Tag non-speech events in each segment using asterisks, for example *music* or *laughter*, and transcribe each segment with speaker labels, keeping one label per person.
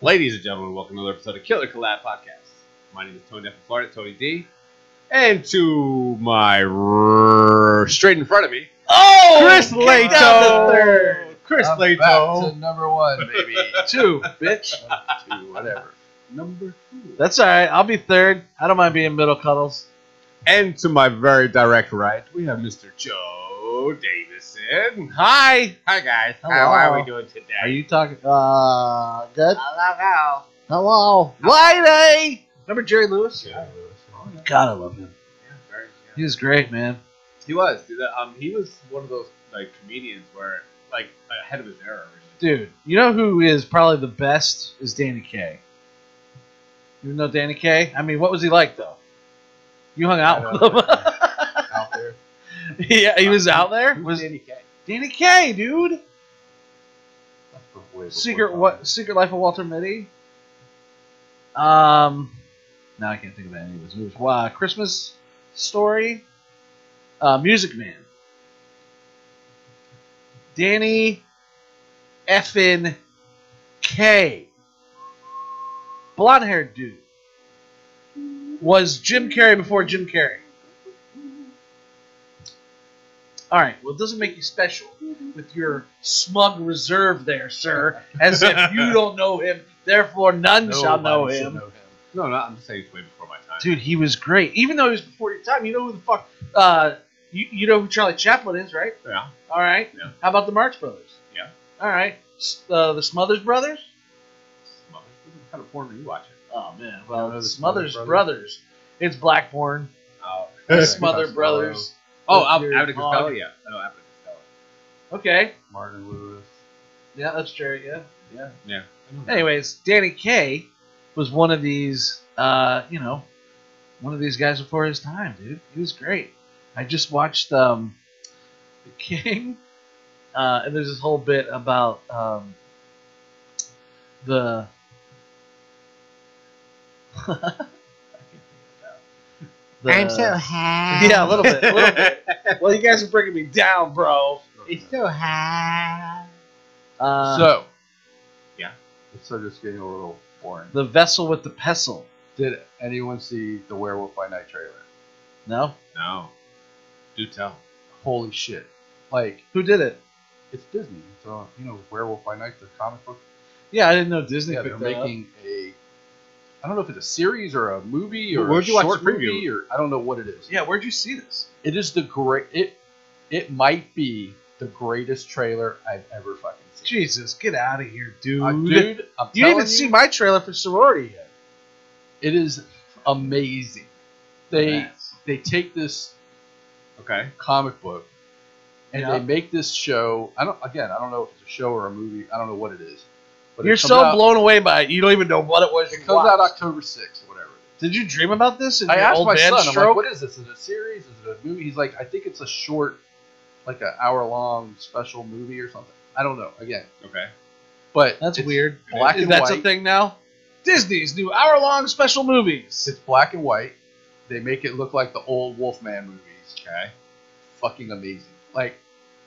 Speaker 1: Ladies and gentlemen, welcome to another episode of Killer Collab Podcast. My name is Tony F. from Florida, Tony D. And to my r- straight in front of me,
Speaker 2: Oh,
Speaker 1: Chris
Speaker 2: kick
Speaker 1: Lato.
Speaker 2: down the third.
Speaker 1: Chris
Speaker 3: I'm Back
Speaker 1: Lato.
Speaker 3: to number one, baby.
Speaker 2: *laughs* Two, bitch.
Speaker 3: Two, whatever.
Speaker 1: Number two.
Speaker 2: That's all right. I'll be third. I don't mind being middle cuddles.
Speaker 1: And to my very direct right, we have Mr. Joe Davison. Hi. Hi, guys. How
Speaker 2: Hello.
Speaker 1: are we doing today?
Speaker 2: Are you talking? Uh, good.
Speaker 1: Hello.
Speaker 2: Hello. Why they? Remember Jerry Lewis?
Speaker 1: Yeah.
Speaker 2: God, I love him.
Speaker 1: Yeah, very, yeah.
Speaker 2: He was great, man.
Speaker 1: He was. dude. Um, he was one of those like comedians where like ahead of his era. Really.
Speaker 2: Dude, you know who is probably the best is Danny Kaye. You know Danny Kaye? I mean, what was he like though? You hung out with him?
Speaker 3: Out there.
Speaker 2: *laughs* yeah, he was out there. Was
Speaker 1: Danny Kaye?
Speaker 2: Danny Kaye, dude?
Speaker 3: That's way before
Speaker 2: Secret
Speaker 3: Tom.
Speaker 2: what? Secret Life of Walter Mitty. Um, now I can't think of any of his movies. Wow, Christmas Story, uh, Music Man, Danny effin K, blonde haired dude, was Jim Carrey before Jim Carrey. All right. Well, it doesn't make you special with your smug reserve there, sir, as if you don't know him, therefore none shall know
Speaker 3: Nobody should
Speaker 2: him.
Speaker 1: No, no. I'm just saying it's way before my time.
Speaker 2: Dude, he was great. Even though he was before your time, you know who the fuck, uh, you, you know who Charlie Chaplin is, right?
Speaker 1: Yeah.
Speaker 2: All right.
Speaker 1: Yeah.
Speaker 2: How about the Marx Brothers?
Speaker 1: Yeah.
Speaker 2: All right. S- uh, the Smothers Brothers?
Speaker 1: What kind of porn were you watching?
Speaker 2: Oh, man. Well,
Speaker 3: You know the
Speaker 2: the Smothers,
Speaker 3: Smothers
Speaker 2: Brothers. It's Black Porn.
Speaker 1: *laughs* Oh,
Speaker 2: Uh, Smother
Speaker 3: Costello.
Speaker 2: Brothers.
Speaker 1: oh,
Speaker 2: With
Speaker 1: Ab-
Speaker 2: your
Speaker 1: Abbott and
Speaker 2: mom.
Speaker 1: Costello. Yeah, I know Abbott and
Speaker 2: Okay.
Speaker 3: Martin Lewis.
Speaker 2: Yeah, that's true. Yeah.
Speaker 1: Costello.
Speaker 2: Yeah.
Speaker 1: Yeah.
Speaker 2: Anyways, Danny Kaye was one of these, uh, you know, one of these guys before his time, dude. He was great. I just watched um, The King, *laughs* uh, and there's this whole bit about um, the. *laughs* I can't think of that. The-
Speaker 3: high.
Speaker 2: Yeah, a little bit. A little bit.
Speaker 1: *laughs*
Speaker 2: well, you guys are bringing me down, bro.
Speaker 3: so
Speaker 2: high. Uh,
Speaker 3: so.
Speaker 1: Yeah.
Speaker 3: It's so just getting a little boring.
Speaker 2: the vessel with the pestle.
Speaker 3: Did anyone see the Werewolf by Night trailer?
Speaker 2: No?
Speaker 1: No. Do tell.
Speaker 3: Holy shit! Like
Speaker 2: Who did it?
Speaker 3: it's Disney, so you know Werewolf by Night, the comic book.
Speaker 2: Yeah, I didn't know Disney
Speaker 3: Yeah, they're
Speaker 2: picked that up.
Speaker 3: making a. I don't know if it's a series or a movie or
Speaker 1: Where'd
Speaker 3: a
Speaker 1: you watch
Speaker 3: short
Speaker 1: the preview?
Speaker 3: movie or I don't know what it is.
Speaker 2: Yeah, where'd you see this?
Speaker 3: It is the great. It it might be the greatest trailer I've ever fucking seen.
Speaker 2: Jesus, get out of here, dude.
Speaker 3: Uh,
Speaker 2: you
Speaker 3: dude, I'm
Speaker 2: didn't even
Speaker 3: telling
Speaker 2: see my trailer for sorority yet.
Speaker 3: It is amazing. They
Speaker 2: Yes.
Speaker 3: they take this
Speaker 1: Okay.
Speaker 3: comic book and
Speaker 2: Yeah.
Speaker 3: they make this show. I don't again. I don't know if it's a show or a movie. I don't know what it is. But it
Speaker 2: You're
Speaker 3: comes
Speaker 2: so
Speaker 3: out-
Speaker 2: blown away by it, you don't even know what it was.
Speaker 3: It
Speaker 2: you
Speaker 3: comes out
Speaker 2: watched.
Speaker 3: October sixth, or whatever. it
Speaker 2: Did you dream about this?
Speaker 3: is.
Speaker 2: In
Speaker 3: I
Speaker 2: your
Speaker 3: asked
Speaker 2: old
Speaker 3: my
Speaker 2: man
Speaker 3: son. I'm
Speaker 2: stroke?
Speaker 3: like, what is this? Is it a series? Is it a movie? He's like, I think it's a short, like an hour long special movie or something. I don't know. Again,
Speaker 1: Okay.
Speaker 3: but
Speaker 2: That's
Speaker 3: it's-
Speaker 2: weird.
Speaker 3: black
Speaker 2: Is
Speaker 3: and
Speaker 2: That's a
Speaker 3: white.
Speaker 2: thing now? Disney's new hour long special movies. *laughs*
Speaker 3: It's black and white. They make it look like the old Wolfman movies.
Speaker 1: Okay.
Speaker 3: Fucking amazing. Like,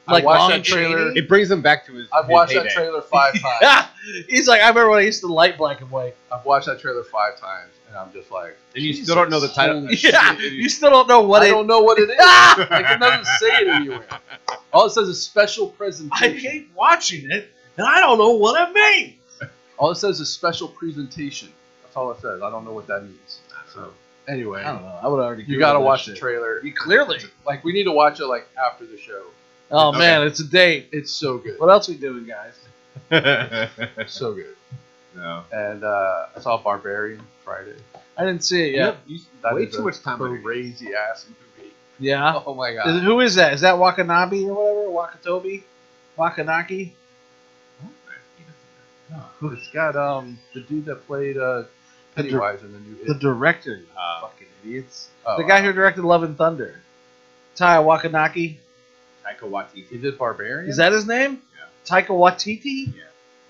Speaker 2: Like
Speaker 3: I watched
Speaker 2: Lon
Speaker 3: that trailer.
Speaker 2: Chaney?
Speaker 1: It brings him back to his.
Speaker 3: I've
Speaker 1: his
Speaker 3: watched that
Speaker 1: heyday.
Speaker 2: *laughs*
Speaker 3: trailer five times.
Speaker 2: Ah, He's like, I remember when I used to like black and white.
Speaker 3: I've watched that trailer five times, and I'm just like,
Speaker 1: And you still don't know the title.
Speaker 3: Holy
Speaker 2: *laughs* Yeah, you still don't know what
Speaker 3: I
Speaker 2: it *laughs*
Speaker 3: don't know what it is.
Speaker 2: Ah!
Speaker 3: like
Speaker 1: *laughs*
Speaker 3: it doesn't say it anywhere. All it says is special
Speaker 2: I
Speaker 3: presentation.
Speaker 2: keep watching it, and I don't know what it means.
Speaker 3: All it says is special presentation. That's all it says. I don't know what that means. So anyway,
Speaker 2: know. I would already.
Speaker 3: you gotta watch the trailer.
Speaker 2: Clearly.
Speaker 3: Like we need to watch it like after the show.
Speaker 2: Oh
Speaker 1: Okay.
Speaker 2: man, it's a date.
Speaker 3: It's so good.
Speaker 2: What else we doing, guys?
Speaker 3: So good.
Speaker 1: *laughs* no.
Speaker 3: And uh, I saw Barbarian Friday.
Speaker 2: I didn't see it yet.
Speaker 1: You,
Speaker 3: That
Speaker 1: way
Speaker 3: is
Speaker 1: too
Speaker 3: a
Speaker 1: much time. on your hands.
Speaker 3: Crazy ass movie.
Speaker 2: Yeah.
Speaker 3: Oh my
Speaker 2: Ah. Is it-
Speaker 3: god.
Speaker 2: who is that? Is that Wakanabe or whatever? Wakatobi? Wakanaki?
Speaker 3: *laughs* It's got um the dude that played uh
Speaker 2: The dir-
Speaker 3: Pennywise in the new.
Speaker 2: The
Speaker 3: It.
Speaker 2: director. you
Speaker 1: Uh,
Speaker 2: fucking idiots.
Speaker 3: Oh,
Speaker 2: the guy
Speaker 3: uh,
Speaker 2: who directed Love and Thunder. Tai Wakanaki.
Speaker 1: Taika Waititi.
Speaker 3: he did Barbarian.
Speaker 2: Is that his name?
Speaker 1: Yeah.
Speaker 2: Taika Waititi?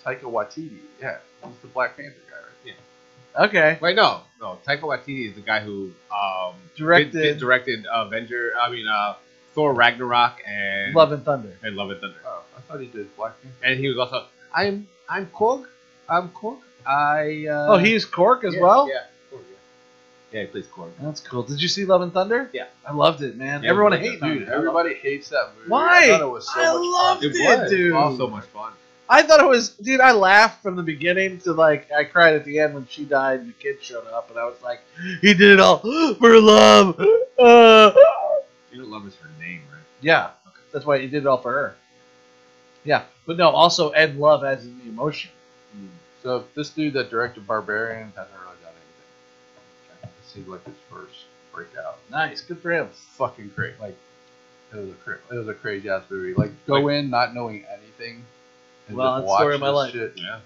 Speaker 3: Taika Waititi? Yeah, he's the Black Panther guy, right?
Speaker 2: Okay.
Speaker 1: Wait, no, no. Taika Waititi is the guy who um,
Speaker 2: Directed-
Speaker 1: did- did- directed Avenger. I mean, uh, Thor Ragnarok and
Speaker 2: Love and Thunder.
Speaker 1: and Love and Thunder.
Speaker 3: Oh, I thought he did Black Panther.
Speaker 1: And he was also I'm I'm Korg. I'm Korg.
Speaker 3: I. Uh,
Speaker 2: oh, he's Cork as
Speaker 1: Yeah,
Speaker 2: well.
Speaker 1: Yeah, Korg, yeah. Yeah, he plays Korg.
Speaker 2: That's cool. Did you see Love and Thunder?
Speaker 1: Yeah.
Speaker 2: I loved it, man.
Speaker 1: Yeah,
Speaker 2: Everyone
Speaker 1: it was
Speaker 2: hated
Speaker 1: good,
Speaker 2: on
Speaker 3: Dude,
Speaker 2: it.
Speaker 3: everybody hates that movie.
Speaker 2: Why?
Speaker 3: I thought it was so
Speaker 2: I
Speaker 3: much
Speaker 2: loved
Speaker 3: fun.
Speaker 2: It did,
Speaker 1: was.
Speaker 2: dude.
Speaker 1: Oh, so much fun.
Speaker 2: I thought it was, dude. I laughed from the beginning to like I cried at the end when she died and the kid showed up, and I was like, he did it all for love. Uh,
Speaker 1: You don't love is her name, right?
Speaker 2: yeah, that's why he did it all for her. Yeah, but no, also Ed Love as in the emotion.
Speaker 3: So this dude that directed Barbarian hasn't really done anything. This seems like his first breakout.
Speaker 2: Nice, good for him.
Speaker 3: Fucking great. Like it was a cra- it was a crazy ass movie. Like go in not knowing anything. And
Speaker 2: Well,
Speaker 3: just
Speaker 2: that's the story
Speaker 3: watch
Speaker 2: of my
Speaker 3: this
Speaker 2: life.
Speaker 3: Shit.
Speaker 1: Yeah.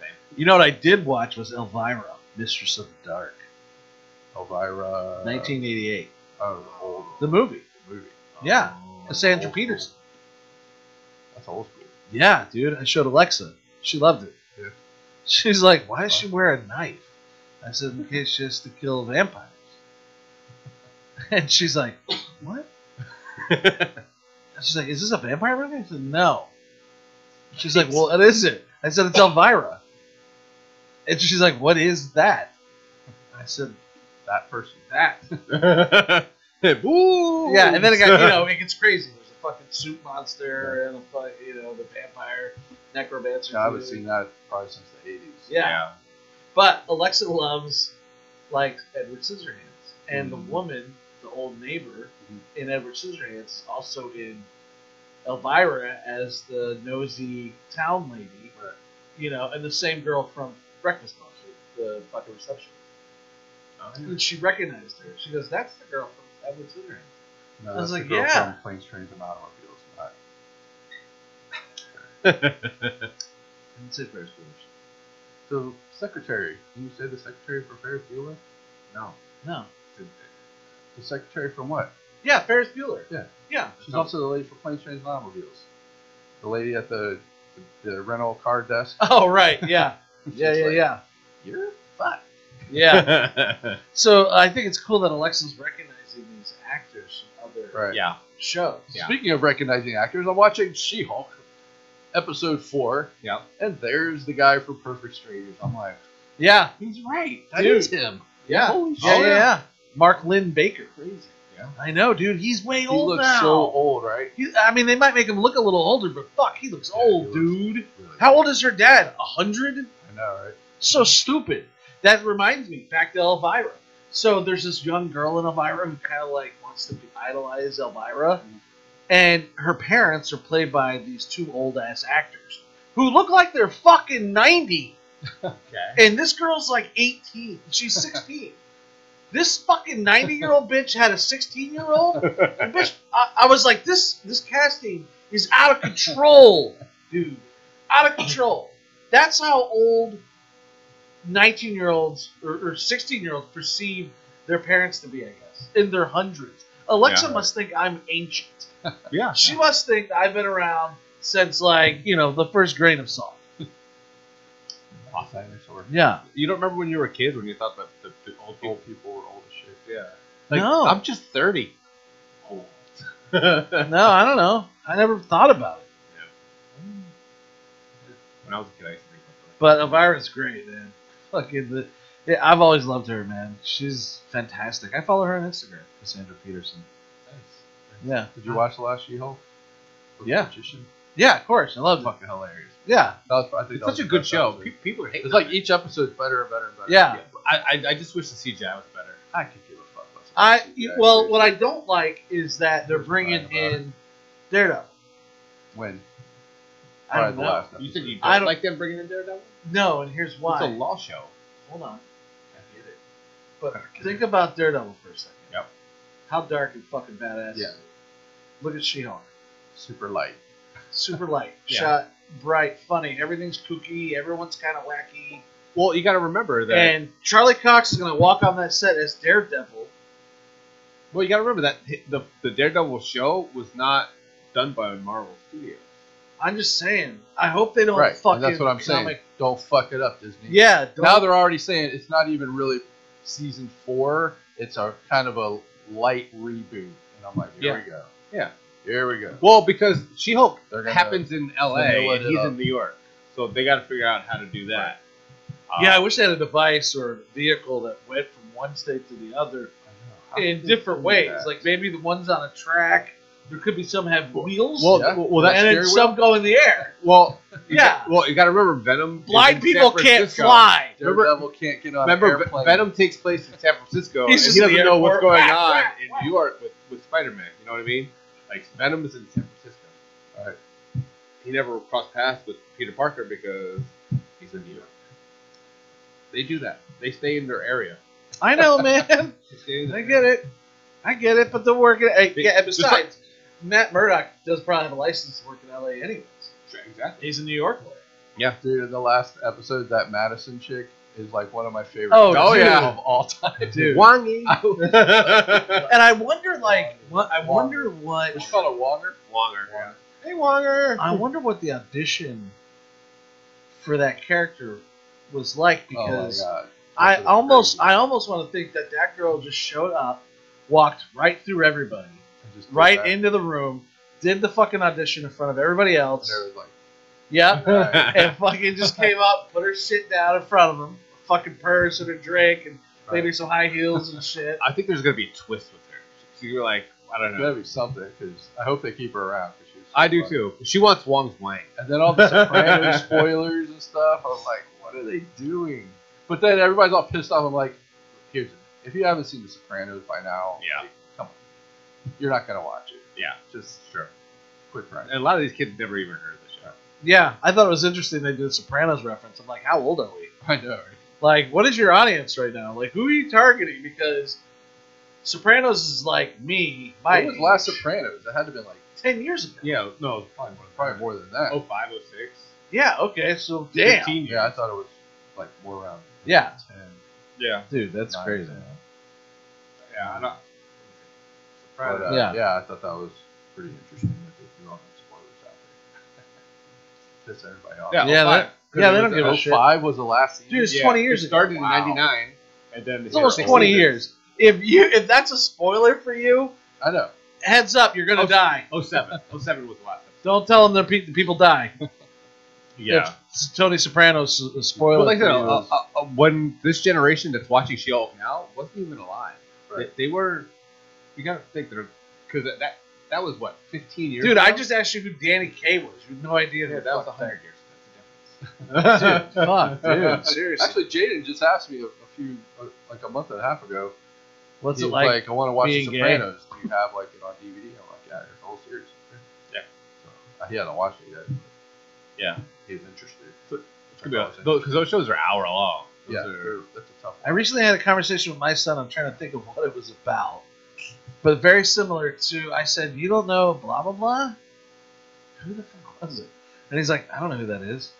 Speaker 1: Same.
Speaker 2: You know what I did watch was Elvira, Mistress of the Dark,
Speaker 3: Elvira.
Speaker 2: 1988,
Speaker 3: Oh, old
Speaker 2: the movie.
Speaker 3: movie.
Speaker 2: Yeah,
Speaker 1: Oh,
Speaker 2: Cassandra
Speaker 3: old
Speaker 2: Peterson.
Speaker 3: School. That's old school.
Speaker 2: Yeah, dude. I showed Alexa. She loved it.
Speaker 3: Yeah.
Speaker 2: She's like, why does she wear a knife? I said, in case she has to kill vampires. *laughs* And she's like,
Speaker 3: *laughs*
Speaker 2: what? And she's like, is this a vampire movie? I said, no. She's like, well, what is it? I said, it's Elvira. And she's like, what is that? I said,
Speaker 3: That person.
Speaker 2: *laughs* that.
Speaker 1: *laughs* Boo!
Speaker 2: Yeah, and then it got you
Speaker 1: *laughs*
Speaker 2: know it gets crazy. There's a fucking soup monster and a fuck, you know the vampire necromancer.
Speaker 3: Yeah, I haven't
Speaker 2: dude.
Speaker 3: seen that probably since the eighties.
Speaker 2: Yeah. but Alexa loves like Edward Scissorhands, and
Speaker 3: Mhm.
Speaker 2: the woman, the old neighbor
Speaker 3: Mhm.
Speaker 2: in Edward Scissorhands, is also in Elvira as the nosy town lady.
Speaker 3: Right.
Speaker 2: You know, and the same girl from Breakfast Club, the fucking receptionist. And she recognized her. She goes, "That's the girl from Edward Scissorhands."
Speaker 3: No,
Speaker 2: I was
Speaker 3: that's
Speaker 2: like,
Speaker 3: the girl
Speaker 2: yeah.
Speaker 3: From Planes, Trains, and Automobiles. Uh, Not-
Speaker 2: And it's it, Ferris Bueller.
Speaker 3: So, secretary. Can you say the secretary for Ferris Bueller?
Speaker 1: no.
Speaker 2: No.
Speaker 3: The secretary from what?
Speaker 2: Yeah, Ferris Bueller.
Speaker 3: Yeah.
Speaker 2: Yeah. *laughs*
Speaker 3: She's also the lady for Planes, Trains, and Automobiles. The lady at the the, the rental car desk.
Speaker 1: Uh,
Speaker 2: Oh right. Yeah. yeah.
Speaker 3: She's
Speaker 2: Yeah.
Speaker 3: like,
Speaker 2: Yeah.
Speaker 3: You're fucked.
Speaker 2: Yeah. So I think it's cool that Alexa's recognizing these actors from other
Speaker 1: *laughs*
Speaker 3: Right.
Speaker 1: yeah.
Speaker 2: shows.
Speaker 1: Yeah.
Speaker 3: Speaking of recognizing actors, I'm watching She-Hulk, episode four,
Speaker 1: Yeah.
Speaker 3: and there's the guy from Perfect Strangers. I'm like,
Speaker 2: Yeah.
Speaker 3: he's right. That
Speaker 2: Dude.
Speaker 3: is him.
Speaker 2: Yeah.
Speaker 1: Oh,
Speaker 3: Holy shit.
Speaker 2: Yeah, yeah, yeah. Mark Lynn Baker.
Speaker 3: Crazy. Yeah.
Speaker 2: I know, dude. He's way
Speaker 3: He
Speaker 2: old
Speaker 3: looks
Speaker 2: now.
Speaker 3: so old, right?
Speaker 2: He- I mean, they might make him look a little older, but fuck, he looks
Speaker 3: Yeah, he
Speaker 2: old,
Speaker 3: looks-
Speaker 2: dude.
Speaker 3: Really.
Speaker 2: How old is her dad? A hundred?
Speaker 3: I know, right?
Speaker 2: So stupid. That reminds me, back to Elvira. So there's this young girl in Elvira who kind of like wants to be, idolize Elvira,
Speaker 3: Mhm.
Speaker 2: and her parents are played by these two old ass actors who look like they're fucking ninety,
Speaker 1: Okay.
Speaker 2: and this girl's like eighteen. She's sixteen. this fucking ninety year old bitch had a sixteen year old. Bitch, I, I was like, this this casting is out of control, dude. Out of control. That's how old 19 year olds or 16 year olds perceive their parents to be, I guess, in their hundreds. Alexa
Speaker 1: Yeah.
Speaker 2: must think I'm ancient.
Speaker 1: yeah.
Speaker 2: She must think I've been around since, like, you know, the first grain of salt.
Speaker 3: Lost dinosaur.
Speaker 2: Yeah.
Speaker 1: You don't remember when you were a kid when you thought that the, the old people.
Speaker 3: Old people were old as shit.
Speaker 1: Yeah.
Speaker 2: No.
Speaker 1: I'm just 30. Old. when
Speaker 2: No, I don't know. I never thought about it.
Speaker 1: I was a kid, I used to think about that.
Speaker 2: But Elvira's great, man. Fucking the, yeah, I've always loved her, man. She's fantastic. I follow her on Instagram, Cassandra Peterson. Yeah,
Speaker 3: Did you watch the last She-Hulk? With the
Speaker 2: Yeah.
Speaker 3: Magician?
Speaker 2: yeah, of course, I loved it.
Speaker 3: Fucking hilarious.
Speaker 2: Yeah,
Speaker 3: That was, I think
Speaker 1: It's
Speaker 3: that was
Speaker 1: such a
Speaker 3: the
Speaker 1: good
Speaker 3: best
Speaker 1: show.
Speaker 3: episode.
Speaker 1: Pe- people hate
Speaker 3: It's like each episode's better and better and better.
Speaker 2: yeah.
Speaker 1: I, I, I just wish the CGI was better.
Speaker 3: I could give a fuck less.
Speaker 2: I
Speaker 3: about
Speaker 2: you-
Speaker 3: CGI,
Speaker 2: well,
Speaker 3: dude.
Speaker 2: what I don't like is that they're bringing
Speaker 3: Right about
Speaker 2: in Daredevil.
Speaker 3: when
Speaker 2: I
Speaker 3: Probably
Speaker 2: don't
Speaker 3: the
Speaker 2: know.
Speaker 3: last
Speaker 1: You said you
Speaker 2: I
Speaker 1: don't
Speaker 2: don't-
Speaker 1: like them bringing in Daredevil?
Speaker 2: No, and here's
Speaker 1: It's a
Speaker 2: why.
Speaker 1: law show.
Speaker 2: Hold on,
Speaker 1: I get it.
Speaker 2: but think about Daredevil for a second.
Speaker 1: Yep.
Speaker 2: How dark and fucking badass.
Speaker 3: Yeah.
Speaker 2: is it? Look at She-Hulk.
Speaker 3: super light.
Speaker 2: Super light,
Speaker 1: Yeah.
Speaker 2: shot, bright, funny. Everything's kooky. Everyone's kind of wacky.
Speaker 1: Well, you got to remember that.
Speaker 2: And Charlie Cox is going to walk on that set as Daredevil.
Speaker 1: well, you got to remember that hi- the the Daredevil show was not done by Marvel Studios.
Speaker 2: I'm just saying. I hope they don't
Speaker 3: right.
Speaker 2: fucking.
Speaker 3: and that's what I'm saying.
Speaker 2: comic-
Speaker 3: Don't fuck it up, Disney.
Speaker 2: Yeah. don't-
Speaker 3: Now they're already saying it's not even really season four. It's a kind of a light reboot, and I'm like, here
Speaker 1: Yeah.
Speaker 3: we go.
Speaker 1: Yeah.
Speaker 3: Here we go.
Speaker 1: Well, because She Hulk
Speaker 3: They're gonna
Speaker 1: happens in L.A.
Speaker 3: vanilla
Speaker 1: and
Speaker 3: it
Speaker 1: he's
Speaker 3: up.
Speaker 1: in New York, so they got to figure out how to do that. Uh,
Speaker 2: yeah, I wish they had a device or a vehicle that went from one state to the other in different ways. Like maybe the ones on a track. There could be some have wheels.
Speaker 1: well,
Speaker 3: Yeah.
Speaker 1: well, well, that,
Speaker 2: and then
Speaker 3: steering
Speaker 2: some go in the air.
Speaker 1: well,
Speaker 2: Yeah.
Speaker 1: well, you got to remember Venom. is
Speaker 2: Blind
Speaker 1: in
Speaker 2: people
Speaker 1: San
Speaker 2: can't
Speaker 1: Francisco.
Speaker 2: fly.
Speaker 1: Remember-
Speaker 3: Daredevil can't get on an
Speaker 1: Remember, Ve-
Speaker 3: airplane.
Speaker 1: Venom takes place in San Francisco,
Speaker 2: He's
Speaker 1: and
Speaker 2: just
Speaker 1: he
Speaker 2: at
Speaker 1: doesn't
Speaker 2: the
Speaker 1: know what's
Speaker 2: airport.
Speaker 1: going
Speaker 2: Wah,
Speaker 1: on
Speaker 2: wah,
Speaker 1: in
Speaker 2: wah.
Speaker 1: New York with, with Spider-Man. You know what I mean? Like Venom is in San Francisco.
Speaker 3: Alright.
Speaker 1: He never crossed paths with Peter Parker because he's in New York. They do that. They stay in their
Speaker 3: *laughs*
Speaker 1: area.
Speaker 2: I know, *laughs* man.
Speaker 1: They stay in their
Speaker 2: I get it. I get it. But they're working. Hey,
Speaker 1: They-
Speaker 2: yeah, and
Speaker 1: just
Speaker 2: besides, Matt Murdock does probably have a license to work in L.A. anyways.
Speaker 1: Exactly.
Speaker 2: He's a New York lawyer.
Speaker 3: Dude, the last episode, that Madison chick is like one of my favorite.
Speaker 2: Oh,
Speaker 3: shows
Speaker 2: dude.
Speaker 3: of all time, *laughs*
Speaker 2: Dude.
Speaker 1: Wangy.
Speaker 3: I was-
Speaker 2: And I wonder, like, what I wonder what
Speaker 3: What's she called a Oh, Wonger?
Speaker 1: Wonger. Hey, Wonger.
Speaker 2: I wonder what the audition for that character was like
Speaker 3: Oh my
Speaker 2: because
Speaker 3: god!
Speaker 2: I
Speaker 3: That was
Speaker 2: almost
Speaker 3: crazy.
Speaker 2: I almost want to think that that girl just showed up, walked right through everybody,
Speaker 3: I just did
Speaker 2: right
Speaker 3: that,
Speaker 2: into the room, did the fucking audition in front of everybody
Speaker 3: and
Speaker 2: else.
Speaker 3: there was like,
Speaker 2: Yeah,
Speaker 1: *laughs*
Speaker 3: alright.
Speaker 2: and fucking just came up, put her shit down in front of them, fucking purse and a drink and maybe some high heels and shit.
Speaker 1: I think there's gonna be a twist with her. So you're like, I don't know.
Speaker 3: That'd be something because I hope they keep her around. 'cause she was so
Speaker 1: I do
Speaker 3: funny.
Speaker 1: too. She wants Wong's wang.
Speaker 3: And then all the Soprano
Speaker 2: *laughs*
Speaker 3: spoilers and stuff. I was like, what are they doing? But then everybody's all pissed off. I'm like, here's if you haven't seen the Sopranos by now,
Speaker 1: Yeah.
Speaker 3: like, come on, you're not gonna watch it.
Speaker 1: Yeah.
Speaker 3: Just sure. Quit trying.
Speaker 1: And a lot of these kids never even heard of the show.
Speaker 2: Yeah, I thought it was interesting they did a Sopranos reference. I'm like, how old are we?
Speaker 3: *laughs* I know. right?
Speaker 2: Like, what is your audience right now? Like, who are you targeting? Because Sopranos is like me. My
Speaker 3: When was
Speaker 2: age,
Speaker 3: last Sopranos? It had to be like
Speaker 2: ten years ago.
Speaker 1: Yeah, no, probably more.
Speaker 3: probably more than that.
Speaker 1: Oh five, oh six.
Speaker 2: Yeah, okay, so damn.
Speaker 1: 15 years.
Speaker 3: yeah, I thought it was like more around.
Speaker 2: Yeah.
Speaker 3: 10,
Speaker 1: Yeah.
Speaker 2: Dude, that's
Speaker 3: 9,
Speaker 2: crazy.
Speaker 3: 10.
Speaker 1: Yeah, I know.
Speaker 3: But, uh,
Speaker 1: Surprised.
Speaker 3: yeah.
Speaker 2: Yeah.
Speaker 3: I thought that was pretty interesting that they threw all those spoilers out there. *laughs* Piss everybody off.
Speaker 1: Yeah, oh,
Speaker 2: Yeah,
Speaker 1: 05.
Speaker 2: that- yeah, they don't give a
Speaker 3: Oh,
Speaker 2: shit.
Speaker 3: Five was the last season.
Speaker 2: Dude, it's
Speaker 1: Yeah,
Speaker 2: 20 years
Speaker 1: it
Speaker 2: ago.
Speaker 1: started
Speaker 2: Wow.
Speaker 1: in 99 and then oh,
Speaker 2: It's almost 20 years. If you if that's a spoiler for you,
Speaker 3: I know.
Speaker 2: heads up, you're gonna
Speaker 1: Oh,
Speaker 2: die.
Speaker 1: 07. 07 was the last episode.
Speaker 2: Don't tell them the, pe- the people die.
Speaker 1: Yeah.
Speaker 2: If *laughs* Tony Soprano's a spoiler.
Speaker 1: But like I
Speaker 2: for
Speaker 1: said,
Speaker 2: you
Speaker 1: uh,
Speaker 2: is-
Speaker 1: uh, uh, when this generation that's watching She-Hulk now wasn't even alive.
Speaker 3: Right.
Speaker 1: They, they were. You gotta think they're because that, that that was what 15 years.
Speaker 2: Dude,
Speaker 1: ago?
Speaker 2: I just asked you who Danny Kaye was. You had no idea who
Speaker 1: yeah,
Speaker 2: the
Speaker 1: that was
Speaker 2: fuck
Speaker 1: 100 years.
Speaker 2: that-
Speaker 1: That's the difference.
Speaker 2: Dude, fuck, dude, seriously.
Speaker 3: Actually, Jaden just asked me a, a few, uh like a month and a half ago.
Speaker 2: What's
Speaker 3: he
Speaker 2: it
Speaker 3: was
Speaker 2: like?
Speaker 3: I want to watch The
Speaker 2: being uh, gay?
Speaker 3: Sopranos. Do you have like it on DVD? I'm like, yeah, there's a whole series.
Speaker 1: Yeah.
Speaker 3: So, uh, he hasn't watched it yet. but
Speaker 1: Yeah.
Speaker 3: He's interested.
Speaker 1: So, Because those shows are hour long. Those
Speaker 3: yeah,
Speaker 1: are-
Speaker 3: they're- that's a tough.
Speaker 2: I recently had a conversation with my son. I'm trying to think of what it was about, but very similar to I said, "You don't know blah blah blah." Who the fuck was it? And he's like, "I don't know who that is."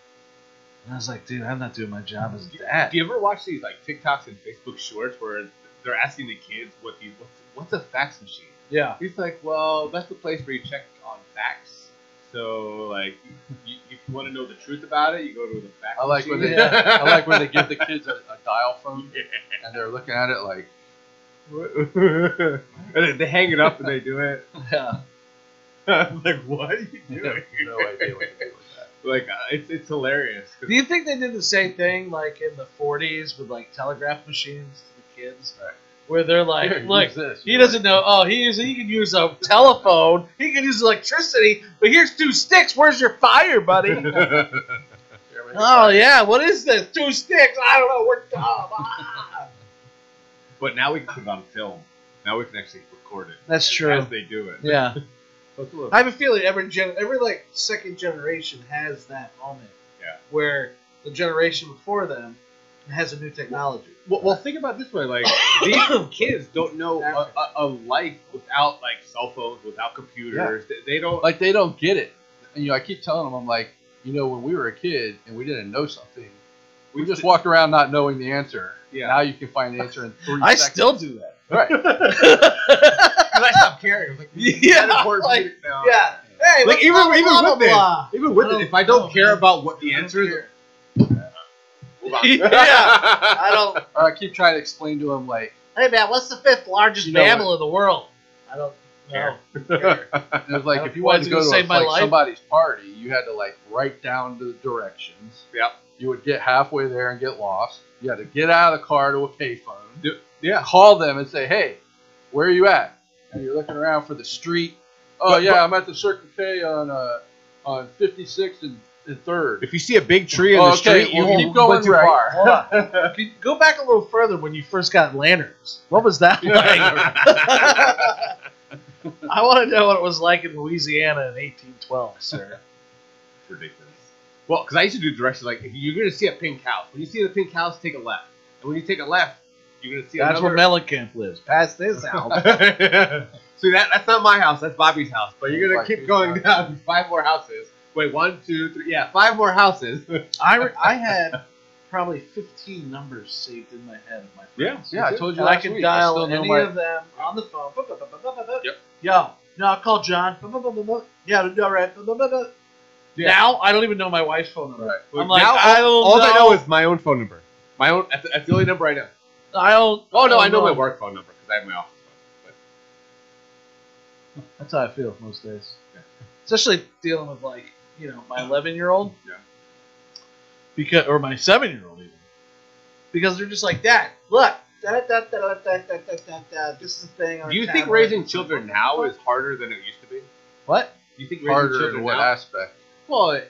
Speaker 2: And I was like, "Dude, I'm not doing my job as a dad."
Speaker 1: Do you ever watch these like TikToks and Facebook Shorts where they're asking the kids what these what's, what's a fax machine?
Speaker 2: Yeah,
Speaker 1: He's like, well, that's the place where you check on facts. So like, you, if you want to know the truth about it, you go to the fax.
Speaker 3: I like when
Speaker 1: machine.
Speaker 3: they,
Speaker 1: *laughs*
Speaker 3: I like when they give the kids a, a dial phone
Speaker 2: *laughs*
Speaker 1: Yeah.
Speaker 3: and they're looking at it like,
Speaker 1: *laughs* and then they hang it up and they do it.
Speaker 2: *laughs*
Speaker 1: *laughs*
Speaker 2: yeah.
Speaker 1: I'm like, what are you
Speaker 3: you have
Speaker 1: doing?
Speaker 3: no idea what to do with that.
Speaker 1: Like, uh, it's it's hilarious.
Speaker 3: *laughs*
Speaker 1: 'cause-
Speaker 2: Do you think they did the same thing like in the '40s with like telegraph machines to the kids,
Speaker 3: Right.
Speaker 2: where they're *laughs* like,
Speaker 3: Here,
Speaker 2: "Look,
Speaker 3: use this.
Speaker 2: He doesn't know. Oh, he is. He can use a telephone. He can use electricity. But here's two sticks. Where's your
Speaker 1: *laughs*
Speaker 2: fire, buddy?
Speaker 3: Here, we go.
Speaker 2: *laughs* oh yeah. What is this? Two sticks. I don't know. We're dumb. Ah.
Speaker 1: but now we can put it on film. Now we can actually record it.
Speaker 2: That's true.
Speaker 1: As they do it.
Speaker 2: Yeah.
Speaker 1: So it's a little-
Speaker 2: I have a feeling every gen, every like second generation has that moment.
Speaker 1: Yeah.
Speaker 2: Where the generation before them has a new technology.
Speaker 1: Well, well, think about it this way: like these *coughs* kids don't know
Speaker 3: Uh,
Speaker 1: a, a, a life without like cell phones, without computers. They, they don't.
Speaker 3: like they don't get it. And, you know, I keep telling them, I'm like, you know, when we were a kid and we didn't know something, we just walked around not knowing the answer.
Speaker 1: Yeah.
Speaker 3: Now you can find the answer in three
Speaker 2: *coughs* I
Speaker 3: seconds.
Speaker 2: still do *laughs* that.
Speaker 3: right.
Speaker 1: *laughs* I stopped caring. I was like,
Speaker 2: Yeah,
Speaker 1: that important
Speaker 2: like,
Speaker 1: music now.
Speaker 2: yeah. Hey,
Speaker 1: Like,
Speaker 2: what's
Speaker 1: even-
Speaker 2: blah,
Speaker 1: even
Speaker 2: blah,
Speaker 1: with
Speaker 2: blah,
Speaker 1: it.
Speaker 2: blah?
Speaker 1: Even with
Speaker 2: I don't-
Speaker 1: it, if I
Speaker 3: Oh,
Speaker 1: don't
Speaker 2: I don't
Speaker 1: care
Speaker 2: care.
Speaker 1: about what the
Speaker 2: I don't
Speaker 1: answer is, *laughs*
Speaker 2: care.
Speaker 1: move on.
Speaker 2: Yeah. I don't.
Speaker 3: Or I Uh, keep trying to explain to them like, *laughs*
Speaker 2: Hey man, what's the fifth largest
Speaker 3: You know
Speaker 2: mammal in the world? I don't know.
Speaker 1: Care.
Speaker 3: it was like if you
Speaker 2: Why
Speaker 3: wanted
Speaker 2: is
Speaker 3: to
Speaker 2: it
Speaker 3: go
Speaker 2: gonna
Speaker 3: to a,
Speaker 2: save my
Speaker 3: like,
Speaker 2: life?
Speaker 3: somebody's party, you had to like write down the directions.
Speaker 1: Yep.
Speaker 3: You would get halfway there and get lost. You had to get out of the car to a payphone.
Speaker 1: Yeah.
Speaker 3: Call them and say, "Hey, where are you at?" And you're looking around for the street. Oh
Speaker 1: But-
Speaker 3: yeah,
Speaker 1: but-
Speaker 3: I'm at the Circle K on uh, on 56th and, and Third. Oh,
Speaker 1: If you see a big tree in the
Speaker 3: Okay,
Speaker 1: street,
Speaker 3: well,
Speaker 1: you
Speaker 3: keep going
Speaker 1: went too
Speaker 3: right. *laughs*
Speaker 1: far. *laughs*
Speaker 2: Hold on. Could- Go back a little further when you first got lanterns. What was that like? I want to know what it was like in Louisiana in 1812,
Speaker 3: *laughs*
Speaker 2: sir.
Speaker 1: It's ridiculous. Well, because I used to do directions like if you're gonna see a pink house. When you see the pink house, take a left. And when you take a left, you're gonna see
Speaker 2: That's where
Speaker 1: another.
Speaker 2: Mellencamp lives. Past this house.
Speaker 1: *laughs* See that? That's not my house. That's Bobby's house. But you're gonna
Speaker 3: Like
Speaker 1: keep
Speaker 3: these
Speaker 1: going
Speaker 3: houses.
Speaker 1: down *laughs* five more houses. Wait, one, two, three. Yeah, five more houses.
Speaker 2: *laughs*
Speaker 1: *laughs*
Speaker 2: I, re- I had probably 15 numbers saved in my head of my friends.
Speaker 3: yeah, I told you
Speaker 2: And I
Speaker 3: last
Speaker 2: could
Speaker 3: week. I
Speaker 2: dial
Speaker 3: still know
Speaker 2: any
Speaker 3: my-
Speaker 2: of them on the phone.
Speaker 1: Yep.
Speaker 2: Yo, no, I'll call John. Yeah, all right. Now I don't even know my wife's phone number.
Speaker 3: Right.
Speaker 2: I'm like,
Speaker 1: Now,
Speaker 2: I don't
Speaker 1: all
Speaker 2: know.
Speaker 1: I know is my own phone number. My own. That's, that's the only number I know.
Speaker 2: I don't.
Speaker 1: Oh no, I know my
Speaker 2: my
Speaker 1: work phone number because I have my office phone.
Speaker 2: That's how I feel most days.
Speaker 1: Yeah.
Speaker 2: Especially dealing with like, you know, my eleven year old.
Speaker 1: Yeah.
Speaker 2: Because or my seven year old even. Because they're just like, Dad, look. Da, da, da, da, da, da, da, da, da. This is the thing.
Speaker 1: But
Speaker 2: on
Speaker 1: do you
Speaker 2: the
Speaker 1: think
Speaker 2: tablet."
Speaker 1: raising children now is harder than it used to be? Do
Speaker 2: what?
Speaker 1: you think raising
Speaker 3: harder in
Speaker 1: children
Speaker 3: what
Speaker 1: now?
Speaker 3: aspect?
Speaker 1: well, in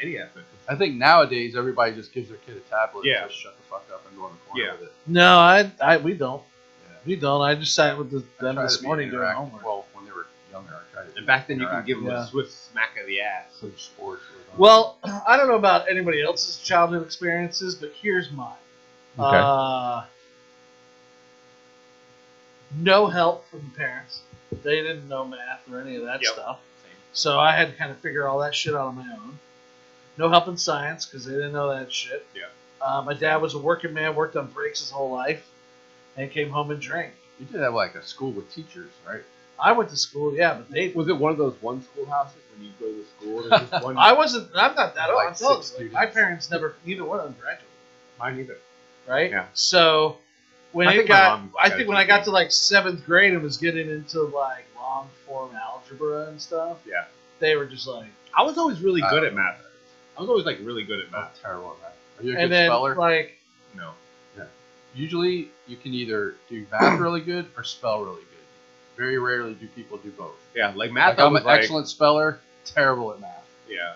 Speaker 1: any aspect.
Speaker 3: I think nowadays everybody just gives their kid a tablet
Speaker 1: Yeah.
Speaker 3: and just shut the fuck up and go in the corner
Speaker 1: Yeah.
Speaker 3: with it.
Speaker 2: No, I, I we don't.
Speaker 3: Yeah.
Speaker 2: We don't. I just sat with the,
Speaker 3: I
Speaker 2: them
Speaker 3: tried
Speaker 2: this
Speaker 3: to be
Speaker 2: morning doing
Speaker 3: interactive.
Speaker 2: homework. Well,
Speaker 3: Well, when they were younger, I tried to.
Speaker 1: And back then, you could give them
Speaker 2: Yeah.
Speaker 1: a swift smack of the ass.
Speaker 3: some sports. with them.
Speaker 2: I don't know about anybody else's childhood experiences, but here's mine.
Speaker 1: Okay.
Speaker 2: Uh, no help from the parents. They didn't know math or any of that
Speaker 1: Yep.
Speaker 2: stuff. So I had to kind of figure all that shit out on my own. No help in science because they didn't know that shit.
Speaker 1: Yeah.
Speaker 2: Uh, my dad was a working man, worked on breaks his whole life, and came home and drank.
Speaker 3: you did have like a school with teachers, right?
Speaker 2: I went to school, yeah, but they.
Speaker 1: Was it one of those one schoolhouses when you go to school? There's just
Speaker 3: *laughs*
Speaker 1: one.
Speaker 2: I wasn't. I'm not that old.
Speaker 3: Like
Speaker 2: I'm telling
Speaker 3: six
Speaker 2: you, like, my
Speaker 3: students.
Speaker 2: parents never. Neither one of them graduated.
Speaker 1: Mine either.
Speaker 2: right?
Speaker 1: Yeah.
Speaker 2: So when
Speaker 1: I
Speaker 2: it
Speaker 1: think my
Speaker 2: got,
Speaker 1: mom
Speaker 2: I
Speaker 1: got
Speaker 2: think
Speaker 1: a
Speaker 2: when I got
Speaker 1: GP.
Speaker 2: to like seventh grade and was getting into like long form algebra and stuff,
Speaker 1: Yeah.
Speaker 2: they were just like,
Speaker 1: I was always really
Speaker 3: I
Speaker 1: good
Speaker 3: don't
Speaker 1: at math. I was always like really good at
Speaker 3: I'm
Speaker 1: math.
Speaker 3: terrible at that. Are you a
Speaker 2: and
Speaker 3: good
Speaker 2: then
Speaker 3: speller?
Speaker 2: like,
Speaker 1: No.
Speaker 3: Usually, you can either do math really good or spell really good. Very rarely do people do both.
Speaker 1: Yeah, like
Speaker 3: Like,
Speaker 1: math. I
Speaker 3: I'm
Speaker 1: was
Speaker 3: an
Speaker 1: like,
Speaker 3: excellent speller, terrible at math.
Speaker 1: Yeah.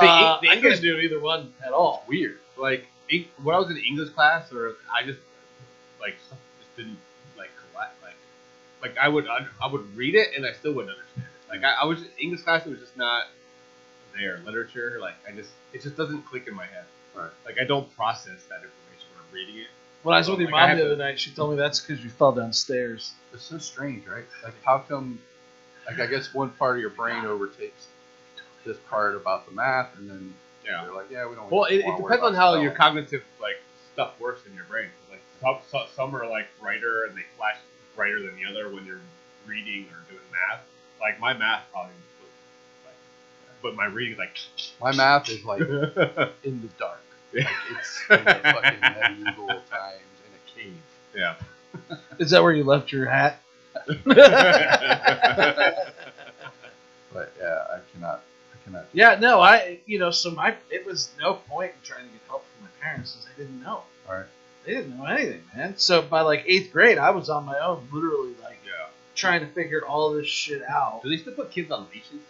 Speaker 1: See,
Speaker 2: uh,
Speaker 1: the
Speaker 2: I
Speaker 1: English
Speaker 2: couldn't do either one at all.
Speaker 1: weird. Like it, when I was in English class, or I just like just didn't like collect like like I would un- I would read it and I still wouldn't understand it. Like I, I was English class, it was just not there. Literature, like I just it just doesn't click in my head.
Speaker 3: Right.
Speaker 1: Like I don't process that information when I'm reading it.
Speaker 2: When I was with
Speaker 1: Like,
Speaker 2: your
Speaker 1: I
Speaker 2: mom
Speaker 1: have
Speaker 2: the
Speaker 1: to-
Speaker 2: other night, she told me that's because you fell downstairs.
Speaker 3: It's so strange, right? Like, how come? Like, I guess one part of your brain overtakes this part about the math, and then
Speaker 1: Yeah.
Speaker 3: they're like, "Yeah, we don't."
Speaker 1: Well, it,
Speaker 3: wanna
Speaker 1: it
Speaker 3: worry
Speaker 1: depends on
Speaker 3: about
Speaker 1: how
Speaker 3: spelling.
Speaker 1: your cognitive like stuff works in your brain. Like some, so- some are like brighter and they flash brighter than the other when you're reading or doing math. Like my math probably, was, like, but my reading like *laughs*
Speaker 3: My math is like
Speaker 1: yeah,
Speaker 3: in the dark. Like it's in the fucking medieval
Speaker 1: *laughs*
Speaker 3: times in a cave.
Speaker 2: Is that where you left
Speaker 1: *laughs*
Speaker 2: your hat?
Speaker 3: But yeah, I cannot. I cannot.
Speaker 2: Yeah, no, I, you know, so my, it was no point in trying to get help from my parents because they didn't know.
Speaker 3: All right.
Speaker 2: They didn't know anything, man. So by like eighth grade, I was on my own, literally like
Speaker 1: yeah.
Speaker 2: trying to figure all this shit out.
Speaker 1: Do they still put kids on leashes?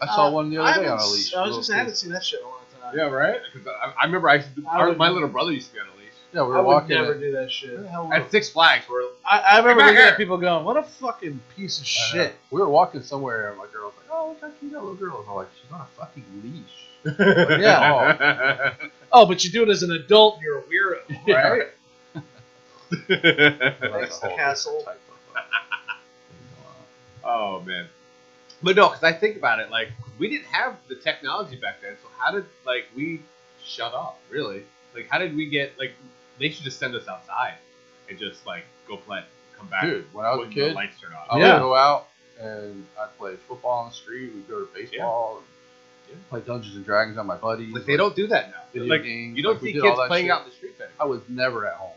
Speaker 3: I saw
Speaker 2: Uh,
Speaker 3: one the
Speaker 2: I
Speaker 3: other day on
Speaker 2: haven't
Speaker 3: a
Speaker 2: s-
Speaker 3: leash.
Speaker 2: I was
Speaker 3: Little
Speaker 2: just I haven't
Speaker 3: kids.
Speaker 2: seen that shit in a long time.
Speaker 1: right. Because I, I remember I used to,
Speaker 2: I
Speaker 1: our-
Speaker 2: would-
Speaker 1: my little brother used to be on a leash
Speaker 3: Yeah, we
Speaker 2: I
Speaker 3: were
Speaker 2: would
Speaker 3: walking.
Speaker 2: never
Speaker 3: in-
Speaker 2: do that shit.
Speaker 3: Where the hell were we?
Speaker 1: at Six Flags. *laughs* Where
Speaker 2: I, I remember
Speaker 1: back
Speaker 2: looking
Speaker 1: here.
Speaker 2: at people going, "What a fucking piece of
Speaker 3: I know. *laughs*
Speaker 2: shit."
Speaker 3: We were walking somewhere, and my girl was like, "Oh, look how cute that little girl is." I'm like, "She's on a fucking leash."
Speaker 1: *laughs* yeah.
Speaker 2: Oh, but you do it as an adult, you're a
Speaker 3: *laughs*
Speaker 2: weirdo.
Speaker 3: Yeah.
Speaker 2: Right?
Speaker 3: That's a
Speaker 2: Next to
Speaker 3: whole different
Speaker 2: Castle.
Speaker 3: type of, uh, thing
Speaker 1: Oh man. But no, because I think about it, like we didn't have the technology back then, so how did like we shut off? Really? Like how did we get like they should just send us outside and just like go play, come back.
Speaker 3: going on. Dude, when I was
Speaker 1: when
Speaker 3: a
Speaker 1: the
Speaker 3: kid,
Speaker 1: lights turn on.
Speaker 3: I
Speaker 2: Yeah.
Speaker 3: would go out and I'd play football on the street. We'd go to baseball.
Speaker 1: Yeah.
Speaker 3: And play Dungeons and Dragons on my buddies.
Speaker 1: Like they don't do that now.
Speaker 3: Video
Speaker 1: Like
Speaker 3: games,
Speaker 1: you don't
Speaker 3: like, we
Speaker 1: see
Speaker 3: did
Speaker 1: kids
Speaker 3: all that
Speaker 1: playing
Speaker 3: shit.
Speaker 1: out in the street anymore.
Speaker 3: I was never at home.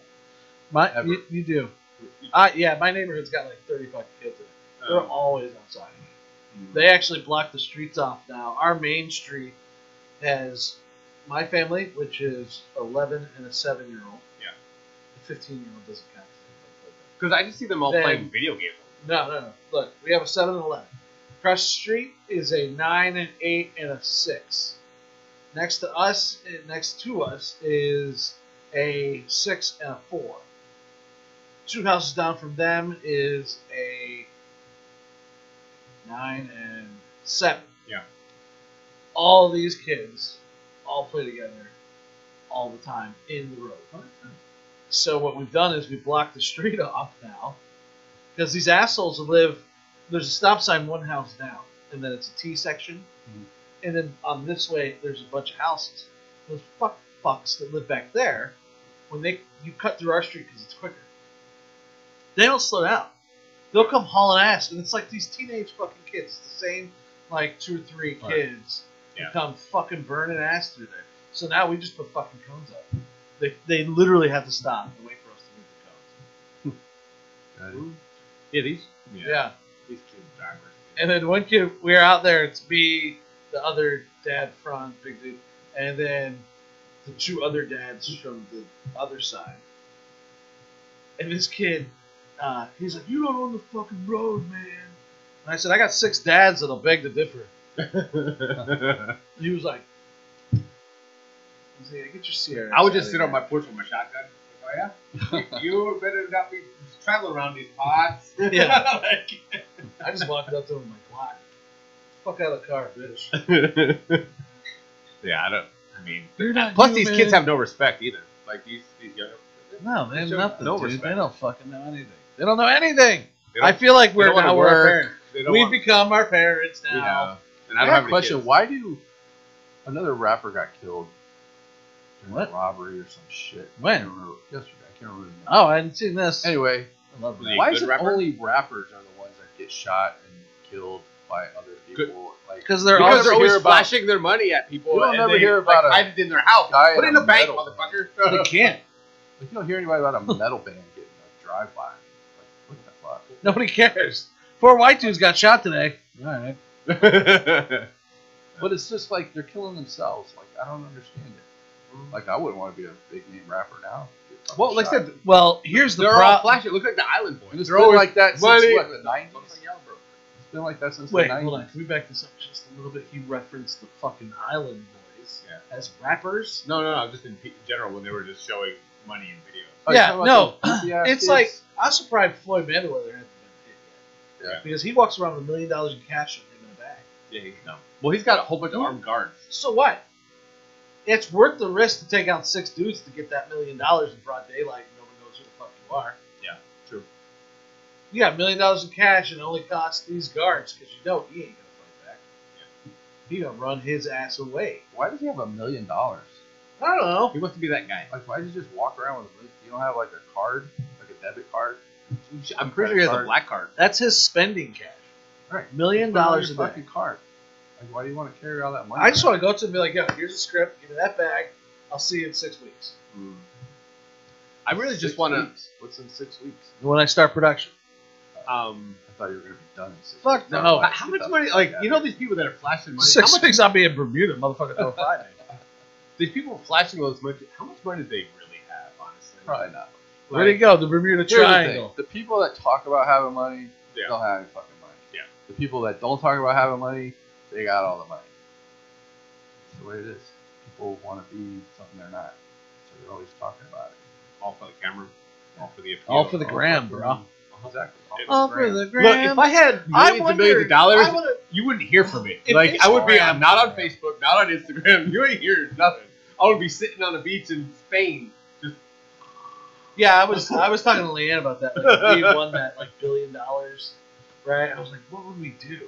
Speaker 2: My,
Speaker 3: Ever.
Speaker 2: you, you do. Uh, yeah, my neighborhood's got like 30 fucking kids in it.
Speaker 3: Oh.
Speaker 2: They're
Speaker 1: Um,
Speaker 2: always outside. They actually block the streets off now. Our main street has my family, which is 11 and a 7 year old.
Speaker 1: Yeah.
Speaker 2: The 15 year old doesn't count.
Speaker 1: Because I just see them all
Speaker 2: Then-
Speaker 1: playing video games.
Speaker 2: No, no, no. Look, we have a 7 and 11. Across the street is a 9 and 8 and a 6. Next to us, eh, next to us is a 6 and a 4. Two houses down from them is a 9 and 7.
Speaker 1: Yeah.
Speaker 2: All these kids all play together all the time in the road. So what we've done is we blocked the street *laughs* off now because these assholes live. There's a stop sign one house down, and then it's a T section,
Speaker 1: Mhm.
Speaker 2: and then on this way there's a bunch of houses. Those fuck fucks that live back there, when they you cut through our street because it's quicker, they don't slow down. They'll come hauling ass, and it's like these teenage fucking kids. It's the same like two or three
Speaker 1: Right.
Speaker 2: kids who
Speaker 1: Yeah.
Speaker 2: come fucking burning ass through there. So now we just put fucking cones up. They, they literally have to stop and wait for us to move the cones.
Speaker 1: Yeah, these.
Speaker 2: yeah.
Speaker 1: These kids are
Speaker 2: And then one kid, we were out there. It's me, the other dad, Franz, big dude, and then the two other dads from the other side. And this kid, uh, he's like, "You don't own the fucking road, man." And I said, "I got six dads that'll beg to differ."
Speaker 1: backwards.
Speaker 2: And he was like, he's like, "Get your Sierra."
Speaker 1: *laughs* I would just sit on my porch with my shotgun. Like, oh yeah, you better not be traveling around these pots.
Speaker 2: *laughs* Yeah. I just walked up to him like, "Why? Fuck out of the car, bitch."
Speaker 1: *laughs* yeah, I don't. I mean,
Speaker 4: They're not
Speaker 1: plus these
Speaker 4: human.
Speaker 1: kids have no respect either. Like these these younger.
Speaker 4: No, they have
Speaker 1: Show
Speaker 4: nothing,
Speaker 1: no
Speaker 4: dude.
Speaker 1: respect.
Speaker 4: They don't fucking know anything. They don't know anything.
Speaker 1: They don't-
Speaker 4: I feel like
Speaker 1: they
Speaker 4: we're
Speaker 1: don't wanna
Speaker 4: now
Speaker 1: work.
Speaker 4: we're
Speaker 1: They don't
Speaker 2: We've
Speaker 1: wanna-
Speaker 2: become our parents now.
Speaker 1: yeah. And
Speaker 3: I,
Speaker 1: I don't have
Speaker 3: have a
Speaker 1: any
Speaker 3: question.
Speaker 1: kids.
Speaker 3: Why do another rapper got killed? during
Speaker 4: What?
Speaker 3: a Robbery or some shit.
Speaker 4: When?
Speaker 3: I don't remember. Yesterday. I can't remember. the name.
Speaker 4: Oh, I hadn't seen this.
Speaker 3: Anyway,
Speaker 4: I love
Speaker 1: Like,
Speaker 4: that.
Speaker 3: why
Speaker 1: good
Speaker 3: is it
Speaker 1: rapper?
Speaker 3: only rappers are the ones that get shot and killed by other people?
Speaker 1: Good.
Speaker 3: Like
Speaker 4: Because they're
Speaker 1: because
Speaker 4: all
Speaker 1: they're
Speaker 3: hear
Speaker 1: always
Speaker 3: about-
Speaker 1: flashing their money at people.
Speaker 3: You don't
Speaker 1: and
Speaker 3: ever
Speaker 1: they,
Speaker 3: hear
Speaker 1: like,
Speaker 3: about a
Speaker 1: hide it in their house.
Speaker 3: guy
Speaker 1: Put it
Speaker 3: in
Speaker 1: in
Speaker 3: a
Speaker 1: the bank,
Speaker 3: metal *laughs*
Speaker 1: motherfucker.
Speaker 2: *laughs*
Speaker 4: they can't.
Speaker 3: Like, you don't hear anybody about a metal band getting a drive-by. Like, what the fuck?
Speaker 4: Nobody
Speaker 1: *laughs*
Speaker 4: cares. Four white dudes got shot today. All right.
Speaker 3: But it's just like they're killing themselves. Like, I don't understand it. Like, I wouldn't want to be a big name rapper now. Get fucking
Speaker 1: Mm-hmm. well, like I
Speaker 3: shot.
Speaker 1: said,
Speaker 4: Well, here's the
Speaker 1: they're all
Speaker 4: problem.
Speaker 1: flashing. It looks like the Island Boys.
Speaker 3: And it's
Speaker 1: They're
Speaker 3: been
Speaker 1: always
Speaker 3: like that since
Speaker 1: money.
Speaker 3: what, the 90s? It's been like that since
Speaker 2: Wait,
Speaker 3: the 90s.
Speaker 2: hold on. Can we back this up just a little bit? He referenced the fucking Island Boys
Speaker 1: Yeah.
Speaker 2: as rappers.
Speaker 1: No, no, no. Just in pe- general, when they were just showing money in videos.
Speaker 3: Oh, you're
Speaker 4: Yeah,
Speaker 3: talking about
Speaker 4: no.
Speaker 3: those goofy ass
Speaker 2: It's
Speaker 3: kids?
Speaker 2: like I'm surprised Floyd Mayweather hasn't been hit yet.
Speaker 1: Yeah.
Speaker 2: Because he walks around with a million dollars in cash on him in a bag.
Speaker 1: Yeah, he's dumb. Well, he's got a whole bunch of armed guards.
Speaker 2: So what? It's worth the risk to take out six dudes to get that million dollars in broad daylight and no one knows who the fuck you are.
Speaker 1: Yeah, true.
Speaker 2: You got a million dollars in cash and it only costs these guards because you know he ain't gonna fight back. He gonna run his ass away.
Speaker 3: Why does he have a million dollars?
Speaker 2: I don't know.
Speaker 1: He wants to be that guy.
Speaker 3: Like, why does he just walk around with a million? You don't have, like, a card? Like a debit card?
Speaker 1: I'm pretty sure he has a black card.
Speaker 4: That's his spending cash.
Speaker 3: Right.
Speaker 4: Million
Speaker 3: Put it on
Speaker 4: dollars a
Speaker 3: your
Speaker 4: day.
Speaker 3: fucking card. Like, why do you want to carry all that money?
Speaker 2: I just want to go to him and be like, yo, here's a script. Give me that bag. I'll see you in six weeks.
Speaker 1: Mm. I really just
Speaker 3: Six
Speaker 1: want to.
Speaker 3: weeks. What's in six weeks?
Speaker 4: When I start production.
Speaker 1: Um,
Speaker 3: I thought you were gonna be done in six
Speaker 4: Fuck
Speaker 3: weeks.
Speaker 4: no.
Speaker 1: how- how much money? Like, you know, these people that are flashing money.
Speaker 4: Six
Speaker 1: how much,
Speaker 4: weeks I'll be in Bermuda, motherfucker,
Speaker 3: *laughs*
Speaker 4: till Friday.
Speaker 1: these people flashing all this money. How much money do they really have, honestly?
Speaker 3: Probably not.
Speaker 4: Where'd he go? The Bermuda
Speaker 3: Here's the thing.
Speaker 4: Triangle.
Speaker 3: The, people that talk about having money,
Speaker 1: Yeah.
Speaker 3: they'll have fucking money.
Speaker 1: Yeah.
Speaker 3: The people that don't talk about having money, they got all the money. That's the way it is. People want to be something they're not, so they're always talking about it.
Speaker 1: All for the camera. All for the appeal.
Speaker 4: All for the
Speaker 3: all
Speaker 4: gram,
Speaker 3: fucking-
Speaker 4: bro.
Speaker 3: Exactly.
Speaker 1: It-
Speaker 4: All
Speaker 3: grand.
Speaker 4: the
Speaker 1: Look, if I had
Speaker 4: I
Speaker 1: millions and millions of dollars,
Speaker 2: I wanna-
Speaker 1: you wouldn't hear from me.
Speaker 2: If
Speaker 1: Like, I would be
Speaker 2: Instagram-
Speaker 1: I'm not on Facebook, not on Instagram. *laughs* You ain't hearing nothing. I would be sitting on a beach in Spain.
Speaker 2: yeah, I was I was talking to Leanne about that. Like, we won that like billion dollars, right? I was like, what would we do?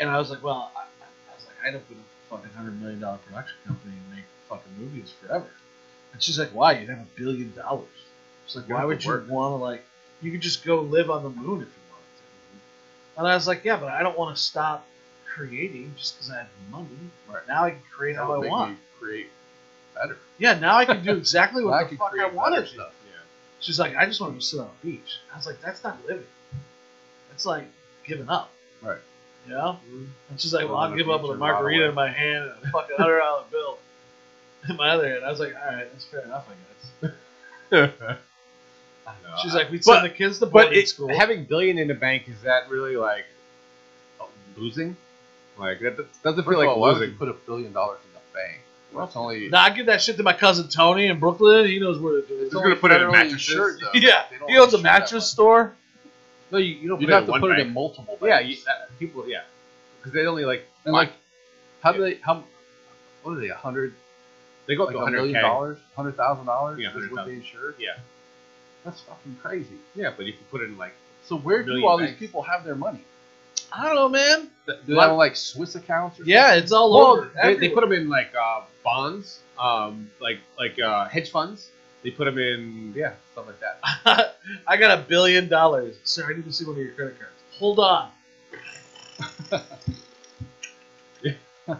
Speaker 2: And I was like, well, I, I was like, I'd open up a fucking hundred million dollar production company and make fucking movies forever. And she's like, why? You'd have a billion dollars. She's like,
Speaker 3: You
Speaker 2: why
Speaker 3: have
Speaker 2: would
Speaker 3: to
Speaker 2: you
Speaker 3: work.
Speaker 2: want to like? You could just go live on the moon if you wanted to. And I was like, yeah, but I don't want to stop creating just because I have money.
Speaker 3: Right.
Speaker 2: Now I can create
Speaker 3: That
Speaker 2: how
Speaker 3: would
Speaker 2: I
Speaker 3: make
Speaker 2: want.
Speaker 3: me create better.
Speaker 2: Yeah, now I can do
Speaker 3: *laughs*
Speaker 2: exactly
Speaker 3: Now I
Speaker 2: what the
Speaker 3: can
Speaker 2: fuck I
Speaker 3: create
Speaker 2: wanted
Speaker 3: better
Speaker 2: to.
Speaker 3: stuff.
Speaker 1: Yeah.
Speaker 2: She's like, I just want to go sit on a beach. I was like, that's not living. That's like giving up.
Speaker 3: Right.
Speaker 2: You know? And she's like, well,
Speaker 3: Going on
Speaker 2: I'll
Speaker 3: a
Speaker 2: give up
Speaker 3: beach
Speaker 2: with a
Speaker 3: and rot
Speaker 2: margarita
Speaker 3: away.
Speaker 2: in my hand and a fucking hundred dollar bill. my other hand. I was like, all right, that's fair enough, I guess.
Speaker 1: know.
Speaker 2: She's like, we
Speaker 1: But-
Speaker 2: send the kids to
Speaker 1: but
Speaker 2: boarding
Speaker 1: it,
Speaker 2: school.
Speaker 1: having billion in the bank is that really like losing? Like that that doesn't feel
Speaker 3: First of
Speaker 1: like
Speaker 3: all, why would you
Speaker 1: losing.
Speaker 3: put a billion dollars in the bank? Well, it's only.
Speaker 2: Nah, I give that shit to my cousin Tony in Brooklyn. He knows where to do it.
Speaker 1: It's gonna put it in a mattress.
Speaker 3: shirt, though.
Speaker 2: *laughs* Yeah,
Speaker 3: *laughs* They don't
Speaker 2: he owns a
Speaker 3: insure that
Speaker 2: mattress
Speaker 3: much.
Speaker 2: store.
Speaker 1: No, you, you don't. put
Speaker 3: You'd
Speaker 1: it
Speaker 3: have
Speaker 1: in
Speaker 3: to
Speaker 1: one
Speaker 3: put it
Speaker 1: bank.
Speaker 3: in multiple banks.
Speaker 1: Yeah, you, uh, people. Yeah, because they only like
Speaker 3: And like, how do they? How? What are they? A hundred?
Speaker 1: they go up
Speaker 3: Like
Speaker 1: to
Speaker 3: a
Speaker 1: 100
Speaker 3: million dollars? Hundred thousand dollars?
Speaker 1: Yeah,
Speaker 3: is what they
Speaker 1: 100,000.
Speaker 3: insure?
Speaker 1: Yeah,
Speaker 3: That's fucking crazy.
Speaker 1: yeah, but if you put it in like
Speaker 3: So where do
Speaker 1: Million
Speaker 3: all
Speaker 1: banks.
Speaker 3: these people have their money?
Speaker 2: I don't know, man.
Speaker 3: Do they have like Swiss accounts or
Speaker 2: Yeah, it's all
Speaker 1: Well,
Speaker 2: over.
Speaker 1: they, they
Speaker 2: everywhere.
Speaker 1: put them in like uh, bonds, um, like like uh, hedge funds. They put them in yeah, stuff like that.
Speaker 2: *laughs* I got a billion dollars. Sir, I need to see one of your credit cards. Hold *laughs* on. there you go.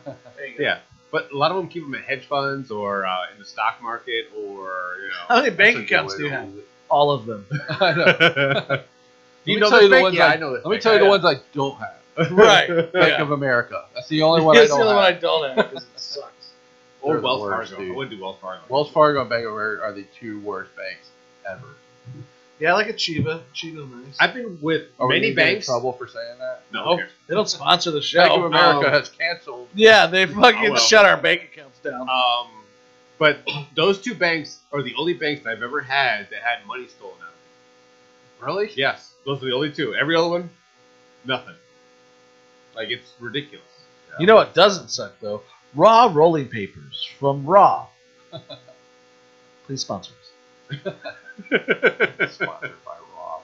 Speaker 1: Yeah, but a lot of them keep them in hedge funds or uh, in the stock market or *laughs* you
Speaker 2: How many bank
Speaker 3: something?
Speaker 2: accounts do you have? All of
Speaker 3: *laughs*
Speaker 2: them.
Speaker 3: I know.
Speaker 1: know.
Speaker 3: Let me
Speaker 1: know
Speaker 3: tell
Speaker 1: this
Speaker 3: you the
Speaker 1: bank?
Speaker 3: ones
Speaker 1: Yeah,
Speaker 3: I
Speaker 1: I *laughs* um, know this
Speaker 3: Let me
Speaker 1: bank.
Speaker 3: tell
Speaker 1: I
Speaker 3: you the
Speaker 1: know.
Speaker 3: ones I don't have.
Speaker 2: Right.
Speaker 3: Bank
Speaker 2: Yeah.
Speaker 3: of America. That's the only one I
Speaker 2: That's
Speaker 3: don't
Speaker 2: the only one
Speaker 3: have.
Speaker 2: I don't have because
Speaker 3: *laughs*
Speaker 2: it sucks.
Speaker 1: or
Speaker 3: They're the
Speaker 1: Wells
Speaker 3: worst,
Speaker 1: Fargo.
Speaker 3: dude.
Speaker 1: I wouldn't do Wells Fargo.
Speaker 3: Wells Fargo and Bank of America are the two worst banks ever.
Speaker 2: Yeah, I like Achieva. Achieva's nice.
Speaker 1: I've been with
Speaker 3: Are we
Speaker 1: many
Speaker 3: gonna get in
Speaker 1: banks.
Speaker 3: trouble for saying that?
Speaker 1: No,
Speaker 2: Oh,
Speaker 1: who cares?
Speaker 2: they don't sponsor the show.
Speaker 3: Bank of America
Speaker 2: Um,
Speaker 3: has canceled.
Speaker 2: yeah, they fucking
Speaker 1: Oh, well.
Speaker 2: shut our bank accounts down.
Speaker 1: Um, but those two banks are the only banks that I've ever had that had money stolen out. of
Speaker 3: Really?
Speaker 1: me. Yes, those are the only two. Every other one, nothing. Like it's ridiculous.
Speaker 2: You know what doesn't suck though? Raw rolling papers from
Speaker 3: *laughs*
Speaker 2: Raw. Please sponsor us.
Speaker 3: Sponsored by Rob.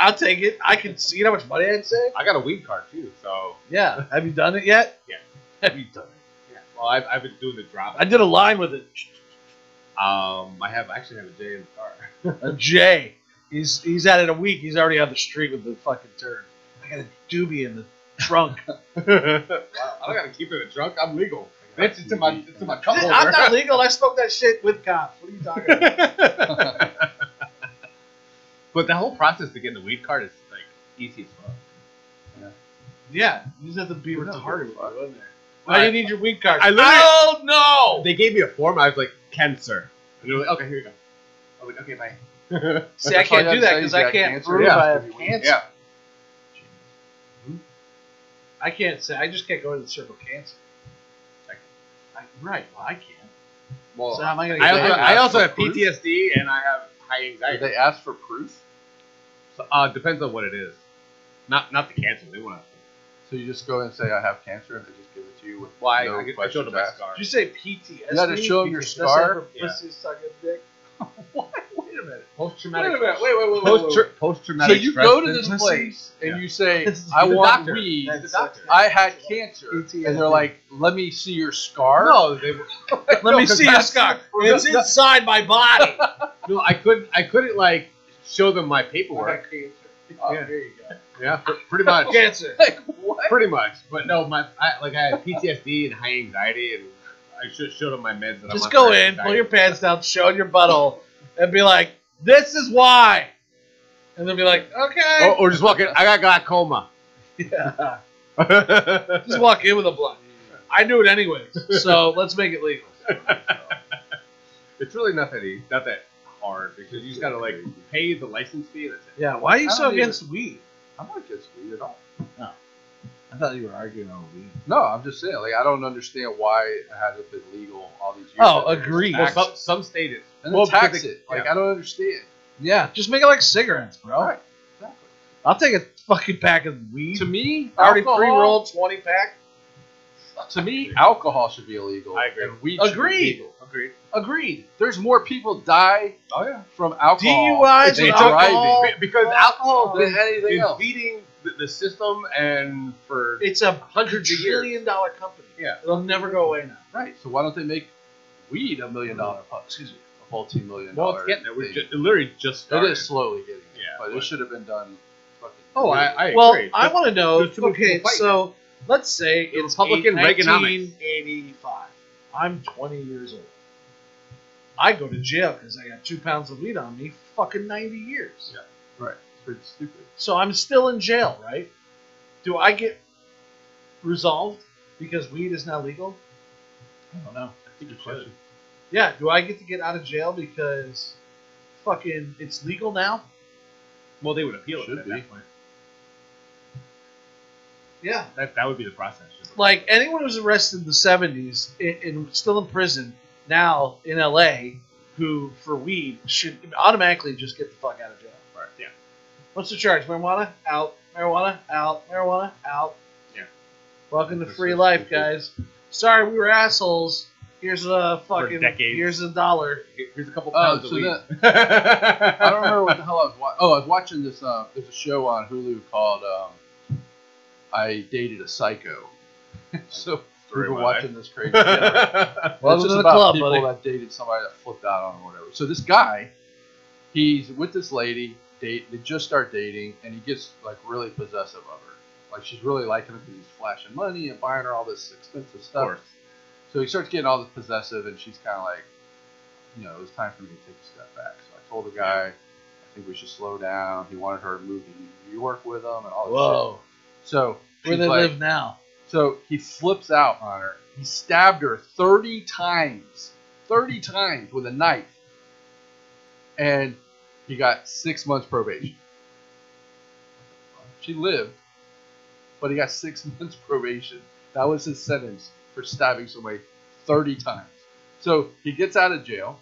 Speaker 2: I'll take it. I can see how much money I'd save.
Speaker 1: I got a weed card too, so
Speaker 2: Yeah. Have you done it yet?
Speaker 1: Yeah.
Speaker 2: Have you done it?
Speaker 1: well, I've, I've been doing the drop.
Speaker 2: I did a line with it.
Speaker 1: Um, I have I actually have a J in the car. *laughs*
Speaker 2: A J. He's he's at it a week. He's already on the street with the fucking turn. I got a doobie in the trunk.
Speaker 1: Wow, I don't gotta keep it in a trunk. I'm legal. It's, it's in my it's in my cup holder.
Speaker 2: *laughs* *laughs* I'm not legal. I smoked that shit with cops. What are you talking about?
Speaker 1: *laughs* but the whole process to getting the weed card is like easy as fuck.
Speaker 2: Yeah, you just have to be
Speaker 3: Who knows
Speaker 2: retarded. when
Speaker 3: what the fuck?
Speaker 2: you're in there. Why do you need your weed card? Oh,
Speaker 1: I literally-
Speaker 2: don't know.
Speaker 1: They gave me a form. I was like, cancer. And they're like, okay, here you go. *laughs* I was like, okay, bye.
Speaker 2: See, I can't do that because I can't prove
Speaker 1: Yeah.
Speaker 2: I have cancer.
Speaker 1: yeah.
Speaker 2: I can't say. I just can't go into the circle cancer. I, right. Well, I can't.
Speaker 3: Well,
Speaker 2: so how am I going to
Speaker 1: I
Speaker 2: get
Speaker 1: also,
Speaker 2: that?
Speaker 1: I also have
Speaker 3: Proof?
Speaker 1: PTSD and I have high
Speaker 3: did
Speaker 1: anxiety.
Speaker 3: they ask for proof?
Speaker 1: So, uh, depends on what it is. Not not the cancer. They want to.
Speaker 3: So you just go and say I have cancer, and they just give it to you with
Speaker 1: Why?
Speaker 3: no
Speaker 1: I, get- I
Speaker 3: questions
Speaker 1: showed them my
Speaker 3: asked.
Speaker 1: scar.
Speaker 2: Did you say PTSD?
Speaker 3: You had to show 'em your
Speaker 2: That's
Speaker 3: scar?
Speaker 2: like for
Speaker 1: Yeah.
Speaker 2: pussy sucking dick. *laughs*
Speaker 1: Wait a minute.
Speaker 2: Post
Speaker 1: Wait a
Speaker 2: traumatic.
Speaker 1: minute. Wait, wait, wait, wait.
Speaker 3: Post-
Speaker 1: wait. Post
Speaker 3: So you go to this *laughs* place and
Speaker 1: Yeah.
Speaker 3: you say
Speaker 2: This is
Speaker 3: I
Speaker 2: the
Speaker 3: want
Speaker 2: doctor.
Speaker 3: weed.
Speaker 2: That's the doctor.
Speaker 3: I had cancer,
Speaker 2: PTSD.
Speaker 3: and they're like, "Let me see your scar." *laughs*
Speaker 1: No, they were,
Speaker 2: Let
Speaker 1: No,
Speaker 2: me
Speaker 1: 'cause
Speaker 2: see your
Speaker 1: that's-
Speaker 2: scar.
Speaker 1: we're
Speaker 2: It's
Speaker 1: not- no.
Speaker 2: inside my body.
Speaker 1: no. I couldn't. I couldn't like show them my paperwork.
Speaker 2: Oh,
Speaker 1: Yeah.
Speaker 2: there you
Speaker 1: Yeah, pr- pretty
Speaker 2: go.
Speaker 1: much.
Speaker 2: *laughs*
Speaker 1: *laughs*
Speaker 2: Cancer.
Speaker 3: Uh, *laughs* Like what?
Speaker 1: Pretty much. But no, my I, like I had PTSD and high anxiety, and I should showed them my meds. That I'm
Speaker 2: Just
Speaker 1: on
Speaker 2: go
Speaker 1: for
Speaker 2: in, pull
Speaker 1: anxiety.
Speaker 2: your pants down, show your butthole, and be like, "This is why," and they'll be like, "Okay."
Speaker 1: Or, or just walk in. I got glaucoma.
Speaker 2: *laughs*
Speaker 1: *laughs*
Speaker 2: Yeah.
Speaker 1: yeah,
Speaker 2: Just walk in with a blunt. I do it anyways, so let's make it legal.
Speaker 1: it's really not that easy, not that hard because you just gotta like pay the license fee. And that's it.
Speaker 2: Yeah, why are
Speaker 3: you so against
Speaker 2: weed?
Speaker 3: I'm not against weed at all.
Speaker 5: I thought you were arguing on weed.
Speaker 3: No, I'm just saying. Like I don't understand why it hasn't been legal all these years.
Speaker 2: Oh,
Speaker 3: And they're
Speaker 2: agreed.
Speaker 1: Well,
Speaker 3: just
Speaker 1: some,
Speaker 3: tax-
Speaker 1: some state is.
Speaker 3: And
Speaker 1: well,
Speaker 3: well, tax
Speaker 1: because
Speaker 3: it. Like I don't understand.
Speaker 2: Yeah, just make it like cigarettes, bro.
Speaker 3: Right. Exactly.
Speaker 2: I'll take a fucking pack of weed.
Speaker 3: To me,
Speaker 2: already
Speaker 3: alcohol-
Speaker 2: pre-rolled twenty pack.
Speaker 3: To me, alcohol should be illegal.
Speaker 1: I agree.
Speaker 3: And weed should be
Speaker 2: Agreed.
Speaker 3: legal.
Speaker 1: Agreed.
Speaker 3: Agreed. There's more people die
Speaker 1: Oh yeah.
Speaker 3: from alcohol
Speaker 2: DUIs
Speaker 1: They
Speaker 2: with
Speaker 1: took
Speaker 2: alcohol.
Speaker 1: Be- because alcohol
Speaker 3: than
Speaker 1: is,
Speaker 3: anything
Speaker 1: is
Speaker 3: else.
Speaker 1: feeding the, the system, and for
Speaker 2: It's a
Speaker 1: Hundreds of years.
Speaker 2: trillion dollar company.
Speaker 1: Yeah.
Speaker 2: it'll never go away now.
Speaker 3: Right. So why don't they make weed a million dollar? pu- Excuse me, a multi-million dollar.
Speaker 1: well, it's getting there. We're ju-
Speaker 3: thing.
Speaker 1: it literally just
Speaker 3: It
Speaker 1: started.
Speaker 3: is slowly getting there,
Speaker 1: Yeah,
Speaker 3: but
Speaker 1: but-
Speaker 3: it should have been done. Fucking
Speaker 1: Oh, I, I
Speaker 2: well,
Speaker 1: agree.
Speaker 2: I want to know.
Speaker 1: there's too many
Speaker 2: Okay,
Speaker 1: people fighting
Speaker 2: so let's say it's
Speaker 1: Republican
Speaker 2: eight-
Speaker 1: Reaganomics.
Speaker 2: 1985. I'm 20 years old. I go to jail because I got two pounds of weed on me. Fucking 90 years.
Speaker 1: Yeah.
Speaker 3: right. It's pretty stupid.
Speaker 2: So I'm still in jail, right? Do I get resolved because weed is now legal? I don't know.
Speaker 1: think you should.
Speaker 3: question.
Speaker 2: Yeah, do I get to get out of jail because fucking it's legal now?
Speaker 1: Well, they would appeal
Speaker 3: Should
Speaker 1: it at
Speaker 3: be.
Speaker 1: that point.
Speaker 2: Yeah.
Speaker 1: That, that would be the process.
Speaker 2: Like anyone who's arrested in the 70s and, and still in prison now in LA who for weed should automatically just get the fuck out of jail.
Speaker 1: Right. Yeah.
Speaker 2: What's the charge? Marijuana? Out. Marijuana? Out. Marijuana? Out.
Speaker 1: Yeah.
Speaker 2: Welcome to
Speaker 3: That's
Speaker 2: free
Speaker 3: it.
Speaker 2: life, guys. Sorry we were assholes. Here's a fucking
Speaker 1: decades.
Speaker 2: here's a dollar.
Speaker 1: Here- Here's a couple
Speaker 3: Oh,
Speaker 1: pounds
Speaker 3: so
Speaker 1: of weed.
Speaker 3: the,
Speaker 1: *laughs*
Speaker 3: I don't remember what the hell I was watching. Oh, I was watching this. Uh, there's a show on Hulu called um, "I Dated a Psycho." *laughs* so we
Speaker 1: Story
Speaker 3: were
Speaker 1: of my
Speaker 3: watching this crazy. yeah.
Speaker 1: remember.
Speaker 3: Well,
Speaker 2: Welcome
Speaker 3: it's
Speaker 2: to
Speaker 3: just
Speaker 2: the
Speaker 3: about
Speaker 2: club,
Speaker 3: people
Speaker 2: buddy.
Speaker 3: that dated somebody that flipped out on or whatever. So this guy, he's with this lady. Date they just start dating, and he gets like really possessive of her. Like she's really liking him because he's flashing money and buying her all this expensive stuff.
Speaker 1: course.
Speaker 3: So he starts getting all this possessive, and she's kind of like, you know, it was time for me to take a step back. So I told the guy, I think we should slow down. He wanted her to move to New York with him and all this
Speaker 2: Whoa.
Speaker 3: shit. So
Speaker 2: Where
Speaker 3: she's
Speaker 2: they
Speaker 3: like-
Speaker 2: live now.
Speaker 3: so he flips out on her. He stabbed her 30 times, 30 times with a knife. And he got six months probation. She lived, but he got six *laughs* months probation. That was his sentence for stabbing somebody 30 times. So he gets out of jail.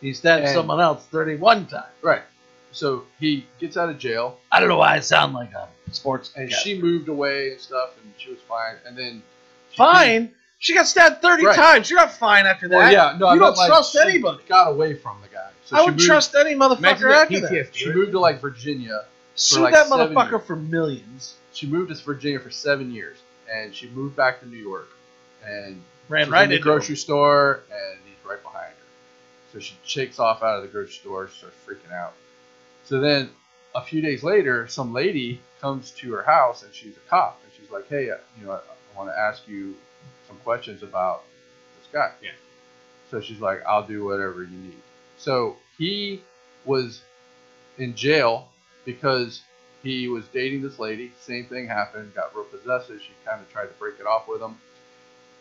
Speaker 2: He stabbed
Speaker 3: And-
Speaker 2: someone else 31 times.
Speaker 3: Right. So he gets out of jail.
Speaker 2: I don't know why I sound like a sports
Speaker 3: And
Speaker 2: guy.
Speaker 3: she moved away and stuff, and she was fine. And then. she-
Speaker 2: fine. She got stabbed 30
Speaker 3: Right.
Speaker 2: times. You're not fine after that.
Speaker 3: Well, yeah, no,
Speaker 2: you
Speaker 3: I
Speaker 2: don't
Speaker 3: meant, like,
Speaker 2: trust
Speaker 3: she
Speaker 2: anybody.
Speaker 3: Got away from the guy. So
Speaker 2: I
Speaker 3: she
Speaker 2: would
Speaker 3: moved-
Speaker 2: trust any motherfucker after that.
Speaker 3: She moved to like Virginia.
Speaker 2: Sue
Speaker 3: like,
Speaker 2: that
Speaker 3: seven
Speaker 2: motherfucker for millions.
Speaker 3: She moved to Virginia for seven years, and she moved back to New York. And
Speaker 2: Ran
Speaker 3: she's
Speaker 2: right
Speaker 3: in the
Speaker 2: into
Speaker 3: grocery store, and he's right behind her. So she shakes off out of the grocery store, she starts freaking out. So then, a few days later, some lady comes to her house, and she's a cop, and she's like, "Hey, uh, you know, I, I want to ask you some questions about this guy."
Speaker 1: Yeah.
Speaker 3: So she's like, "I'll do whatever you need." So he was in jail because he was dating this lady. Same thing happened. Got real possessive. She kind of tried to break it off with him.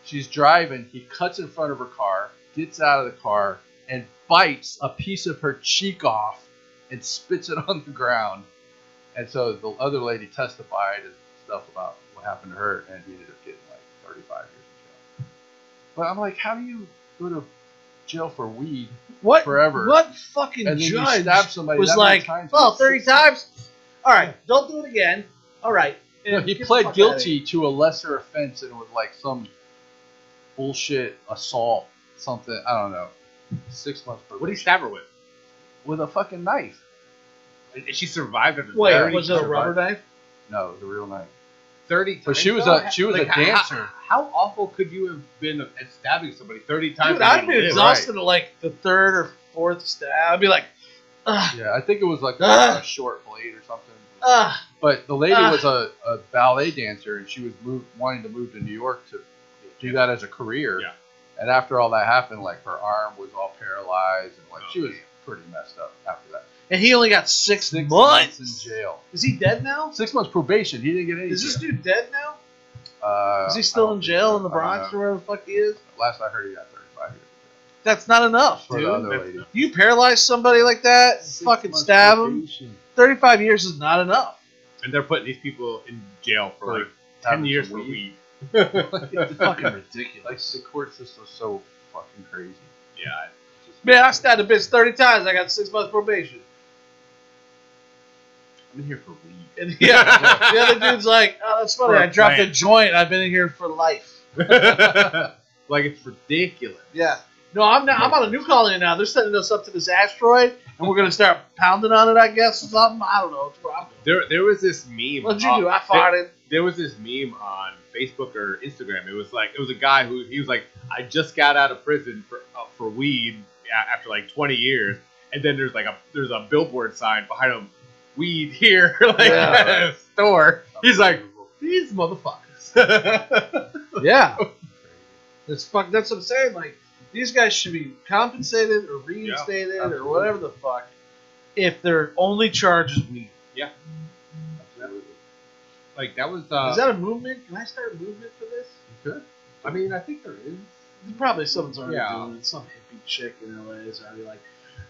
Speaker 3: She's driving. He cuts in front of her car, gets out of the car, and bites a piece of her cheek off and spits it *laughs* on the ground. And so the other lady testified and stuff about what happened to her, and he ended up getting like 35 years in jail. But I'm like, how do you go to jail for weed
Speaker 2: What?
Speaker 3: forever?
Speaker 2: What fucking
Speaker 3: And then you
Speaker 2: judge
Speaker 3: stab somebody
Speaker 2: was
Speaker 3: that many
Speaker 2: like,
Speaker 3: times
Speaker 2: well,
Speaker 3: with
Speaker 2: 30
Speaker 3: six-
Speaker 2: times? All right, don't do it again. All right.
Speaker 3: No,
Speaker 2: And
Speaker 3: he
Speaker 2: get the
Speaker 3: pled
Speaker 2: fuck outta here.
Speaker 3: guilty to a lesser offense and it was like some bullshit assault, something. I don't know. Six months per
Speaker 1: What did he stab her with?
Speaker 3: with a fucking knife.
Speaker 1: And she survived after
Speaker 2: Wait,
Speaker 1: 30,
Speaker 2: was it a rubber knife?
Speaker 3: No, it was a real knife.
Speaker 1: 30 times.
Speaker 3: But she was
Speaker 1: though?
Speaker 3: a she was
Speaker 1: Like,
Speaker 3: a
Speaker 1: how-
Speaker 3: dancer.
Speaker 1: How, awful could you have been at stabbing somebody 30 times?
Speaker 2: Dude,
Speaker 1: and
Speaker 2: I'd
Speaker 1: they
Speaker 2: have been
Speaker 1: live?
Speaker 2: exhausted at like the third or fourth stab. I'd be like, ah,
Speaker 3: Yeah, I think it was like
Speaker 2: Ah.
Speaker 3: a, a short blade or something.
Speaker 2: ah.
Speaker 3: But the lady
Speaker 2: Ah.
Speaker 3: was a, a ballet dancer and she was move, wanting to move to New York to do that as a career.
Speaker 1: Yeah.
Speaker 3: And after all that happened, like her arm was all paralyzed and like
Speaker 2: Oh,
Speaker 3: she was pretty messed up after that.
Speaker 2: And he only got six,
Speaker 3: Six
Speaker 2: months.
Speaker 3: months in jail.
Speaker 2: Is he dead now?
Speaker 3: Six months probation. He didn't get any.
Speaker 2: Is this
Speaker 3: jail.
Speaker 2: dude dead now?
Speaker 3: Uh,
Speaker 2: Is he
Speaker 3: I
Speaker 2: still
Speaker 3: don't
Speaker 2: in
Speaker 3: think
Speaker 2: jail
Speaker 3: so.
Speaker 2: in the
Speaker 3: I don't
Speaker 2: Bronx
Speaker 3: know.
Speaker 2: or wherever the fuck he is?
Speaker 3: Last I heard, he got 35 years.
Speaker 2: That's not enough,
Speaker 3: For
Speaker 2: dude.
Speaker 3: the other
Speaker 1: that's-
Speaker 3: lady.
Speaker 2: You paralyze somebody like that,
Speaker 3: Six
Speaker 2: fucking
Speaker 3: months
Speaker 2: stab him.
Speaker 3: probation.
Speaker 2: Thirty-five years is not enough.
Speaker 1: And they're putting these people in jail for,
Speaker 3: For
Speaker 1: like 10
Speaker 3: having
Speaker 1: years
Speaker 3: some
Speaker 1: for
Speaker 3: weed. *laughs*
Speaker 1: weed. *laughs*
Speaker 3: It's
Speaker 2: fucking
Speaker 3: Like
Speaker 2: ridiculous.
Speaker 3: the court system's so fucking crazy.
Speaker 1: Yeah. I-
Speaker 3: It's just-
Speaker 2: Man, I stabbed a bitch thirty times. I got six months probation.
Speaker 1: I'm in here for weed.
Speaker 2: And *laughs* yeah, the other dude's like, "Oh, that's funny.
Speaker 1: For a
Speaker 2: I dropped a
Speaker 1: plant.
Speaker 2: joint. I've been in here for life."
Speaker 1: like it's ridiculous.
Speaker 2: Yeah. No, I'm now, I'm on a new colony now. They're sending us up to this asteroid, and we're gonna start pounding on it. I guess or something. I don't know. It's where I'm going.
Speaker 1: There, there was this meme.
Speaker 2: What'd you do? I
Speaker 1: there-
Speaker 2: farted.
Speaker 1: there was this meme on Facebook or Instagram. It was like it was a guy who he was like, I just got out of prison for uh, for weed a- after like 20 years, and then there's like a there's a billboard sign behind him, weed here, *laughs* like
Speaker 2: Yeah,
Speaker 1: at a store. He's like these motherfuckers. *laughs*
Speaker 2: *laughs* Yeah. That's fuck. That's what I'm saying. Like these guys should be compensated or reinstated or
Speaker 3: absolutely.
Speaker 2: whatever the fuck if their only charge is weed.
Speaker 3: Absolutely.
Speaker 1: like that was. Uh,
Speaker 2: is that a movement? Can I start a movement for this?
Speaker 3: You could.
Speaker 1: I mean, I think there is
Speaker 6: Probably someone's already
Speaker 1: Yeah.
Speaker 6: doing it. Some hippie chick in LA is already like,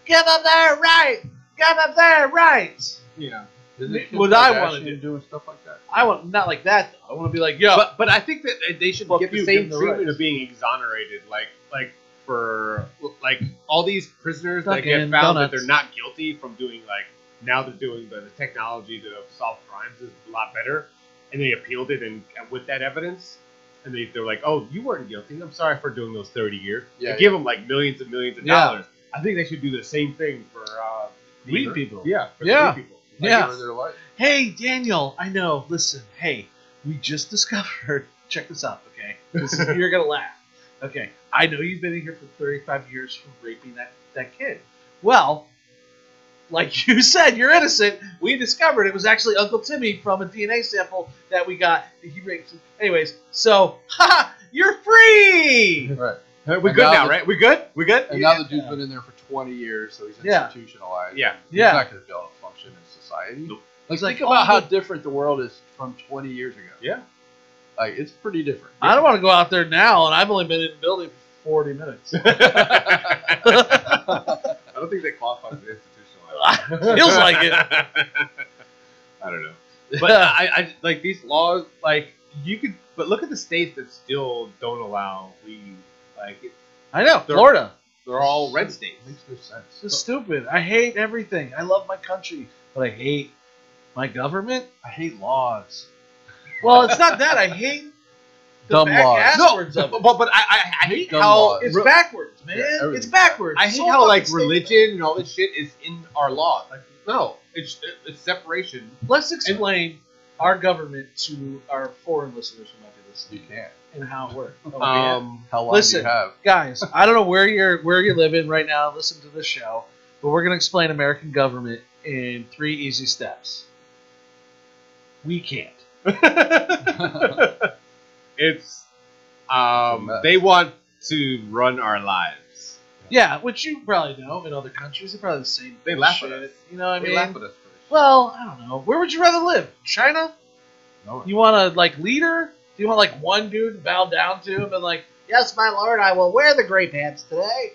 Speaker 6: give up their right! Give up their rights!
Speaker 1: Yeah.
Speaker 3: Isn't Kim
Speaker 6: What I wanna
Speaker 3: Kardashian
Speaker 6: do-
Speaker 3: doing stuff like that.
Speaker 6: I want, not like that though. I want to be like, yo,
Speaker 1: But but I think that they should
Speaker 6: Fuck
Speaker 1: get the
Speaker 6: you,
Speaker 1: same
Speaker 6: give them the
Speaker 1: treatment
Speaker 6: rights.
Speaker 1: of being exonerated, like like for like all these prisoners that get
Speaker 2: Dunkin'
Speaker 1: found that
Speaker 2: Donuts.
Speaker 1: they're not guilty from doing like now they're doing the, the technology to solve crimes is a lot better, and they appealed it and, and with that evidence. And they, they're like, oh, you weren't guilty. I'm sorry for doing those 30 years.
Speaker 3: Yeah,
Speaker 1: they give them like millions and millions of
Speaker 2: Yeah.
Speaker 1: dollars. I think they should do the same thing for uh, the-
Speaker 2: Weed people.
Speaker 1: Yeah. For
Speaker 2: Yeah.
Speaker 1: The weed people.
Speaker 3: Like,
Speaker 2: Yeah.
Speaker 3: for their life.
Speaker 2: Hey, Daniel, I know. Listen, hey,
Speaker 6: *laughs*
Speaker 2: we just discovered. Check this out, okay? This is, you're gonna laugh. Okay, I know you've been in here for 35 years from raping that that kid. Well,
Speaker 6: like *laughs* you said, you're innocent. We discovered it was actually Uncle Timmy from a DNA sample that we got. that He raped. Anyways, so, *laughs* ha! You're free!
Speaker 3: *laughs* Right.
Speaker 1: Uh, We're
Speaker 3: And
Speaker 1: good
Speaker 3: now
Speaker 1: now,
Speaker 3: the-
Speaker 1: right? We good? We good?
Speaker 3: And now the dude's been in there for 20 years, so he's
Speaker 6: Yeah.
Speaker 3: institutionalized.
Speaker 1: Yeah.
Speaker 3: He's
Speaker 6: Yeah.
Speaker 3: not going to be able to function in society.
Speaker 1: Nope.
Speaker 3: Like,
Speaker 6: like,
Speaker 3: think about
Speaker 6: oh,
Speaker 3: how
Speaker 6: the-
Speaker 3: different the world is from 20 years ago. *laughs*
Speaker 1: Yeah. *laughs*
Speaker 3: Like, it's pretty different.
Speaker 6: I don't want to go out there now, and I've only been in the building for 40 minutes.
Speaker 1: I don't think they qualify as institutionalized.
Speaker 6: Feels like
Speaker 1: *laughs*
Speaker 6: it.
Speaker 1: I don't know. But I, I like these laws. Like you could, but look at the states that still don't allow weed. Like it,
Speaker 2: I know
Speaker 1: They're-
Speaker 2: Florida.
Speaker 1: they're all red states.
Speaker 3: Makes no sense.
Speaker 2: This is stupid. I hate everything. I love my country, but I hate my government.
Speaker 3: I hate laws.
Speaker 6: well, it's not that. I hate the
Speaker 3: Dumb
Speaker 6: back
Speaker 3: laws.
Speaker 6: ass
Speaker 1: No,
Speaker 6: words of it.
Speaker 1: But but I I, I hate
Speaker 3: *laughs* Dumb
Speaker 1: how
Speaker 3: laws.
Speaker 6: It's
Speaker 1: re-
Speaker 6: backwards, man.
Speaker 3: Yeah, everything.
Speaker 6: it's backwards.
Speaker 1: I hate
Speaker 6: So
Speaker 1: how like
Speaker 6: fucking stupid.
Speaker 1: religion and all this shit is in our laws. Like no, it's it's separation.
Speaker 6: Let's explain our government to our foreign listeners who might be
Speaker 3: You
Speaker 6: listening
Speaker 3: can't.
Speaker 6: and how it
Speaker 3: *laughs*
Speaker 6: works.
Speaker 1: Um,
Speaker 3: How long
Speaker 6: Listen.
Speaker 3: do you have?
Speaker 6: guys,
Speaker 2: Oh, I don't know where you're where you're living right now. Listen to this show, but we're gonna explain American government in three easy steps. We can't.
Speaker 1: *laughs* it's um, they want to run our lives.
Speaker 2: Yeah, which you probably know in other countries, they're probably the same.
Speaker 1: They laugh at
Speaker 2: shit,
Speaker 1: us.
Speaker 2: You know what I
Speaker 1: They
Speaker 2: mean?
Speaker 1: laugh at us for this.
Speaker 2: Well, I don't know. Where would you rather live? China?
Speaker 3: No.
Speaker 2: You want a like leader?
Speaker 6: Do you want like one dude to bow down to him and like, yes, my lord, I will wear the gray pants today?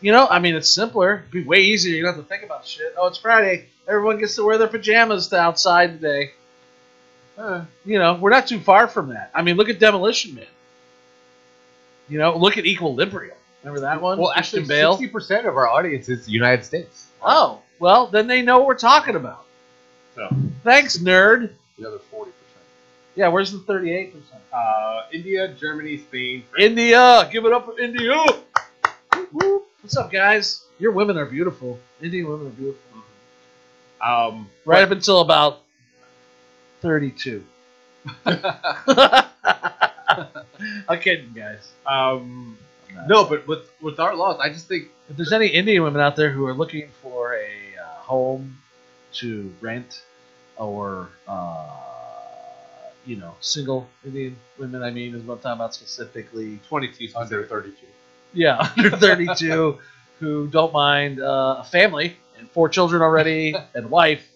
Speaker 2: You know, I mean, it's simpler. It'd be way easier. You
Speaker 6: You
Speaker 2: know,
Speaker 6: don't have to think about shit. Oh, it's Friday. Everyone gets to wear their pajamas to outside today.
Speaker 3: Eh,
Speaker 2: Uh, you know, we're not too far from that. I mean, look at Demolition Man. You know, look at Equilibrium. Remember that one?
Speaker 1: Well,
Speaker 2: Christian
Speaker 1: actually,
Speaker 2: Bale.
Speaker 1: sixty percent of our audience is the United States.
Speaker 2: Oh, well, then they know what we're talking about.
Speaker 1: So,
Speaker 2: Thanks, nerd.
Speaker 3: the other 40%.
Speaker 2: Yeah, where's the thirty-eight percent?
Speaker 1: uh, India, Germany, Spain.
Speaker 2: India, give it up for India. Whoop, whoop. What's up, guys? Your women are beautiful. Indian women are beautiful.
Speaker 1: Um,
Speaker 2: Right up until about thirty-two. *laughs* I'm kidding, guys.
Speaker 1: um, no, but with with our laws, I just think
Speaker 2: If there's any Indian women out there who are looking for a uh, home to rent, or uh, you know, single Indian women, I mean, is what I'm talking about specifically.
Speaker 1: twenty two
Speaker 3: Under
Speaker 1: *laughs*
Speaker 3: 32.
Speaker 2: Yeah, *laughs* under 32, who don't mind uh, a family and four children already and a wife.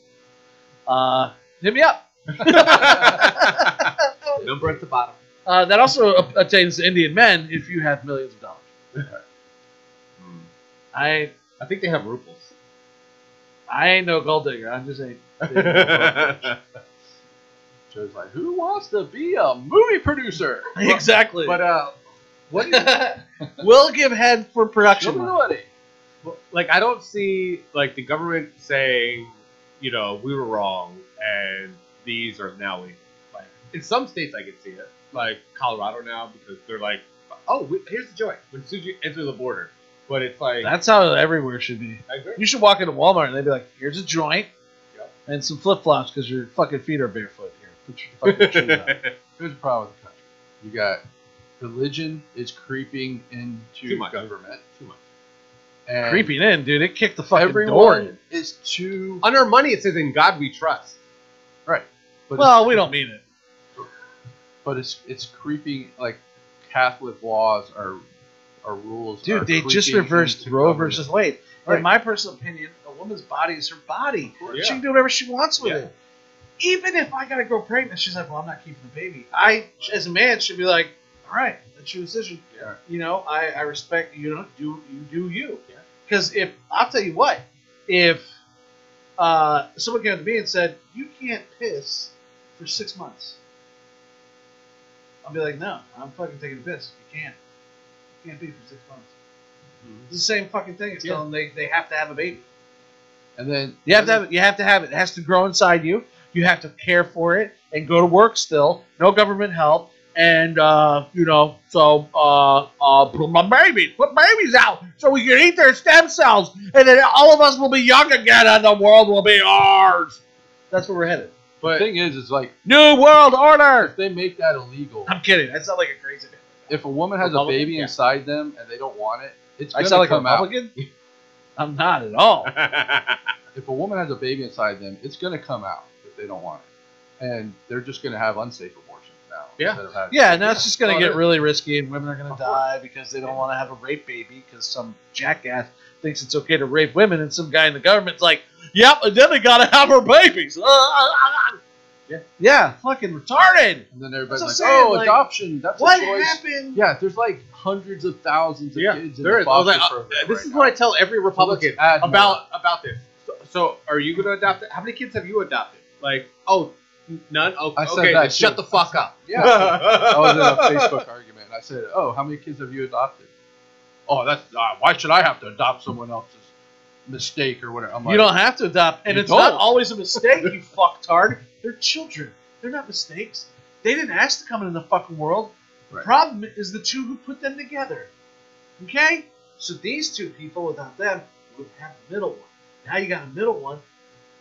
Speaker 2: Uh, hit me up.
Speaker 1: Hmm. Number at the bottom.
Speaker 2: Uh, that also a- attains to Indian men if you have millions of dollars. I
Speaker 1: I think they have ruples.
Speaker 2: I ain't no gold digger. I'm just saying.
Speaker 3: *laughs* Joe's like, who wants to be a movie producer?
Speaker 2: exactly.
Speaker 1: but uh, what?
Speaker 2: we'll give head for production. money.
Speaker 3: Nobody.
Speaker 1: like I don't see like the government saying, you know, we were wrong and these are now legal. Like in some states I can see it, like Colorado now, because they're like, oh, we, here's the joint. When as soon as you enter the border, but it's like
Speaker 2: That's how everywhere should be.
Speaker 1: I agree.
Speaker 2: You should walk into Walmart and they'd be like, "Here's a joint
Speaker 1: Yep.
Speaker 2: and some flip flops because your fucking feet are barefoot here. Put your fucking shoes
Speaker 1: *laughs*
Speaker 2: on."
Speaker 3: Here's the problem with the country. You got religion is creeping into
Speaker 1: Too much.
Speaker 3: government.
Speaker 1: Too much.
Speaker 2: *laughs*
Speaker 3: And
Speaker 2: Creeping in, dude. It kicked the fucking door.
Speaker 3: Everyone
Speaker 2: in.
Speaker 3: is too.
Speaker 1: On our money, it says "In God We Trust."
Speaker 3: Right. But
Speaker 2: Well, we don't mean it.
Speaker 3: it's, but it's it's creeping like Catholic laws are are rules. are
Speaker 2: Dude, they just
Speaker 3: creeping
Speaker 2: reversed
Speaker 3: into
Speaker 2: Roe
Speaker 3: government.
Speaker 2: versus Wade.
Speaker 3: Right.
Speaker 2: In my personal opinion, a woman's body is her body.
Speaker 1: Yeah.
Speaker 2: She can do whatever she wants with
Speaker 1: Yeah.
Speaker 2: it. Even if I gotta go pregnant, she's like, "Well, I'm not keeping the baby." I, as a man, should be like, "All right, it's your decision.
Speaker 3: Yeah.
Speaker 2: You know, I, I respect you know do you do you. Because if I'll tell you what, if uh, someone came up to me and said you can't piss for six months, I'll be like, no, I'm fucking taking a piss. You can't. You can't be for six months. It's the same fucking thing. It's
Speaker 3: Yeah.
Speaker 2: telling them they, they have to have a baby.
Speaker 3: And then
Speaker 7: You have to have it. You have to have it. It has to grow inside you. You have to care for it and go to work still. No government help. And uh, you know, so uh, uh, put my babies, put babies out, so we can eat their stem cells, and then all of us will be young again, and the world will be ours.
Speaker 2: That's where we're headed.
Speaker 3: the thing is, is like
Speaker 7: New world order.
Speaker 3: if they make that illegal,
Speaker 2: I'm kidding. That's not like a crazy thing.
Speaker 3: if a woman has a
Speaker 7: Republican?
Speaker 3: baby
Speaker 7: Yeah.
Speaker 3: inside them and they don't want it, it's
Speaker 7: I
Speaker 3: gonna
Speaker 7: sound like a
Speaker 3: come out.
Speaker 7: Republican. I'm not at all.
Speaker 1: *laughs*
Speaker 3: If a woman has a baby inside them, it's gonna come out if they don't want it, and they're just gonna have unsafe abortions now.
Speaker 7: Yeah.
Speaker 3: instead of having-
Speaker 7: Yeah, now it's just gonna
Speaker 3: Oh,
Speaker 7: get
Speaker 3: yeah.
Speaker 7: really risky, and women are gonna
Speaker 3: Of course.
Speaker 7: die because they don't want to have a rape baby because some jackass thinks it's okay to rape women, and some guy in the government's like, "Yep, and then they gotta have her
Speaker 1: *laughs*
Speaker 7: babies."
Speaker 3: Yeah.
Speaker 7: yeah, fucking retarded.
Speaker 3: And then everybody's like,
Speaker 2: That's what I'm saying,
Speaker 3: "Oh,
Speaker 2: like,
Speaker 3: adoption. That's
Speaker 2: What
Speaker 3: a choice."
Speaker 2: happened?
Speaker 3: Yeah, there's like hundreds of thousands of
Speaker 1: Yeah,
Speaker 3: kids in
Speaker 1: there
Speaker 3: the
Speaker 1: is. I was
Speaker 3: foster
Speaker 1: like, uh,
Speaker 3: program.
Speaker 1: this
Speaker 3: right
Speaker 1: is
Speaker 3: now.
Speaker 1: what I tell every Republican
Speaker 3: Let's add more.
Speaker 1: about Uh, about this. So, so are you going to adopt it? How many kids have you adopted? Like, oh, n- none. Oh,
Speaker 3: I said
Speaker 1: okay,
Speaker 3: that
Speaker 1: then
Speaker 3: too.
Speaker 1: shut the fuck up.
Speaker 3: *laughs* Yeah, I was
Speaker 2: *laughs*
Speaker 3: in *laughs* a Facebook argument. and I said, "Oh, how many kids have you adopted?" Oh, that's uh, why should I have to adopt someone else's mistake or whatever? I'm like,
Speaker 7: You don't have to
Speaker 2: *laughs*
Speaker 7: adopt, and
Speaker 3: You
Speaker 7: it's not
Speaker 3: don't.
Speaker 7: always a mistake.
Speaker 2: you *laughs* fucktard. They're children. They're not mistakes. They didn't ask to come into the fucking world. The
Speaker 3: Right.
Speaker 2: problem is the two who put them together. Okay? So these two people, without them, would have the middle one. Now you got a middle one.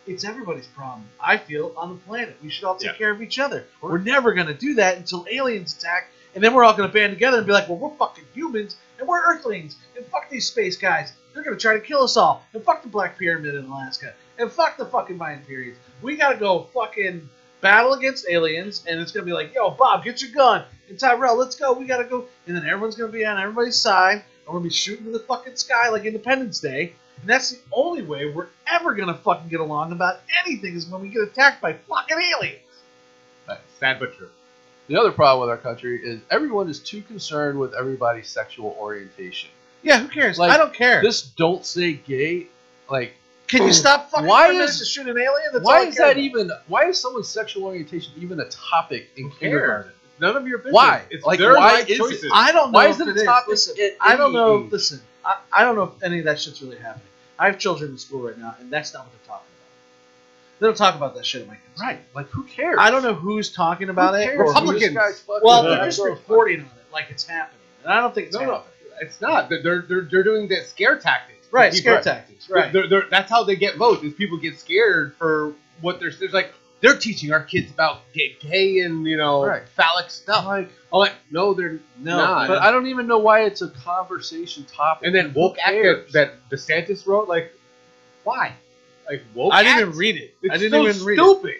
Speaker 2: It's everybody's problem, I feel, on the planet. We should all take
Speaker 1: Yeah.
Speaker 2: care of each other. We're never going to do that until aliens attack, and then we're all going to band together and be like, well, we're fucking humans, and we're Earthlings, and fuck these space guys. They're going to try to kill us all, and fuck the Black Pyramid in Alaska. And fuck the fucking Mayan periods. We gotta go fucking battle against aliens, and it's gonna be like, yo, Bob, get your gun, and Tyrell, let's go. We gotta go, and then everyone's gonna be on everybody's side, and we're gonna be shooting in the fucking sky like Independence Day. And that's the only way we're ever gonna fucking get along about anything is when we get attacked by fucking aliens.
Speaker 1: Sad but true.
Speaker 3: The other problem with our country is everyone is too concerned with everybody's sexual orientation.
Speaker 7: Yeah, who cares?
Speaker 3: Like,
Speaker 7: I don't care.
Speaker 3: This "don't say gay," like,
Speaker 2: Can you stop fucking
Speaker 3: Why
Speaker 2: why is,
Speaker 3: is-
Speaker 2: to shoot an alien? That's all
Speaker 3: why
Speaker 2: I
Speaker 3: is
Speaker 2: care
Speaker 3: that
Speaker 2: about.
Speaker 3: even? Why is someone's sexual orientation even a topic in
Speaker 1: cares?
Speaker 3: kindergarten?
Speaker 1: None of your business.
Speaker 3: Why?
Speaker 1: It's
Speaker 3: Like,
Speaker 1: their
Speaker 3: why
Speaker 1: life
Speaker 3: is it-
Speaker 1: choices.
Speaker 2: I don't know.
Speaker 3: Why
Speaker 2: if
Speaker 3: is it
Speaker 2: it
Speaker 3: a topic?
Speaker 2: Listen,
Speaker 3: at
Speaker 2: I don't
Speaker 3: any
Speaker 2: know.
Speaker 3: age?
Speaker 2: Listen, I, I don't know if any of that shit's really happening. I have children in school right now, and that's not what they're talking about. They don't talk about that shit at my kids.
Speaker 3: Right? Like, who cares?
Speaker 2: I don't know who's talking about
Speaker 3: Who
Speaker 2: it.
Speaker 3: cares?
Speaker 2: or who's-
Speaker 1: Republicans.
Speaker 3: This guy's fucking-
Speaker 2: Well,
Speaker 1: Yeah.
Speaker 2: they're just reporting on it like it's happening, and I don't think it's
Speaker 1: No, no.
Speaker 2: happening.
Speaker 1: It's not. They're they're they're, they're doing that scare tactics.
Speaker 2: Right,
Speaker 1: People-
Speaker 2: scare tactics. Right.
Speaker 1: They're, they're, that's how they get votes. Is people get scared for what they're there's like. They're teaching our kids about gay, gay and you know
Speaker 3: Right.
Speaker 1: phallic stuff.
Speaker 3: Like,
Speaker 1: I'm like, no, they're
Speaker 2: No,
Speaker 1: not.
Speaker 3: but I don't even know why it's a conversation topic.
Speaker 1: and then
Speaker 3: Who
Speaker 1: woke act that,
Speaker 3: cares?
Speaker 1: that DeSantis wrote, like, why? Like woke.
Speaker 7: I didn't
Speaker 1: act?
Speaker 7: even read it.
Speaker 1: It's
Speaker 7: I didn't
Speaker 1: so
Speaker 7: even read it.
Speaker 1: stupid.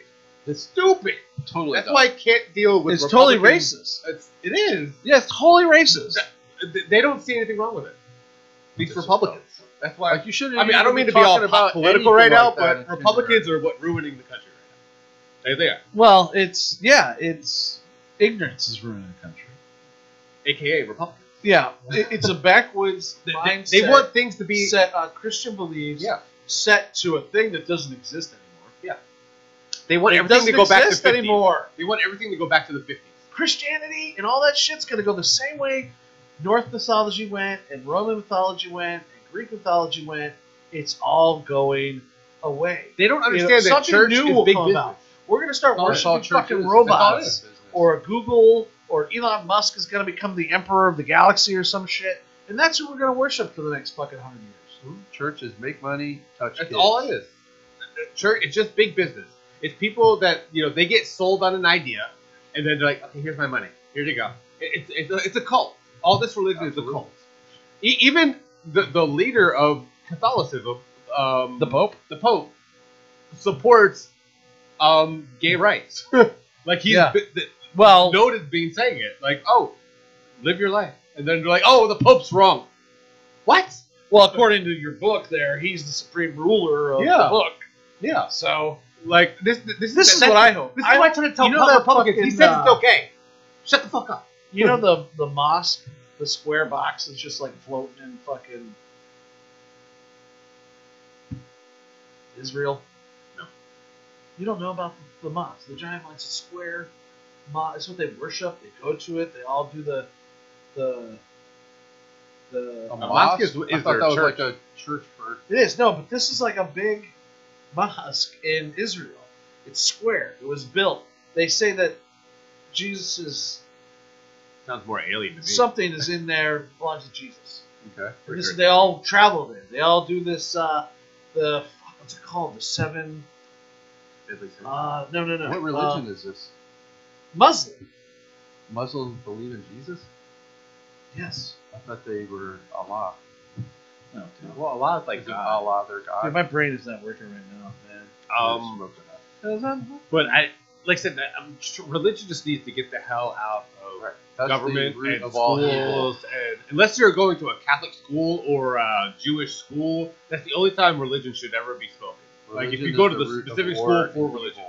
Speaker 1: It's stupid.
Speaker 3: totally.
Speaker 1: That's
Speaker 3: dumb.
Speaker 1: why I can't deal with.
Speaker 7: It's totally
Speaker 1: Republicans.
Speaker 7: racist.
Speaker 1: It's, it is.
Speaker 7: Yeah, it's totally racist.
Speaker 1: Th- They don't see anything wrong with it. These
Speaker 3: This is
Speaker 1: Republicans. That's why.
Speaker 3: Like, you shouldn't.
Speaker 1: I mean, I don't
Speaker 3: even
Speaker 1: mean to be all
Speaker 3: talking
Speaker 1: about
Speaker 3: about
Speaker 1: political right
Speaker 3: anything
Speaker 1: now,
Speaker 3: like that in
Speaker 1: but Republicans are what ruining the country right now. They, they are,
Speaker 7: Well, it's yeah, it's ignorance is ruining the country.
Speaker 1: aka Republicans.
Speaker 2: Yeah, it- it's a backwoods
Speaker 1: They, they-
Speaker 2: mindset.
Speaker 1: they want things to be.
Speaker 2: set on Christian beliefs.
Speaker 1: Yeah.
Speaker 2: Set to a thing that doesn't exist anymore.
Speaker 1: They want
Speaker 2: It
Speaker 1: everything to
Speaker 2: doesn't
Speaker 1: go back to
Speaker 2: exist
Speaker 1: 50s.
Speaker 2: anymore.
Speaker 1: They want everything to go back to the fifties.
Speaker 2: Christianity and all that shit's gonna go the same way North mythology went and Roman mythology went and Greek mythology went. It's all going away.
Speaker 1: They don't understand
Speaker 2: You know,
Speaker 1: that
Speaker 2: something
Speaker 1: church
Speaker 2: new
Speaker 1: is
Speaker 2: will
Speaker 1: big
Speaker 2: come
Speaker 1: business.
Speaker 2: about. We're gonna start
Speaker 3: That's all
Speaker 2: worshiping
Speaker 3: church
Speaker 2: fucking
Speaker 3: is. That's all it is,
Speaker 2: robots
Speaker 3: business.
Speaker 2: or Google or Elon Musk is gonna become the emperor of the galaxy or some shit, and that's who we're gonna worship for the next fucking hundred years.
Speaker 3: churches make money, touch
Speaker 1: That's
Speaker 3: kids.
Speaker 1: all it is. Church, it's just big business. It's people that you know they get sold on an idea, and then they're like, okay, here's my money. Here you go. It, it's, it's, a, it's a cult. All this religion is a
Speaker 3: Absolutely.
Speaker 1: cult. E- even the, the leader of Catholicism, um,
Speaker 7: The Pope.
Speaker 1: the Pope, supports um, gay rights. *laughs* like he's
Speaker 7: Yeah.
Speaker 1: b- th-
Speaker 7: Well,
Speaker 1: noted being saying it. Like, oh, live your life, and then they're like, oh, the Pope's wrong. What?
Speaker 2: Well, according to your book, there he's the supreme ruler of
Speaker 1: Yeah.
Speaker 2: the book.
Speaker 1: Yeah.
Speaker 2: So
Speaker 1: Like this. This,
Speaker 2: This is what I hope.
Speaker 1: This
Speaker 2: I
Speaker 1: is what I try to tell
Speaker 2: you know that
Speaker 1: Republicans.
Speaker 2: fucking,
Speaker 1: he said
Speaker 2: uh,
Speaker 1: it's okay. Shut the fuck up.
Speaker 2: you know the the mosque, the square box is just like floating in fucking Israel.
Speaker 1: No.
Speaker 2: You don't know about the, the mosque. The giant mosque, it's a square. Mosque. It's what they worship. They go to it. They all do the the the
Speaker 3: A
Speaker 1: mosque is-
Speaker 3: I
Speaker 1: is
Speaker 3: thought
Speaker 1: their
Speaker 3: that was
Speaker 1: church.
Speaker 3: like a church for
Speaker 2: It is no, but this is like a big mosque in Israel. It's square. It was built. They say that Jesus'
Speaker 1: Sounds more alien to me.
Speaker 2: something is in there belongs to Jesus.
Speaker 3: okay.
Speaker 1: For
Speaker 2: This-
Speaker 1: sure.
Speaker 2: they all travel there. They all do this. Uh, the fuck, what's it called? The seven?
Speaker 1: Deadly Sin.
Speaker 2: Uh, no, no, no.
Speaker 3: What
Speaker 2: Uh,
Speaker 3: religion is this?
Speaker 2: Muslim.
Speaker 3: Muslims believe in Jesus?
Speaker 2: Yes.
Speaker 3: I thought they were Allah.
Speaker 2: No, dude.
Speaker 1: well, a lot of like
Speaker 3: Isn't
Speaker 1: God.
Speaker 3: Allah their God?
Speaker 8: Dude, my brain is not working right now, man.
Speaker 1: Um, but I, like I said, that, um, tr- religion just needs to get the hell out of
Speaker 3: Right. That's
Speaker 1: government
Speaker 3: the root
Speaker 1: and
Speaker 3: of all evil.
Speaker 1: schools, and unless you're going to a Catholic school or a Jewish school, that's the only time religion should ever be spoken. like if
Speaker 3: Religion
Speaker 1: you go
Speaker 3: is
Speaker 1: to
Speaker 3: the
Speaker 1: the,
Speaker 3: root of
Speaker 1: specific
Speaker 3: war
Speaker 1: school for
Speaker 3: and
Speaker 1: religion,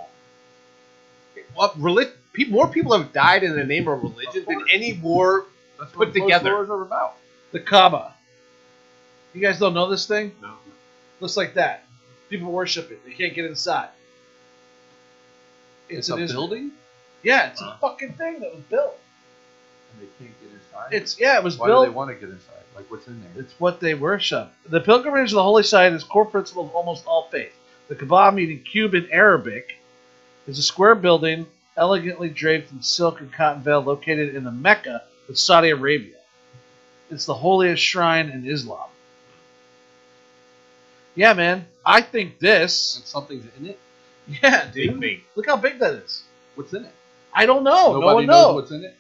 Speaker 3: evil.
Speaker 1: well, relig- pe- more people have died in the name of religion
Speaker 3: Of
Speaker 1: than
Speaker 3: course.
Speaker 1: any war.
Speaker 3: That's
Speaker 1: Put
Speaker 3: what most
Speaker 1: together.
Speaker 3: wars are about.
Speaker 2: The Kaaba. You guys don't know this thing?
Speaker 1: No.
Speaker 2: Looks like that. People worship it. They can't get inside.
Speaker 3: It's,
Speaker 2: It's,
Speaker 3: a
Speaker 2: an Israel-
Speaker 3: building,
Speaker 2: Yeah, it's
Speaker 1: Wow.
Speaker 2: a fucking thing that was built.
Speaker 3: and they can't get inside.
Speaker 2: It's yeah, it was
Speaker 3: Why do
Speaker 2: built.
Speaker 3: they want to get inside? Like what's in there?
Speaker 2: It's what they worship. The pilgrimage of the holy site is core principle of almost all faith. The Kaaba, meaning cube in Arabic, is a square building elegantly draped in silk and cotton veil located in the Mecca of Saudi Arabia. It's the holiest shrine in Islam. Yeah, man. I think this.
Speaker 3: And something's in it.
Speaker 2: Yeah,
Speaker 1: They
Speaker 2: dude.
Speaker 1: think
Speaker 2: Look how big that is.
Speaker 3: What's in it?
Speaker 2: I don't know. no
Speaker 3: Nobody
Speaker 2: one
Speaker 3: knows
Speaker 2: knows.
Speaker 3: what's in it.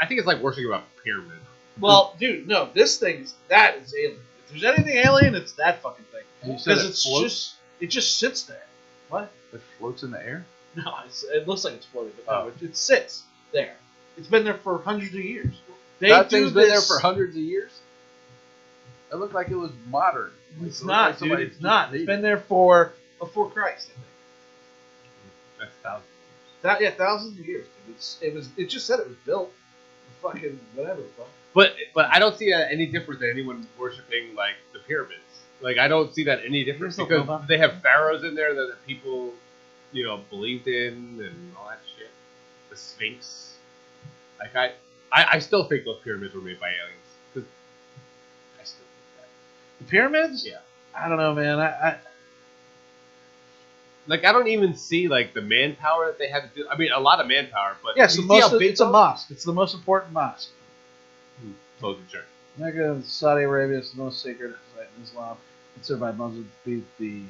Speaker 1: I think it's like worshiping a pyramid.
Speaker 2: Well, dude, no. This thing is that is alien. If there's anything alien, it's that fucking thing.
Speaker 3: And you said
Speaker 2: Because
Speaker 3: it
Speaker 2: it's
Speaker 3: floats.
Speaker 2: just it just sits there. *laughs* What?
Speaker 3: It floats in the air.
Speaker 2: No, it's, it looks like it's floating, but
Speaker 3: Oh.
Speaker 2: no, it, it sits there. It's been there for hundreds of years. They
Speaker 3: that
Speaker 2: do
Speaker 3: thing's been there
Speaker 2: this-
Speaker 3: for hundreds of years. It looked like it was modern.
Speaker 2: It's
Speaker 3: It looked
Speaker 2: not,
Speaker 3: like
Speaker 2: dude.
Speaker 3: somebody
Speaker 2: It's
Speaker 3: just
Speaker 2: not.
Speaker 3: made
Speaker 2: It's
Speaker 3: it.
Speaker 2: been there for before Christ. I think.
Speaker 1: That's thousands.
Speaker 2: That yeah, thousands of years. Dude. It's it was. It just said it was built. Fucking whatever. Fuck.
Speaker 1: But but I don't see that any different than anyone worshiping like the pyramids. Like I don't see that any different
Speaker 2: There's no
Speaker 1: because
Speaker 2: Kaaba.
Speaker 1: they have pharaohs in there that the people, you know, believed in and all that shit. The Sphinx. Like I, I, I still think those pyramids were made by aliens. 'Cause I still think
Speaker 2: The pyramids.
Speaker 1: Yeah.
Speaker 2: I don't know, man. I, I
Speaker 1: that. Like I don't even see like the manpower that they had to do. I mean, a lot of manpower, but
Speaker 2: yeah. So
Speaker 1: *laughs* you see
Speaker 2: most
Speaker 1: how
Speaker 2: of,
Speaker 1: big
Speaker 2: it's a
Speaker 1: those-
Speaker 2: mosque. It's the most important mosque.
Speaker 1: Close the church.
Speaker 2: Mecca in Saudi Arabia is the most sacred site in Islam. It's served by Muslims to be the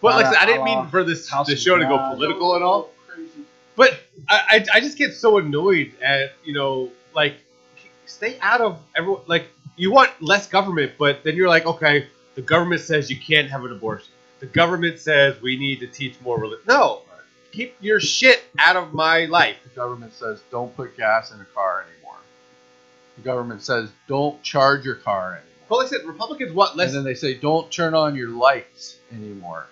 Speaker 1: But like I said, I didn't
Speaker 2: Allah,
Speaker 1: mean for this
Speaker 2: House
Speaker 1: the
Speaker 2: of
Speaker 1: show to go
Speaker 2: God.
Speaker 1: political and all.
Speaker 3: Crazy.
Speaker 1: But I, I, I just get so annoyed at you know like stay out of everyone like you want less government, but then you're like okay, the government says you can't have an abortion. The government says we need to teach more religion. No, keep your shit out of my life.
Speaker 3: The government says don't put gas in a car anymore. The government says don't charge your car anymore.
Speaker 1: But like I said, Republicans want less.
Speaker 3: and then they say don't turn on your lights anymore.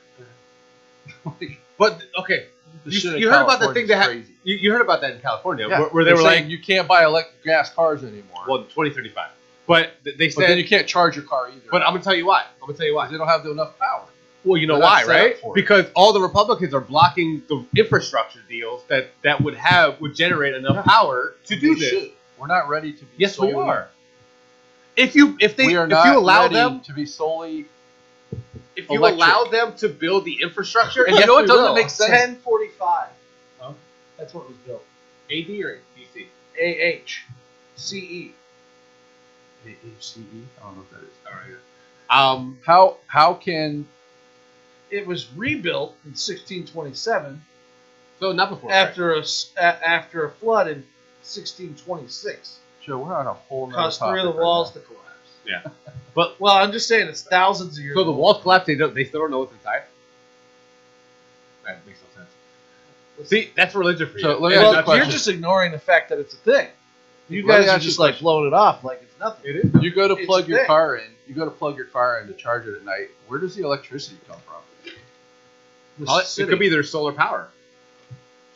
Speaker 1: But okay,
Speaker 3: The
Speaker 1: You-
Speaker 3: shit in
Speaker 1: you heard about the
Speaker 3: California's
Speaker 1: thing that hap-
Speaker 3: crazy.
Speaker 1: you, you heard about that in California
Speaker 3: Yeah,
Speaker 1: where, where they
Speaker 3: they're
Speaker 1: were
Speaker 3: saying
Speaker 1: like,
Speaker 3: you can't buy electric gas cars anymore.
Speaker 1: well, 2035. But th- they
Speaker 3: but then
Speaker 1: said,
Speaker 3: you can't charge your car either.
Speaker 1: but I'm gonna tell you why. I'm gonna tell you why.
Speaker 3: they don't have enough power.
Speaker 1: Well, you know
Speaker 3: They're not
Speaker 1: why,
Speaker 3: set
Speaker 1: right?
Speaker 3: up for it.
Speaker 1: Because all the Republicans are blocking the infrastructure deals that that would have would generate enough
Speaker 3: Yeah.
Speaker 1: power to do
Speaker 3: They
Speaker 1: this.
Speaker 3: should. We're not ready to be.
Speaker 1: Yes, we
Speaker 3: solely-
Speaker 1: are. If you if they
Speaker 3: we are
Speaker 1: if
Speaker 3: not
Speaker 1: you allow
Speaker 3: ready
Speaker 1: them
Speaker 3: to be solely.
Speaker 1: if you
Speaker 3: electric.
Speaker 1: allow them to build the infrastructure,
Speaker 3: And you know what doesn't make sense?
Speaker 2: 1045.
Speaker 1: Huh?
Speaker 2: That's what was built.
Speaker 1: AD or DC?
Speaker 2: A H C E.
Speaker 3: HCE.
Speaker 1: Mm-hmm.
Speaker 3: I don't know what that is.
Speaker 1: All right. Um,
Speaker 3: How how can
Speaker 2: It was rebuilt in 1627
Speaker 1: so not before Christ.
Speaker 2: after a s- a, after a flood in 1626
Speaker 3: Joe? We're on a whole. nother
Speaker 2: caused three of the
Speaker 3: topic right
Speaker 2: walls
Speaker 3: now.
Speaker 2: to collapse.
Speaker 1: Yeah.
Speaker 2: but well, I'm just saying it's thousands of years.
Speaker 1: So the
Speaker 2: old.
Speaker 1: walls collapsed. They don't, they still don't know what's inside. That makes no sense. See, that's religion for you.
Speaker 3: So let me
Speaker 1: It's
Speaker 3: ask you a
Speaker 1: not
Speaker 2: well,
Speaker 3: question.
Speaker 2: you're just ignoring the fact that it's a thing. You
Speaker 3: Let me
Speaker 2: guys are
Speaker 3: ask you
Speaker 2: just
Speaker 3: a
Speaker 2: like blowing it off like it's nothing.
Speaker 1: It is.
Speaker 3: You go to
Speaker 2: It's
Speaker 3: plug your
Speaker 2: there.
Speaker 3: car in. You go to plug your car in to charge it at night. Where does the electricity come from?
Speaker 2: The
Speaker 1: All it- It
Speaker 2: city.
Speaker 1: could be their solar power.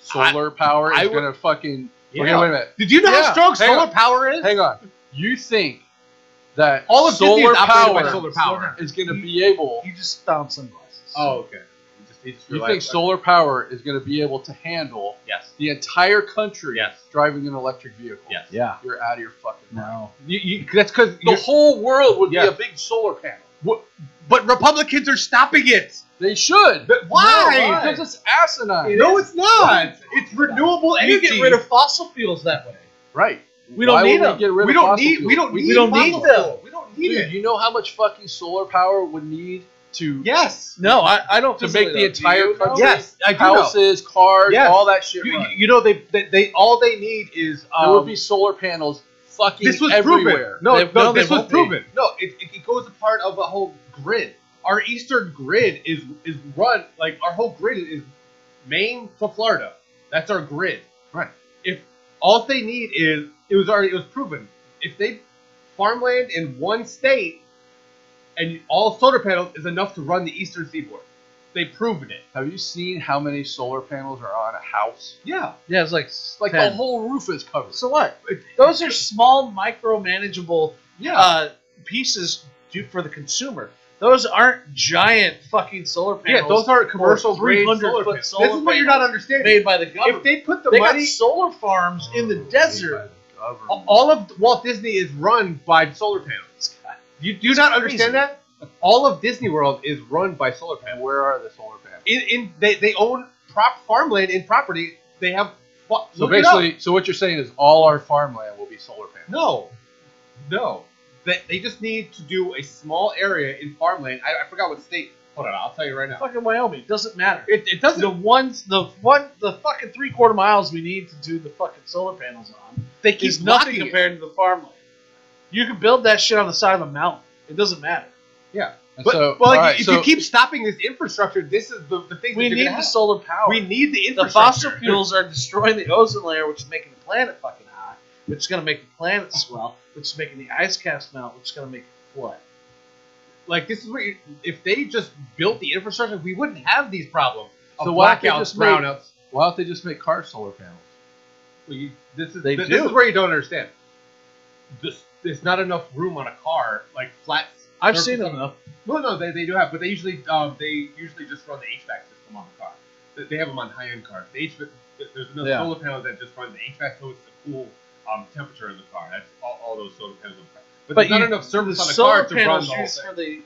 Speaker 3: Solar power
Speaker 1: I
Speaker 3: is
Speaker 1: would-
Speaker 3: gonna fucking Okay, wait a minute.
Speaker 1: Did you know
Speaker 3: Yeah.
Speaker 1: how strong
Speaker 3: Hang
Speaker 1: solar
Speaker 3: on.
Speaker 1: power is?
Speaker 3: Hang on. You think that
Speaker 1: All of Disney
Speaker 3: solar
Speaker 1: is operated by
Speaker 3: power,
Speaker 1: solar power.
Speaker 3: is going to be able?
Speaker 2: You just found sunglasses.
Speaker 1: Oh, okay. You, just, you, just
Speaker 3: You
Speaker 1: realized-
Speaker 3: think solar power is going to be able to handle
Speaker 1: Yes.
Speaker 3: the entire country
Speaker 1: Yes.
Speaker 3: driving an electric vehicle?
Speaker 1: Yes.
Speaker 9: Yeah.
Speaker 3: You're out of your fucking mind.
Speaker 9: No.
Speaker 1: You, you, that's because
Speaker 3: The whole world would
Speaker 1: Yes.
Speaker 3: be a big solar panel.
Speaker 1: But Republicans are stopping it.
Speaker 3: They should.
Speaker 1: But why?
Speaker 3: Because it's asinine.
Speaker 1: no, it's not. It's renewable energy.
Speaker 2: you get rid of fossil fuels that way.
Speaker 3: Right.
Speaker 2: We don't
Speaker 3: Why
Speaker 2: need
Speaker 3: would
Speaker 2: them.
Speaker 3: We, get rid
Speaker 1: We
Speaker 3: of
Speaker 1: don't
Speaker 3: fossil
Speaker 1: need. We
Speaker 3: fuels?
Speaker 1: don't need.
Speaker 2: We don't need
Speaker 1: fossil
Speaker 2: them.
Speaker 1: fuel. We don't need
Speaker 3: Dude,
Speaker 1: it.
Speaker 3: you know how much fucking solar power would need to
Speaker 1: Yes.
Speaker 2: No, I, I don't.
Speaker 3: to
Speaker 2: physically
Speaker 3: make
Speaker 2: know.
Speaker 3: the
Speaker 2: Do
Speaker 3: entire
Speaker 2: you?
Speaker 3: country
Speaker 1: Yes, I do know.
Speaker 3: houses, cars,
Speaker 1: Yes.
Speaker 3: all that shit.
Speaker 1: You,
Speaker 3: run.
Speaker 1: you- you know they, they they all they need is um,
Speaker 3: there would be solar panels fucking
Speaker 1: this was proven.
Speaker 3: everywhere.
Speaker 1: No,
Speaker 2: They-
Speaker 1: no,
Speaker 2: no, they
Speaker 1: this was
Speaker 2: won't be.
Speaker 1: proven. No, it, it, it goes a part of a whole grid. Our eastern grid is is run like our whole grid is Maine to Florida. That's our grid.
Speaker 3: Right.
Speaker 1: If all they need is it was already it was proven. If they farmland in one state and all solar panels is enough to run the eastern seaboard. They proven it.
Speaker 3: Have you seen how many solar panels are on a house?
Speaker 1: Yeah.
Speaker 9: Yeah, it's like
Speaker 3: It's like the
Speaker 9: Ten.
Speaker 3: whole roof is covered.
Speaker 2: So what? Those are small, micromanageable
Speaker 1: Yeah.
Speaker 2: uh, pieces do for the consumer. Those aren't giant fucking solar panels.
Speaker 1: yeah, those are commercial grade
Speaker 2: 300
Speaker 1: solar
Speaker 2: foot
Speaker 1: panels.
Speaker 2: solar
Speaker 1: This is what you're not understanding.
Speaker 2: made by the
Speaker 1: if
Speaker 2: government.
Speaker 1: they put the
Speaker 2: they
Speaker 1: money
Speaker 2: got solar farms in the
Speaker 3: Oh,
Speaker 2: desert.
Speaker 1: all of Walt Disney is run by solar panels. You do not understand that? All of Disney World is run by solar
Speaker 3: And
Speaker 1: panels.
Speaker 3: where are the solar panels?
Speaker 1: In, in they, they own prop farmland and property. They have fu-
Speaker 3: So
Speaker 1: look it up.
Speaker 3: basically, so what you're saying is all our farmland will be solar panels.
Speaker 1: no, no. They, they just need to do a small area in farmland. I, I forgot what state. Hold on, I'll tell you right now.
Speaker 2: Fucking Wyoming doesn't matter.
Speaker 1: It, it doesn't.
Speaker 2: the ones, the one, the fucking three quarter miles we need to do the fucking solar panels on
Speaker 1: they keep
Speaker 2: is nothing
Speaker 1: blocking it.
Speaker 2: compared to the farmland. You can build that shit on the side of a mountain. It doesn't matter.
Speaker 3: And
Speaker 1: But,
Speaker 3: so,
Speaker 1: well,
Speaker 3: all
Speaker 1: like,
Speaker 3: right,
Speaker 1: if
Speaker 3: so
Speaker 1: you keep stopping this infrastructure, this is the, the thing.
Speaker 2: We
Speaker 1: that
Speaker 2: need
Speaker 1: you're
Speaker 2: the
Speaker 1: gonna have.
Speaker 2: solar power.
Speaker 1: We need the
Speaker 2: the
Speaker 1: infrastructure.
Speaker 2: fossil fuels are destroying the ozone layer, which is making the planet fucking hot, which is going to make the planet swell, which is making the ice caps melt, which is going to make it flood.
Speaker 1: Like this is where you, if they just built the infrastructure, we wouldn't have these problems. of
Speaker 3: So why don't they
Speaker 1: blackouts,
Speaker 3: just make-
Speaker 1: brownouts.
Speaker 3: why don't they just make car solar panels?
Speaker 1: Well, you- this is
Speaker 9: They
Speaker 1: this,
Speaker 9: do.
Speaker 1: is where you don't understand. This, there's not enough room on a car, like flat.
Speaker 2: I've
Speaker 1: surface
Speaker 2: seen
Speaker 1: on-
Speaker 2: them though.
Speaker 1: Well, no, they, they do have, but they usually um, they usually just run the HVAC system on the car. They- They have them on high end cars. The HVAC, there's enough
Speaker 9: Yeah.
Speaker 1: solar panels that just run the HVAC so it's the cool um, temperature in the car. That's all, all those solar panels. on the car. But,
Speaker 2: But
Speaker 1: there's
Speaker 2: you-
Speaker 1: not enough
Speaker 2: The
Speaker 1: surface on the
Speaker 2: solar
Speaker 1: car to run the
Speaker 2: panels
Speaker 1: whole
Speaker 2: used
Speaker 1: thing.
Speaker 2: for the.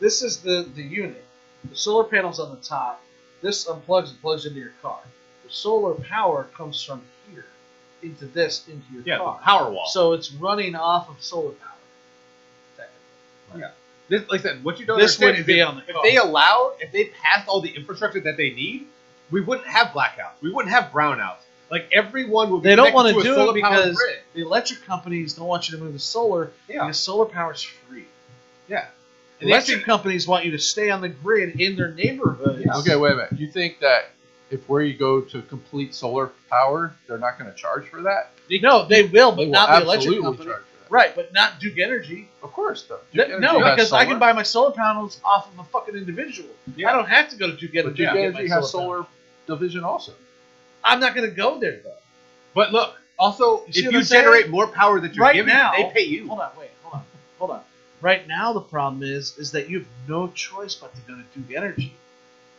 Speaker 2: This is the the unit. The solar panels on the top. This unplugs and plugs into your car. The solar power comes from here into this into your
Speaker 1: Yeah,
Speaker 2: car.
Speaker 1: the power wall.
Speaker 2: So it's running off of solar power.
Speaker 1: This, like I said, what you don't
Speaker 2: This
Speaker 1: understand
Speaker 2: wouldn't
Speaker 1: is
Speaker 2: be
Speaker 1: if,
Speaker 2: on the
Speaker 1: if
Speaker 2: car.
Speaker 1: they allowed, if they passed all the infrastructure that they need, we wouldn't have blackouts. We wouldn't have brownouts. Like everyone would. Be
Speaker 2: They don't
Speaker 1: want
Speaker 2: wanna
Speaker 1: to a
Speaker 2: do it
Speaker 1: solar powered
Speaker 2: because-
Speaker 1: grid.
Speaker 2: The electric companies don't want you to move to solar
Speaker 1: yeah,
Speaker 2: because solar power is free.
Speaker 1: And that's
Speaker 2: Electric companies want you to stay on the grid in their neighborhoods.
Speaker 1: Yeah.
Speaker 3: Okay, wait a minute. You think that if where you go to complete solar power, they're not going to charge for that?
Speaker 2: They- no, they will, but
Speaker 3: They will
Speaker 2: not the electric
Speaker 3: absolutely charge
Speaker 2: company.
Speaker 3: for that.
Speaker 2: Right, but not Duke Energy.
Speaker 3: Of course, though.
Speaker 2: Th-
Speaker 3: Duke
Speaker 2: no,
Speaker 3: Energy has
Speaker 2: because I
Speaker 3: solar.
Speaker 2: can buy my solar panels off of a fucking individual.
Speaker 1: Yeah.
Speaker 2: I don't have to go to Duke
Speaker 3: But
Speaker 2: Energy.
Speaker 3: Duke
Speaker 2: to get my
Speaker 3: Energy has
Speaker 2: solar panels.
Speaker 3: solar division also.
Speaker 2: I'm not going to go there though.
Speaker 1: But look, also,
Speaker 2: see
Speaker 1: if
Speaker 2: what
Speaker 1: you
Speaker 2: I'm saying?
Speaker 1: generate more power than you're
Speaker 2: Right
Speaker 1: giving,
Speaker 2: now-
Speaker 1: they pay you.
Speaker 2: Hold on, wait, hold on, hold on. Right now, the problem is is that you have no choice but to go to Duke Energy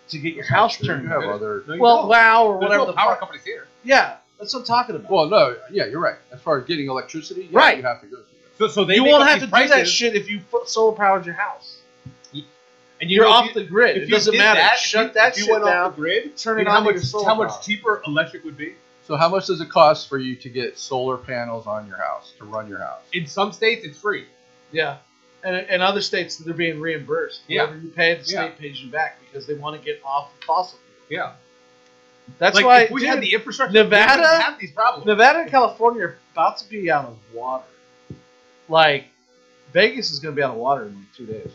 Speaker 2: to get your house
Speaker 3: Sure,
Speaker 2: turned.
Speaker 3: You have
Speaker 1: good.
Speaker 3: other.
Speaker 1: No, you
Speaker 2: Well,
Speaker 1: don't.
Speaker 2: wow, or
Speaker 1: There's
Speaker 2: whatever
Speaker 1: no
Speaker 2: the
Speaker 1: power
Speaker 2: fuck.
Speaker 1: companies here.
Speaker 2: Yeah, that's what I'm talking about.
Speaker 3: Well, no, yeah, you're right. As far as getting electricity, yeah,
Speaker 2: Right.
Speaker 3: you have to go through that.
Speaker 1: So, so they
Speaker 2: you
Speaker 1: make
Speaker 2: won't
Speaker 1: up
Speaker 2: have to
Speaker 1: these
Speaker 2: do that
Speaker 1: prices,
Speaker 2: shit if you put solar powered your house.
Speaker 1: and you
Speaker 2: You're
Speaker 1: know, if
Speaker 2: off
Speaker 1: you-
Speaker 2: the grid.
Speaker 1: if
Speaker 2: It
Speaker 1: you
Speaker 2: doesn't
Speaker 1: did
Speaker 2: matter.
Speaker 1: that, if
Speaker 2: Shut
Speaker 1: you-
Speaker 2: that
Speaker 1: if you
Speaker 2: shit
Speaker 1: went
Speaker 2: down.
Speaker 1: off the grid.
Speaker 2: turn
Speaker 1: You
Speaker 2: it
Speaker 1: know how
Speaker 2: on to
Speaker 1: much
Speaker 2: your solar
Speaker 1: how much
Speaker 2: power.
Speaker 1: cheaper electric would be?
Speaker 3: So, how much does it cost for you to get solar panels on your house to run your house?
Speaker 1: In some states, it's free.
Speaker 2: Yeah. And in other states, they're being reimbursed.
Speaker 1: Yeah.
Speaker 2: Whatever you pay, the state
Speaker 1: Yeah.
Speaker 2: pays you back because they want to get off of fossil fuel.
Speaker 1: Yeah,
Speaker 2: That's
Speaker 1: like,
Speaker 2: why
Speaker 1: if we had
Speaker 2: dude,
Speaker 1: the infrastructure.
Speaker 2: Nevada-
Speaker 1: we wouldn't have these problems.
Speaker 2: Nevada and California are about to be out of water. Like, Vegas is going to be out of water in like two days.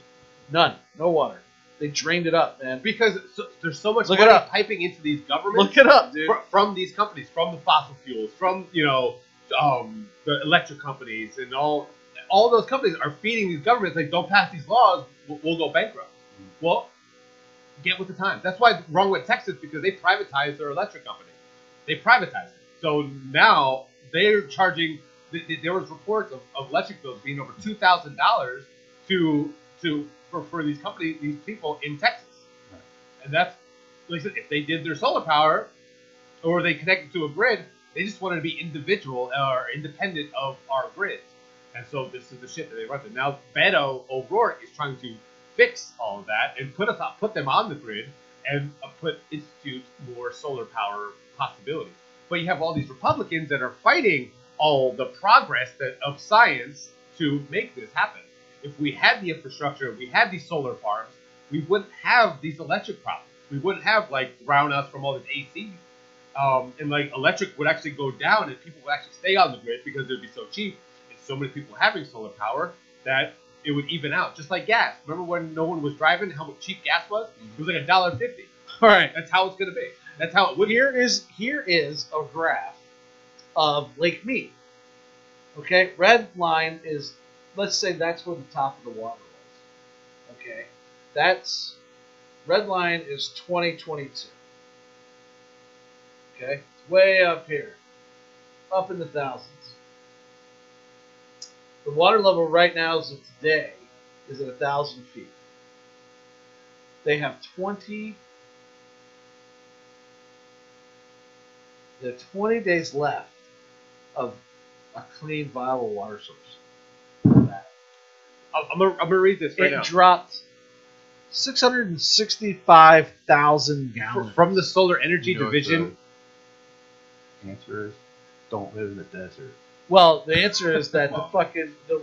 Speaker 2: None. No water. They drained it up, man.
Speaker 1: Because so, there's so much
Speaker 2: Look it
Speaker 1: money
Speaker 2: up.
Speaker 1: piping into these governments
Speaker 2: Look it up, dude.
Speaker 1: fr- from these companies, from the fossil fuels, from you know um, the electric companies, and all all those companies are feeding these governments like, don't pass these laws, we'll, we'll go bankrupt. Well, get with the times. That's why it's wrong with Texas because they privatized their electric company. They privatized it. So now they're charging. Th- th- there was reports of, of electric bills being over two thousand dollars to to for, for these companies, these people in Texas, and that's like I said, if they did their solar power or they connected to a grid, they just wanted to be individual or independent of our grid. And so this is the shit that they run through. Now Beto O'Rourke is trying to fix all of that and put us on, put them on the grid and uh, put institute more solar power possibilities. But you have all these Republicans that are fighting all the progress that of science to make this happen. If we had the infrastructure, if we had these solar farms, we wouldn't have these electric problems. We wouldn't have like drown us from all this AC, um, and like electric would actually go down, and people would actually stay on the grid because it would be so cheap, and so many people having solar power that it would even out, just like gas. Remember when no one was driving, how much cheap gas was? It was like a dollar fifty.
Speaker 6: All right.
Speaker 1: That's how it's gonna be. That's how it would.
Speaker 6: Here is here is a graph of Lake Mead. Okay, red line is let's say that's where the top of the water was. Okay, that's red line is 2022. Okay, it's way up here, up in the thousands. The water level right now, as of today, is at a thousand feet. They have 20 There are 20 days left of a clean, viable water source.
Speaker 1: I'm, I'm, gonna, I'm gonna read this right
Speaker 6: it
Speaker 1: now.
Speaker 6: dropped 665,000
Speaker 1: Fr-
Speaker 6: gallons.
Speaker 1: From the Solar Energy
Speaker 3: You know what
Speaker 1: Division,
Speaker 3: the answer is don't live in the desert.
Speaker 6: Well, the answer is that
Speaker 1: *laughs*
Speaker 6: the fucking the,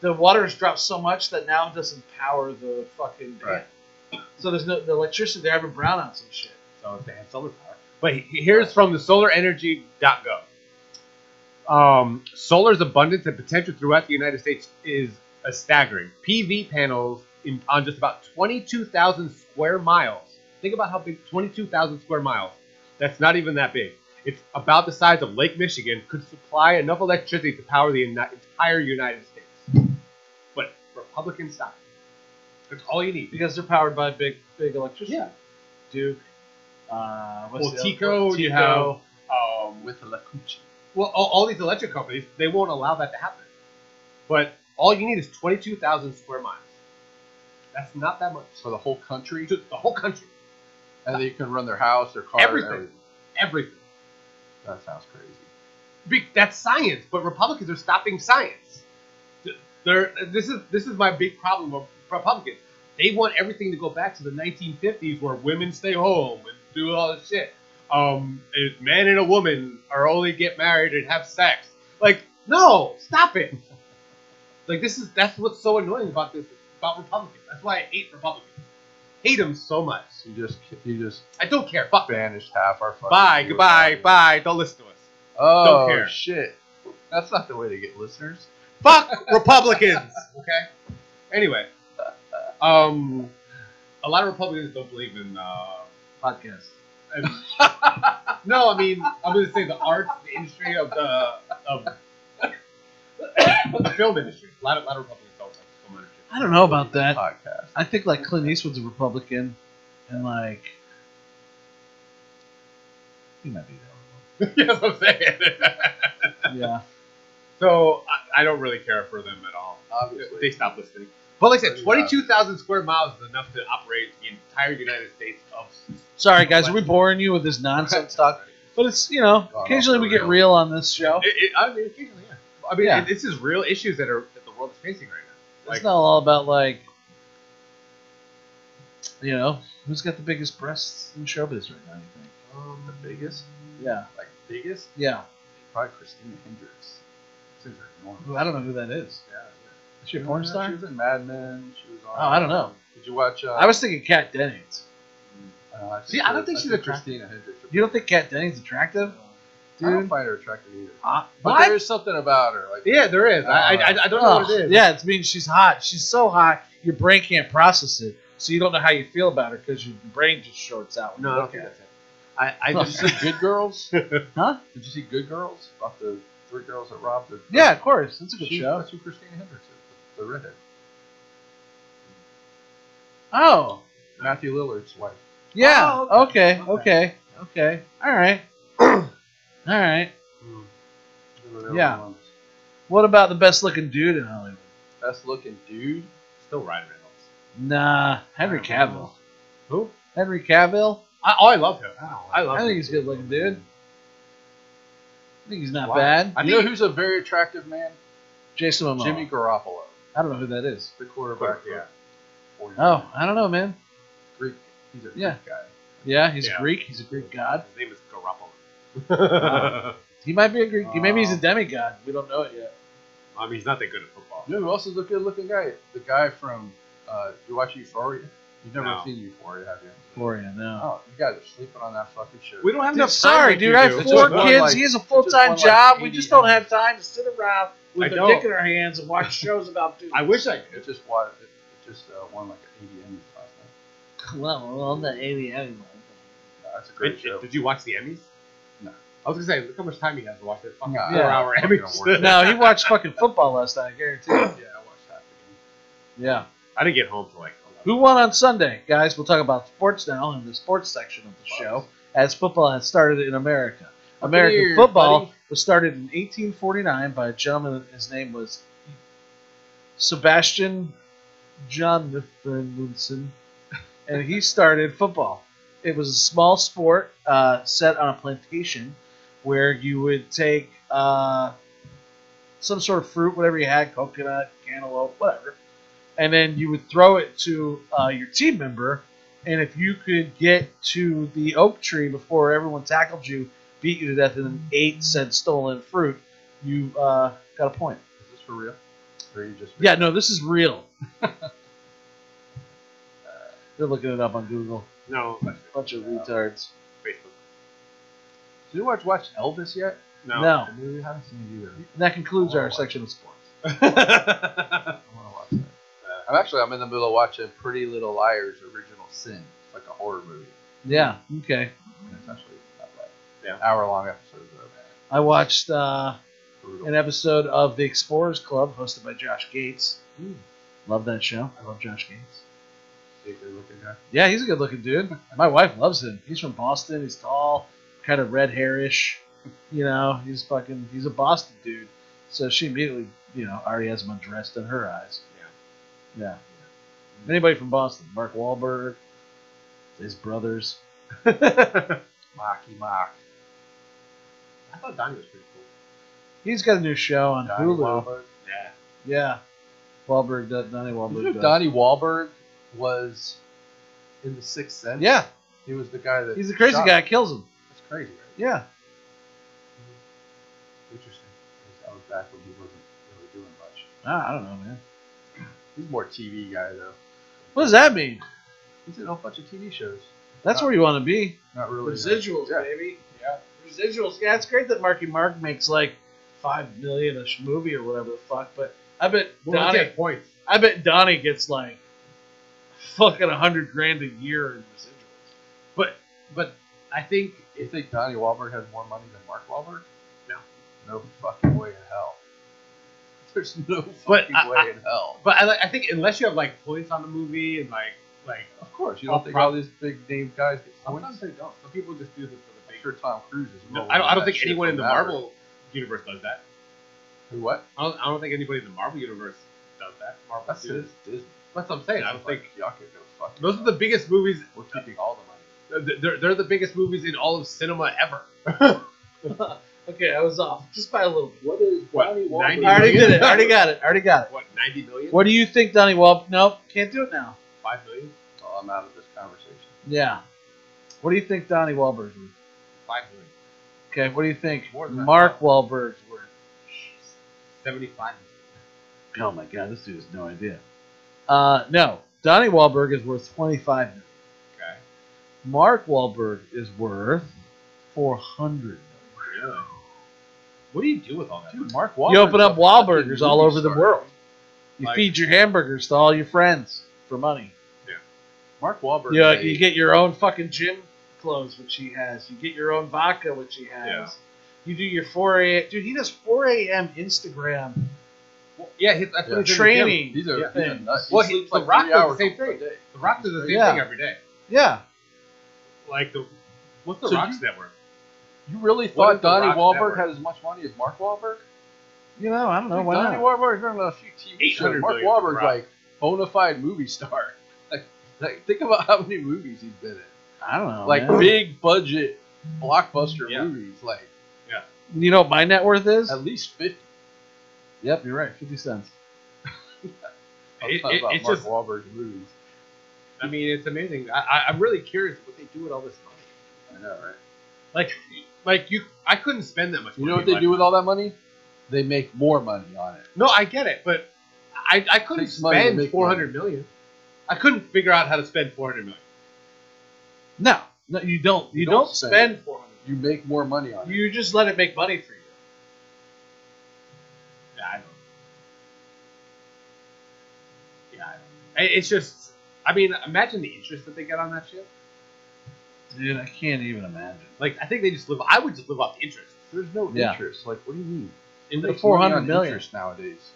Speaker 6: the water has dropped so much that now it doesn't power the fucking dam.
Speaker 3: Right.
Speaker 6: So there's no the electricity. They're having brownouts and shit.
Speaker 1: so if they have solar power. But he- here's from the solarenergy.gov. Um, solar's abundance and potential throughout the United States is a staggering. PV panels in, on just about 22,000 square miles. Think about how big 22,000 square miles. That's not even that big. It's about the size of Lake Michigan. Could supply enough electricity to power the uni- entire United States. But Republicans stop. That's all you need.
Speaker 6: because they're powered by big big electricity.
Speaker 1: Yeah.
Speaker 6: Duke. Uh, what's
Speaker 1: Well,
Speaker 6: the other-
Speaker 1: Tico, you have um,
Speaker 3: With the Lacucci.
Speaker 1: Well, all, all these electric companies, they won't allow that to happen. But all you need is 22,000 square miles. That's not that much.
Speaker 3: For the whole country.
Speaker 1: Just the whole country,
Speaker 3: And they can run their house, their car,
Speaker 1: Everything.
Speaker 3: everything.
Speaker 1: everything.
Speaker 3: That sounds crazy.
Speaker 1: Be- That's science, but Republicans are stopping science. Th- They're, this is this is my big problem with Republicans. They want everything to go back to the 1950s where women stay home and do all this shit. Um, a man and a woman are only get married and have sex. Like, no, stop it. *laughs* Like this is that's what's so annoying about this about Republicans. That's why I hate Republicans. Hate them so much.
Speaker 3: You just you just
Speaker 1: I don't care. Fuck them.
Speaker 3: banished half our fucking.
Speaker 1: Bye.
Speaker 3: viewers.
Speaker 1: Goodbye. Bye. Don't listen to us.
Speaker 3: Oh
Speaker 1: Don't care.
Speaker 3: shit. That's not the way to get listeners.
Speaker 1: Fuck Republicans. Okay. Anyway, um, a lot of Republicans don't believe in. Uh,
Speaker 6: podcast.
Speaker 1: *laughs* no, I mean, I'm gonna say the arts, the industry of the of the film industry. A lot of, lot of Republicans don't like the film industry. *laughs*
Speaker 2: I don't know about that.
Speaker 3: Podcast.
Speaker 2: I think like Clint Eastwood's a Republican, and like
Speaker 1: *laughs*
Speaker 2: he might be the
Speaker 1: Yes, I'm saying. *laughs*
Speaker 2: only one. Yeah,
Speaker 1: so I, I don't really care for them at all.
Speaker 3: Obviously.
Speaker 1: They stop listening. But like I said,
Speaker 3: Yeah.
Speaker 1: 22,000 square miles is enough to operate the entire United States of.
Speaker 2: sorry guys, are we boring you with this
Speaker 3: *laughs*
Speaker 2: nonsense talk? But it's you know,
Speaker 3: Gone off
Speaker 2: occasionally
Speaker 3: the
Speaker 2: we get
Speaker 3: rails.
Speaker 2: real on this show.
Speaker 1: It, it, I mean, occasionally, yeah. I mean,
Speaker 2: Yeah.
Speaker 1: this is real issues that are that the world is facing right now. Like,
Speaker 2: it's not all about like you know who's got the biggest breasts in showbiz right now. You think?
Speaker 1: um,
Speaker 3: The biggest,
Speaker 2: Yeah,
Speaker 3: like biggest,
Speaker 2: yeah.
Speaker 3: probably Christina Hendricks. Things are enormous.
Speaker 2: I don't know who that is.
Speaker 3: Yeah,
Speaker 2: Is she a porn
Speaker 3: She
Speaker 2: star?
Speaker 3: was in Mad Men. She was on.
Speaker 2: Oh, I don't know.
Speaker 3: Did you watch? Uh,
Speaker 2: I was thinking Kat Dennings.
Speaker 3: Uh, I
Speaker 2: See, I don't think she's
Speaker 3: a
Speaker 2: attractive.
Speaker 3: Christina Hendricks.
Speaker 2: You don't think Kat Dennings attractive?
Speaker 3: I don't
Speaker 2: Dude.
Speaker 3: find her attractive either.
Speaker 2: Ah,
Speaker 3: But
Speaker 2: what?
Speaker 3: there is something about her. Like,
Speaker 1: yeah, there is. I, I, I- I don't know what
Speaker 2: Ugh,
Speaker 1: it is.
Speaker 2: Yeah, it means she's hot. She's so hot, your brain can't process it, so you don't know how you feel about her because your brain just shorts out. when
Speaker 1: No, I
Speaker 2: you
Speaker 1: don't
Speaker 2: look
Speaker 1: think
Speaker 2: at
Speaker 1: that's it. I, I
Speaker 2: Huh.
Speaker 1: *laughs*
Speaker 3: Did you see Good Girls?
Speaker 2: it. Huh?
Speaker 3: Did you see Good Girls? About the three girls that robbed the.
Speaker 2: Yeah, of course. That's a good
Speaker 3: She,
Speaker 2: show.
Speaker 3: that's who Christina Hendricks is, the, the redhead.
Speaker 2: Oh,
Speaker 3: Matthew Lillard's wife.
Speaker 2: yeah.
Speaker 1: Oh, *clears throat*
Speaker 2: okay. Okay. Okay. All right. All right.
Speaker 1: Hmm.
Speaker 3: Whatever
Speaker 2: Yeah.
Speaker 3: he wants.
Speaker 2: What about the best looking dude in Hollywood?
Speaker 3: Best looking dude.
Speaker 1: Still Ryan Reynolds.
Speaker 2: Nah, Henry Cavill.
Speaker 1: Who?
Speaker 2: Henry Cavill.
Speaker 1: I, oh, I love him. I love
Speaker 2: I
Speaker 1: him.
Speaker 2: think he's a good looking dude. I think he's not
Speaker 1: Wow.
Speaker 2: bad.
Speaker 1: I
Speaker 3: you know
Speaker 1: think
Speaker 3: who's a very attractive man?
Speaker 2: Jason Momoa.
Speaker 3: Jimmy Garoppolo,
Speaker 2: I don't know who that is.
Speaker 3: the quarterback.
Speaker 1: Yeah.
Speaker 3: for- for-
Speaker 2: Oh, I don't know, man.
Speaker 3: Greek. He's a Greek
Speaker 2: Yeah.
Speaker 3: guy.
Speaker 2: Yeah, he's
Speaker 1: Yeah.
Speaker 2: Greek. He's a Greek god.
Speaker 1: his name is *laughs* Garoppolo.
Speaker 2: He might be a Greek. maybe
Speaker 1: Oh.
Speaker 2: he's a
Speaker 3: Uh,
Speaker 2: demigod.
Speaker 6: We don't know it yet.
Speaker 1: I mean, he's not that good at football.
Speaker 3: You know who else is a good looking guy? The guy from uh, you watch Euphoria. You've never
Speaker 1: No.
Speaker 3: seen Euphoria, have you?
Speaker 2: Gloria, no.
Speaker 3: Oh, you guys are sleeping on that fucking show.
Speaker 1: We don't have
Speaker 2: Dude,
Speaker 1: enough. time *laughs*
Speaker 2: sorry,
Speaker 1: like you
Speaker 2: dude. I have
Speaker 1: do.
Speaker 3: It's
Speaker 2: four
Speaker 3: just one,
Speaker 2: kids.
Speaker 3: like-
Speaker 2: he has a
Speaker 3: one,
Speaker 2: full time
Speaker 3: like,
Speaker 2: job. we
Speaker 3: 80
Speaker 2: just don't have time to sit around
Speaker 1: I
Speaker 2: with a
Speaker 1: don't.
Speaker 2: dick in our hands and watch shows about dudes.
Speaker 1: I wish I
Speaker 3: It
Speaker 1: could.
Speaker 3: just won. It, it just uh, won like an 80 Emmys last night.
Speaker 2: Well, well, the alien.
Speaker 3: No, that's a great
Speaker 1: Did, *clears throat*
Speaker 3: show.
Speaker 1: did you watch the Emmys?
Speaker 3: No.
Speaker 1: I was gonna say, look how much time he has to watch that fucking
Speaker 3: Yeah, I
Speaker 1: four-hour
Speaker 3: don't fucking
Speaker 1: *laughs* Emmys.
Speaker 3: work.
Speaker 2: No, he watched fucking football last night. I guarantee.
Speaker 3: yeah, I
Speaker 2: it.
Speaker 3: watched that.
Speaker 2: Yeah.
Speaker 1: I didn't get home till like. 11.
Speaker 2: Who won on Sunday, guys? We'll talk about sports now in the sports section of the show, as football has started in America.
Speaker 3: Look
Speaker 2: American
Speaker 3: here,
Speaker 2: football
Speaker 3: buddy.
Speaker 2: was started in 1849 by a gentleman. His name was Sebastian Jonathanson, and he started football. It was a small sport uh, set on a plantation where you would take uh, some sort of fruit, whatever you had, coconut, cantaloupe, whatever, and then you would throw it to uh, your team member. And if you could get to the oak tree before everyone tackled you, beat you to death, and then eight said stolen fruit, you uh, got a point.
Speaker 3: Is this for real? Or you just
Speaker 2: Yeah, no, this is real. *laughs* They're looking it up on Google.
Speaker 1: No. that's it.
Speaker 2: Bunch of retards.
Speaker 1: Facebook.
Speaker 3: Did you watch watch Elvis yet?
Speaker 1: No.
Speaker 2: No.
Speaker 3: Maybe I haven't seen it either.
Speaker 2: And that concludes our section of sports.
Speaker 1: *laughs*
Speaker 3: I want to watch that. Uh, I'm actually I'm in the middle of watching Pretty Little Liars: Original Sin. It's like a horror movie.
Speaker 2: Yeah, okay.
Speaker 3: And it's actually not bad.
Speaker 1: Yeah.
Speaker 3: Hour long episodes though. Man.
Speaker 2: I watched uh,
Speaker 3: Brutal.
Speaker 2: an episode of The Explorers Club hosted by Josh Gates. Love that show. I love Josh Gates.
Speaker 3: Secret looking guy.
Speaker 2: Yeah, he's a good looking dude. My wife loves him. He's from Boston. He's tall, kind of red hairish. You know, he's fucking, he's a Boston dude. So she immediately, you know, already has him undressed in her eyes. Yeah. Yeah. Anybody from Boston? Mark Wahlberg, his brothers.
Speaker 3: Mocky Mock.
Speaker 1: I thought Donnie was pretty cool.
Speaker 2: He's got a new show on
Speaker 3: Donnie
Speaker 2: Hulu.
Speaker 3: Wahlberg.
Speaker 1: Yeah.
Speaker 2: Yeah. Wahlberg does, Donnie Wahlberg
Speaker 3: Did
Speaker 2: *laughs*
Speaker 3: you know
Speaker 2: does.
Speaker 3: Donnie Wahlberg was in The Sixth Sense?
Speaker 2: Yeah.
Speaker 3: He was the guy that.
Speaker 2: He's the crazy
Speaker 3: shot-
Speaker 2: guy that kills him.
Speaker 3: That's crazy, right?
Speaker 2: Yeah.
Speaker 3: Interesting. 'Cause That was back when he wasn't really doing much.
Speaker 2: Ah, I don't know, man.
Speaker 3: He's more TV guy, though.
Speaker 2: What does that mean?
Speaker 3: He's in a whole bunch of TV shows.
Speaker 2: That's where you want to be.
Speaker 3: Not really.
Speaker 6: Residuals,
Speaker 3: Yeah.
Speaker 6: baby.
Speaker 3: Yeah.
Speaker 6: Residuals.
Speaker 2: Yeah, it's great that Marky Mark makes like five million a sh- movie or whatever the fuck, but I bet
Speaker 1: Well, let's
Speaker 2: Donnie,
Speaker 1: get points.
Speaker 2: I bet Donnie gets like fucking a hundred grand a year in residuals.
Speaker 1: But but I think
Speaker 3: You
Speaker 1: it's
Speaker 3: think Donnie Wahlberg has more money than Mark Wahlberg?
Speaker 1: No.
Speaker 3: No fucking way in hell. *laughs* There's no fucking
Speaker 1: But I-
Speaker 3: way in hell.
Speaker 1: but I, I think unless you have like points on the movie and like like
Speaker 3: Of course, you don't
Speaker 1: Oh,
Speaker 3: think
Speaker 1: prob-
Speaker 3: all these big name guys get
Speaker 1: sometimes
Speaker 3: points.
Speaker 1: they don't. Some people just do this for the
Speaker 3: I'm
Speaker 1: big.
Speaker 3: sure Tom Cruise is.
Speaker 1: No,
Speaker 3: rolling
Speaker 1: I don't. I don't
Speaker 3: that
Speaker 1: think
Speaker 3: shit
Speaker 1: anyone in
Speaker 3: from
Speaker 1: the
Speaker 3: Maverick.
Speaker 1: Marvel universe does that.
Speaker 3: Who what?
Speaker 1: I don't, I don't think anybody in the Marvel universe does that. Marvel
Speaker 3: That's
Speaker 1: does.
Speaker 3: his Disney.
Speaker 1: That's what I'm saying. I don't think
Speaker 3: y'all could go fucking.
Speaker 1: those are the biggest movies. uh,
Speaker 3: We're keeping all the money.
Speaker 1: They're, they're the biggest movies in all of cinema ever.
Speaker 2: *laughs*
Speaker 6: Okay, I was off just by a little bit.
Speaker 3: What is
Speaker 1: What, Donnie Wahlberg- 90
Speaker 2: I *laughs* already did it. I already got it. I already got it.
Speaker 1: What ninety million?
Speaker 2: What do you think, Donnie Wahlberg? Nope, can't do it now.
Speaker 1: five million?
Speaker 3: Well, I'm out of this conversation.
Speaker 2: Yeah. What do you think Donnie Wahlberg's worth?
Speaker 1: Five million.
Speaker 2: Okay, what do you think
Speaker 3: More than that.
Speaker 2: Mark Wahlberg's worth?
Speaker 1: Seventy-five.
Speaker 2: Oh my god, this dude has no idea. Uh, no, Donnie Wahlberg is worth twenty five million.
Speaker 1: Okay.
Speaker 2: Mark Wahlberg is worth four hundred.
Speaker 1: Really? What do you do with all that?
Speaker 3: Dude, Mark Wahlberg.
Speaker 2: You open up Wahlburgers all over the world. You
Speaker 1: Like-
Speaker 2: feed your hamburgers to all your friends for money.
Speaker 3: Mark Wahlberg.
Speaker 2: You, uh,
Speaker 3: made-
Speaker 2: you get your own fucking gym clothes, which he has. You get your own vodka, which he has.
Speaker 1: Yeah.
Speaker 2: You do your 4 a.m. Dude, he does 4 a.m. Instagram.
Speaker 1: Well, yeah, he, that's what
Speaker 3: Yeah.
Speaker 1: he's in the gym.
Speaker 2: Training.
Speaker 3: He's a,
Speaker 1: Yeah.
Speaker 3: he's a nut.
Speaker 1: Well,
Speaker 3: he
Speaker 1: he-
Speaker 3: sleeps
Speaker 1: The
Speaker 3: like
Speaker 1: Rock
Speaker 3: three
Speaker 1: does the
Speaker 3: hours
Speaker 1: same
Speaker 3: a
Speaker 1: thing.
Speaker 3: day.
Speaker 1: The Rock does the same
Speaker 2: Yeah.
Speaker 1: thing every day.
Speaker 2: Yeah.
Speaker 1: Like the what's the
Speaker 3: So
Speaker 1: Rock's
Speaker 3: you-
Speaker 1: network?
Speaker 3: You really
Speaker 1: What
Speaker 3: thought
Speaker 1: if The
Speaker 3: Donnie
Speaker 1: Rock's
Speaker 3: Wahlberg
Speaker 1: network?
Speaker 3: had as much money as Mark Wahlberg?
Speaker 2: You know, I don't know
Speaker 3: Like,
Speaker 2: why
Speaker 3: Donnie
Speaker 2: not.
Speaker 3: Wahlberg's been on a few TV shows.
Speaker 1: 800
Speaker 3: Mark
Speaker 1: billion for The
Speaker 3: Wahlberg's
Speaker 1: Rock.
Speaker 3: like bona fide movie star. *laughs* Like, like, think about how many movies he's been in.
Speaker 2: I don't know.
Speaker 3: Like
Speaker 2: Oh, man.
Speaker 3: big budget blockbuster
Speaker 1: Yeah.
Speaker 3: movies. Like
Speaker 2: you know what my net worth is?
Speaker 3: at least fifty.
Speaker 2: Yep, you're right. Fifty cents.
Speaker 3: I'm
Speaker 1: It-
Speaker 3: talking
Speaker 1: it-
Speaker 3: about
Speaker 1: it's
Speaker 3: Mark
Speaker 1: just-
Speaker 3: Wahlberg's movies.
Speaker 1: I mean, it's amazing. I, I, I'm really curious what they do with all this money.
Speaker 3: I know, right?
Speaker 1: Like, like you, I couldn't spend that much.
Speaker 3: You
Speaker 1: money
Speaker 3: know what they
Speaker 1: like-
Speaker 3: do with all that money? They make more money on it.
Speaker 1: No, I get it, but I, I couldn't
Speaker 3: Takes money to
Speaker 1: spend
Speaker 3: make
Speaker 1: four hundred million. I couldn't figure out how to spend four hundred million.
Speaker 2: No, no, you don't.
Speaker 6: You,
Speaker 2: You
Speaker 6: don't,
Speaker 3: don't say.
Speaker 6: spend four hundred.
Speaker 3: You make more money on it.
Speaker 6: You just let it make money for you.
Speaker 1: Yeah, I don't. Yeah, I don't. I- It's just, I mean, imagine the interest that they get on that shit.
Speaker 2: don't, dude. I can't even imagine.
Speaker 1: Like, I think they just live. I would just live off the interest.
Speaker 3: There's no
Speaker 2: Yeah.
Speaker 3: interest. Like, what do you mean?
Speaker 1: In
Speaker 3: Who
Speaker 2: The
Speaker 3: makes
Speaker 2: four
Speaker 3: money
Speaker 2: hundred
Speaker 3: on
Speaker 2: million.
Speaker 3: interest nowadays.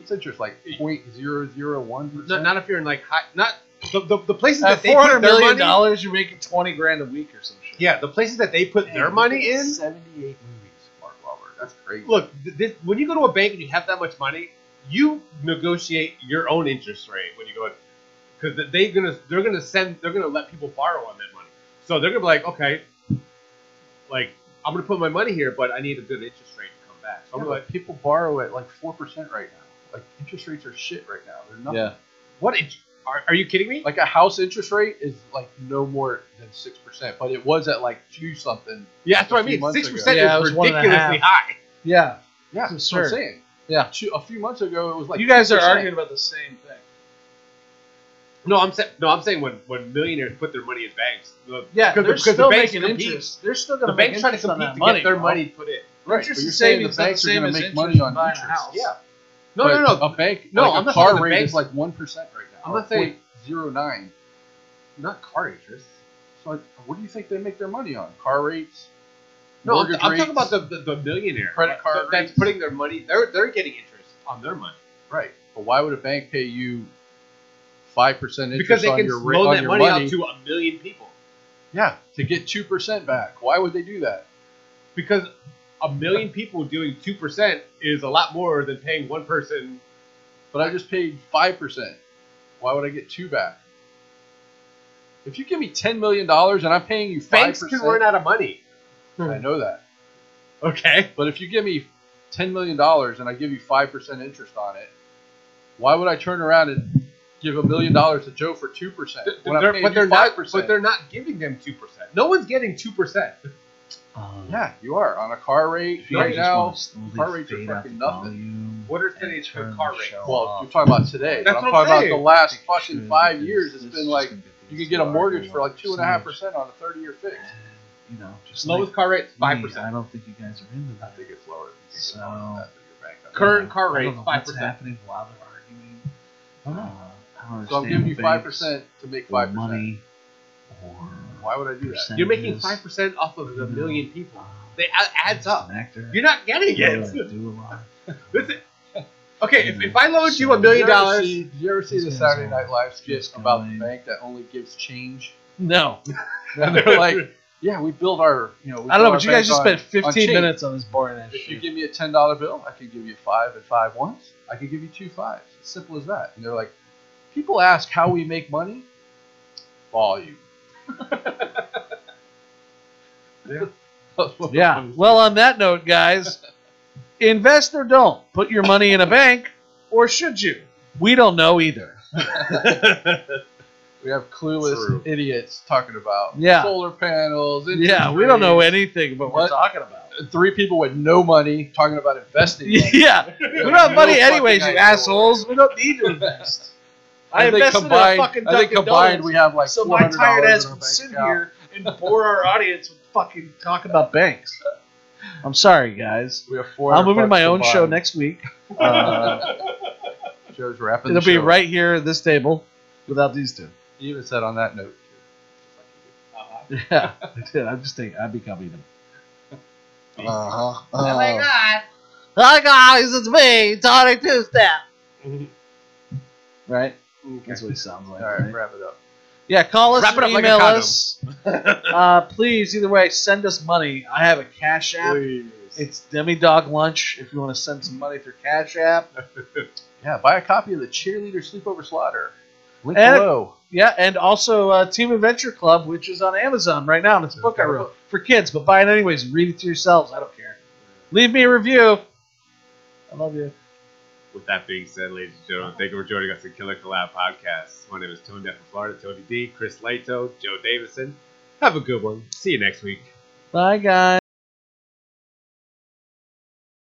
Speaker 3: It's interest like point zero zero one
Speaker 1: No,
Speaker 3: percent.
Speaker 1: not if you're in like high. Not the the, the places
Speaker 6: At
Speaker 1: that they
Speaker 6: four
Speaker 1: put
Speaker 6: hundred
Speaker 1: their
Speaker 6: million
Speaker 1: money.
Speaker 6: dollars, you're making twenty grand a week or some shit.
Speaker 1: Yeah, the places that they put their money in.
Speaker 3: seventy-eight movies. Mark Wahlberg. That's crazy.
Speaker 1: Look, th- this, when you go to a bank and you have that much money, you negotiate your own interest rate when you go in, because they gonna they're gonna send they're gonna let people borrow on that money. So they're gonna be like, okay, like I'm gonna put my money here, but I need a good interest rate to come back. So I'm
Speaker 3: Yeah,
Speaker 1: gonna like,
Speaker 3: but people borrow at like four percent right now. Like interest rates are shit right now. They're nothing.
Speaker 2: Yeah.
Speaker 1: what? int- Are, are you kidding me?
Speaker 3: Like a house interest rate is like no more than six percent, but it was at like two something.
Speaker 1: yeah, that's what
Speaker 3: a
Speaker 1: I
Speaker 3: few
Speaker 1: mean.
Speaker 3: months
Speaker 1: Six
Speaker 3: ago.
Speaker 1: percent
Speaker 6: Yeah, it
Speaker 1: is
Speaker 6: was one and a
Speaker 1: ridiculously high.
Speaker 2: Yeah.
Speaker 3: Yeah,
Speaker 2: It's
Speaker 3: that's what I'm
Speaker 2: absurd.
Speaker 3: saying.
Speaker 2: Yeah.
Speaker 3: Two- A few months ago, it was like
Speaker 6: you guys are
Speaker 3: 2%.
Speaker 6: arguing about the same thing.
Speaker 1: No, I'm saying no, I'm saying when when millionaires put their money in banks, the,
Speaker 6: Yeah,
Speaker 1: Because-
Speaker 6: they're
Speaker 1: because the
Speaker 6: still
Speaker 1: banks
Speaker 6: making
Speaker 1: compete.
Speaker 6: interest. They're still
Speaker 1: the
Speaker 6: gonna make
Speaker 1: banks try to
Speaker 6: interest on
Speaker 1: compete
Speaker 6: that
Speaker 1: to
Speaker 6: money,
Speaker 1: get their
Speaker 6: bro.
Speaker 1: money put in.
Speaker 3: Right,
Speaker 6: Interest
Speaker 3: but
Speaker 6: and
Speaker 3: you're saying the
Speaker 6: savings aren't
Speaker 3: banks
Speaker 6: the
Speaker 3: are
Speaker 6: same
Speaker 3: going
Speaker 6: as
Speaker 3: to make
Speaker 6: interest
Speaker 3: money on
Speaker 6: in buying a
Speaker 3: interest.
Speaker 6: house.
Speaker 3: Yeah.
Speaker 1: No,
Speaker 3: But
Speaker 1: no, no.
Speaker 3: A bank,
Speaker 1: No,
Speaker 3: like
Speaker 1: I'm
Speaker 3: a
Speaker 1: not
Speaker 3: car
Speaker 1: saying the
Speaker 3: rate
Speaker 1: banks-
Speaker 3: is like one percent right now.
Speaker 1: I'm
Speaker 3: or
Speaker 1: not saying-
Speaker 3: 0.09.
Speaker 1: Not car interest.
Speaker 3: So like, what do you think they make their money on? Car rates?
Speaker 1: No, I'm,
Speaker 3: mortgage
Speaker 1: I'm talking
Speaker 3: rates?
Speaker 1: about the, the, the millionaire
Speaker 3: Credit card
Speaker 1: that- that's
Speaker 3: rates.
Speaker 1: putting their money. They're they're getting interest on their money
Speaker 3: right. But why would a bank pay you five percent interest
Speaker 1: because they
Speaker 3: on
Speaker 1: can
Speaker 3: your
Speaker 1: loan
Speaker 3: on
Speaker 1: that
Speaker 3: your
Speaker 1: money, out to a million people.
Speaker 3: yeah to get two percent back? Why would they do that?
Speaker 1: Because a million people doing two percent is a lot more than paying one person.
Speaker 3: But I just paid five percent. Why would I get two back? If you give me ten million dollars and I'm paying you five
Speaker 1: Banks can run
Speaker 3: percent,
Speaker 1: out of money.
Speaker 3: I know that.
Speaker 1: Okay,
Speaker 3: But if you give me ten million dollars and I give you five percent interest on it, why would I turn around and give a million dollars to Joe for two percent?
Speaker 1: They're- but they're not. But they're not giving them two percent. No one's getting two percent.
Speaker 3: yeah, you are on a car rate
Speaker 2: Um, If you
Speaker 3: right
Speaker 2: just
Speaker 3: now.
Speaker 2: wanna slowly
Speaker 3: car rates are
Speaker 2: fade out
Speaker 3: fucking
Speaker 2: the
Speaker 3: nothing.
Speaker 2: volume
Speaker 1: What are
Speaker 2: and
Speaker 1: today's
Speaker 2: turn
Speaker 1: car
Speaker 2: the
Speaker 1: rates?
Speaker 2: show
Speaker 3: Well,
Speaker 2: up.
Speaker 3: you're talking about today. but
Speaker 1: That's
Speaker 3: I'm
Speaker 1: what I'm
Speaker 3: talking about
Speaker 1: saying.
Speaker 3: the last
Speaker 2: Make
Speaker 3: fucking
Speaker 2: sure
Speaker 3: five
Speaker 2: that
Speaker 3: years.
Speaker 2: this-
Speaker 3: It's
Speaker 2: this
Speaker 3: been
Speaker 2: is
Speaker 3: like
Speaker 2: gonna these
Speaker 3: you could get a
Speaker 2: larger
Speaker 3: mortgage for like two and a half
Speaker 2: percentage.
Speaker 3: percent on a thirty-year fix.
Speaker 2: You know, just
Speaker 1: Lowest
Speaker 2: like
Speaker 1: car rates
Speaker 2: me,
Speaker 1: five percent.
Speaker 2: I don't think you guys are into
Speaker 3: I
Speaker 2: that.
Speaker 3: think it's lower.
Speaker 2: So-
Speaker 1: Current
Speaker 2: Yeah.
Speaker 1: car
Speaker 2: I
Speaker 1: rate
Speaker 2: don't know
Speaker 1: five
Speaker 2: What's
Speaker 1: percent.
Speaker 2: happening while they're arguing? I
Speaker 3: know.
Speaker 2: Uh, I don't
Speaker 3: So I'm
Speaker 2: understand
Speaker 3: giving you
Speaker 2: the
Speaker 3: five
Speaker 2: banks
Speaker 3: percent to make
Speaker 2: or
Speaker 3: five percent.
Speaker 2: money or
Speaker 3: Why would I do that?
Speaker 2: percentages.
Speaker 1: You're making five percent off of a million people. They a- adds up.
Speaker 2: An actor.
Speaker 1: You're not getting
Speaker 2: Yes.
Speaker 1: *laughs* it.
Speaker 2: Do a lot.
Speaker 1: That's it. *laughs* Okay, if, if I loaned you a million
Speaker 3: Did you ever
Speaker 1: dollars, *laughs*
Speaker 3: see- Did you ever see
Speaker 2: These
Speaker 3: the
Speaker 2: guys
Speaker 3: Saturday
Speaker 2: are
Speaker 3: Night Live skit
Speaker 2: just
Speaker 3: about
Speaker 2: going-
Speaker 3: the bank that only gives *laughs* change?
Speaker 6: No,
Speaker 3: And they're like, "Yeah, we build our, you know." we
Speaker 6: I don't know,
Speaker 3: build
Speaker 6: but you
Speaker 3: our
Speaker 6: guys just
Speaker 3: bank
Speaker 6: spent
Speaker 3: on- on
Speaker 6: 15
Speaker 3: change.
Speaker 6: minutes on this boring ass
Speaker 3: If you
Speaker 6: shit.
Speaker 3: give me a ten dollar bill, I could give you five and five ones. I could give you two fives. It's simple as that. And they're like, people ask how we make money. *laughs* Volume.
Speaker 1: Yeah.
Speaker 3: That's what
Speaker 6: Yeah.
Speaker 3: I'm-
Speaker 6: Well, on that note,
Speaker 3: *laughs*
Speaker 6: guys, invest or don't. Put your money in a bank, or should you? We don't know either.
Speaker 1: *laughs* Uh,
Speaker 3: we have clueless
Speaker 1: True.
Speaker 3: idiots talking about
Speaker 6: Yeah.
Speaker 3: solar panels. interest
Speaker 6: Yeah, we don't know
Speaker 3: rates.
Speaker 6: anything, but we're
Speaker 3: What?
Speaker 6: talking about.
Speaker 3: Three people with no money talking about investing. money.
Speaker 6: *laughs* yeah, we don't have
Speaker 3: No
Speaker 6: money
Speaker 3: fucking
Speaker 6: anyways, you
Speaker 3: idea.
Speaker 6: assholes. We don't need to invest. I,
Speaker 3: I think
Speaker 6: invested
Speaker 3: combined,
Speaker 6: in a fucking
Speaker 3: I think
Speaker 6: Dunkin'
Speaker 3: combined
Speaker 6: Donuts,
Speaker 3: we have like
Speaker 6: so
Speaker 3: four
Speaker 6: my
Speaker 3: hundred
Speaker 6: tired ass
Speaker 3: dollars in our
Speaker 6: would
Speaker 3: bank
Speaker 6: sit
Speaker 3: account.
Speaker 6: here and bore our audience with fucking talking about banks. I'm sorry, guys.
Speaker 3: We have four.
Speaker 6: I'll move into my own show next week.
Speaker 3: Uh, Joe's wrapping.
Speaker 6: It'll
Speaker 3: the
Speaker 6: be
Speaker 3: show.
Speaker 6: right here at this table without these two. *laughs*
Speaker 3: He even said on that note. *laughs*
Speaker 6: Yeah.
Speaker 2: I did. I'm just thinking. I'd be coming to
Speaker 3: Uh-huh.
Speaker 6: god. Hi guys, it's me, Tony
Speaker 3: *laughs*
Speaker 6: Two Step. Right? That's what he sounds
Speaker 3: All
Speaker 2: like.
Speaker 3: right,
Speaker 2: Right?
Speaker 3: wrap it up.
Speaker 2: Yeah, call us,
Speaker 1: Wrap it
Speaker 2: or
Speaker 1: up like a
Speaker 2: email
Speaker 1: condom.
Speaker 2: us. uh, please, either way, send us money. I have a Cash App.
Speaker 3: Please.
Speaker 2: It's Demi Dog Lunch. If you want to send some money through Cash App,
Speaker 3: Yeah, buy a copy of the Cheerleader Sleepover Slaughter. Link
Speaker 2: And-
Speaker 3: below.
Speaker 2: yeah, and also uh, Team Adventure Club, which is on Amazon right now, and it's a book I wrote for kids. But buy it anyways. and Read it to yourselves. I don't care. Leave me a review. I love you.
Speaker 1: With that being said, ladies and gentlemen, thank you for joining us in Killer Collab Podcast. My name is Tone Deaf from Florida, Tony D, Chris Lato, Joe Davison. Have a good one. See you next week.
Speaker 2: Bye, guys.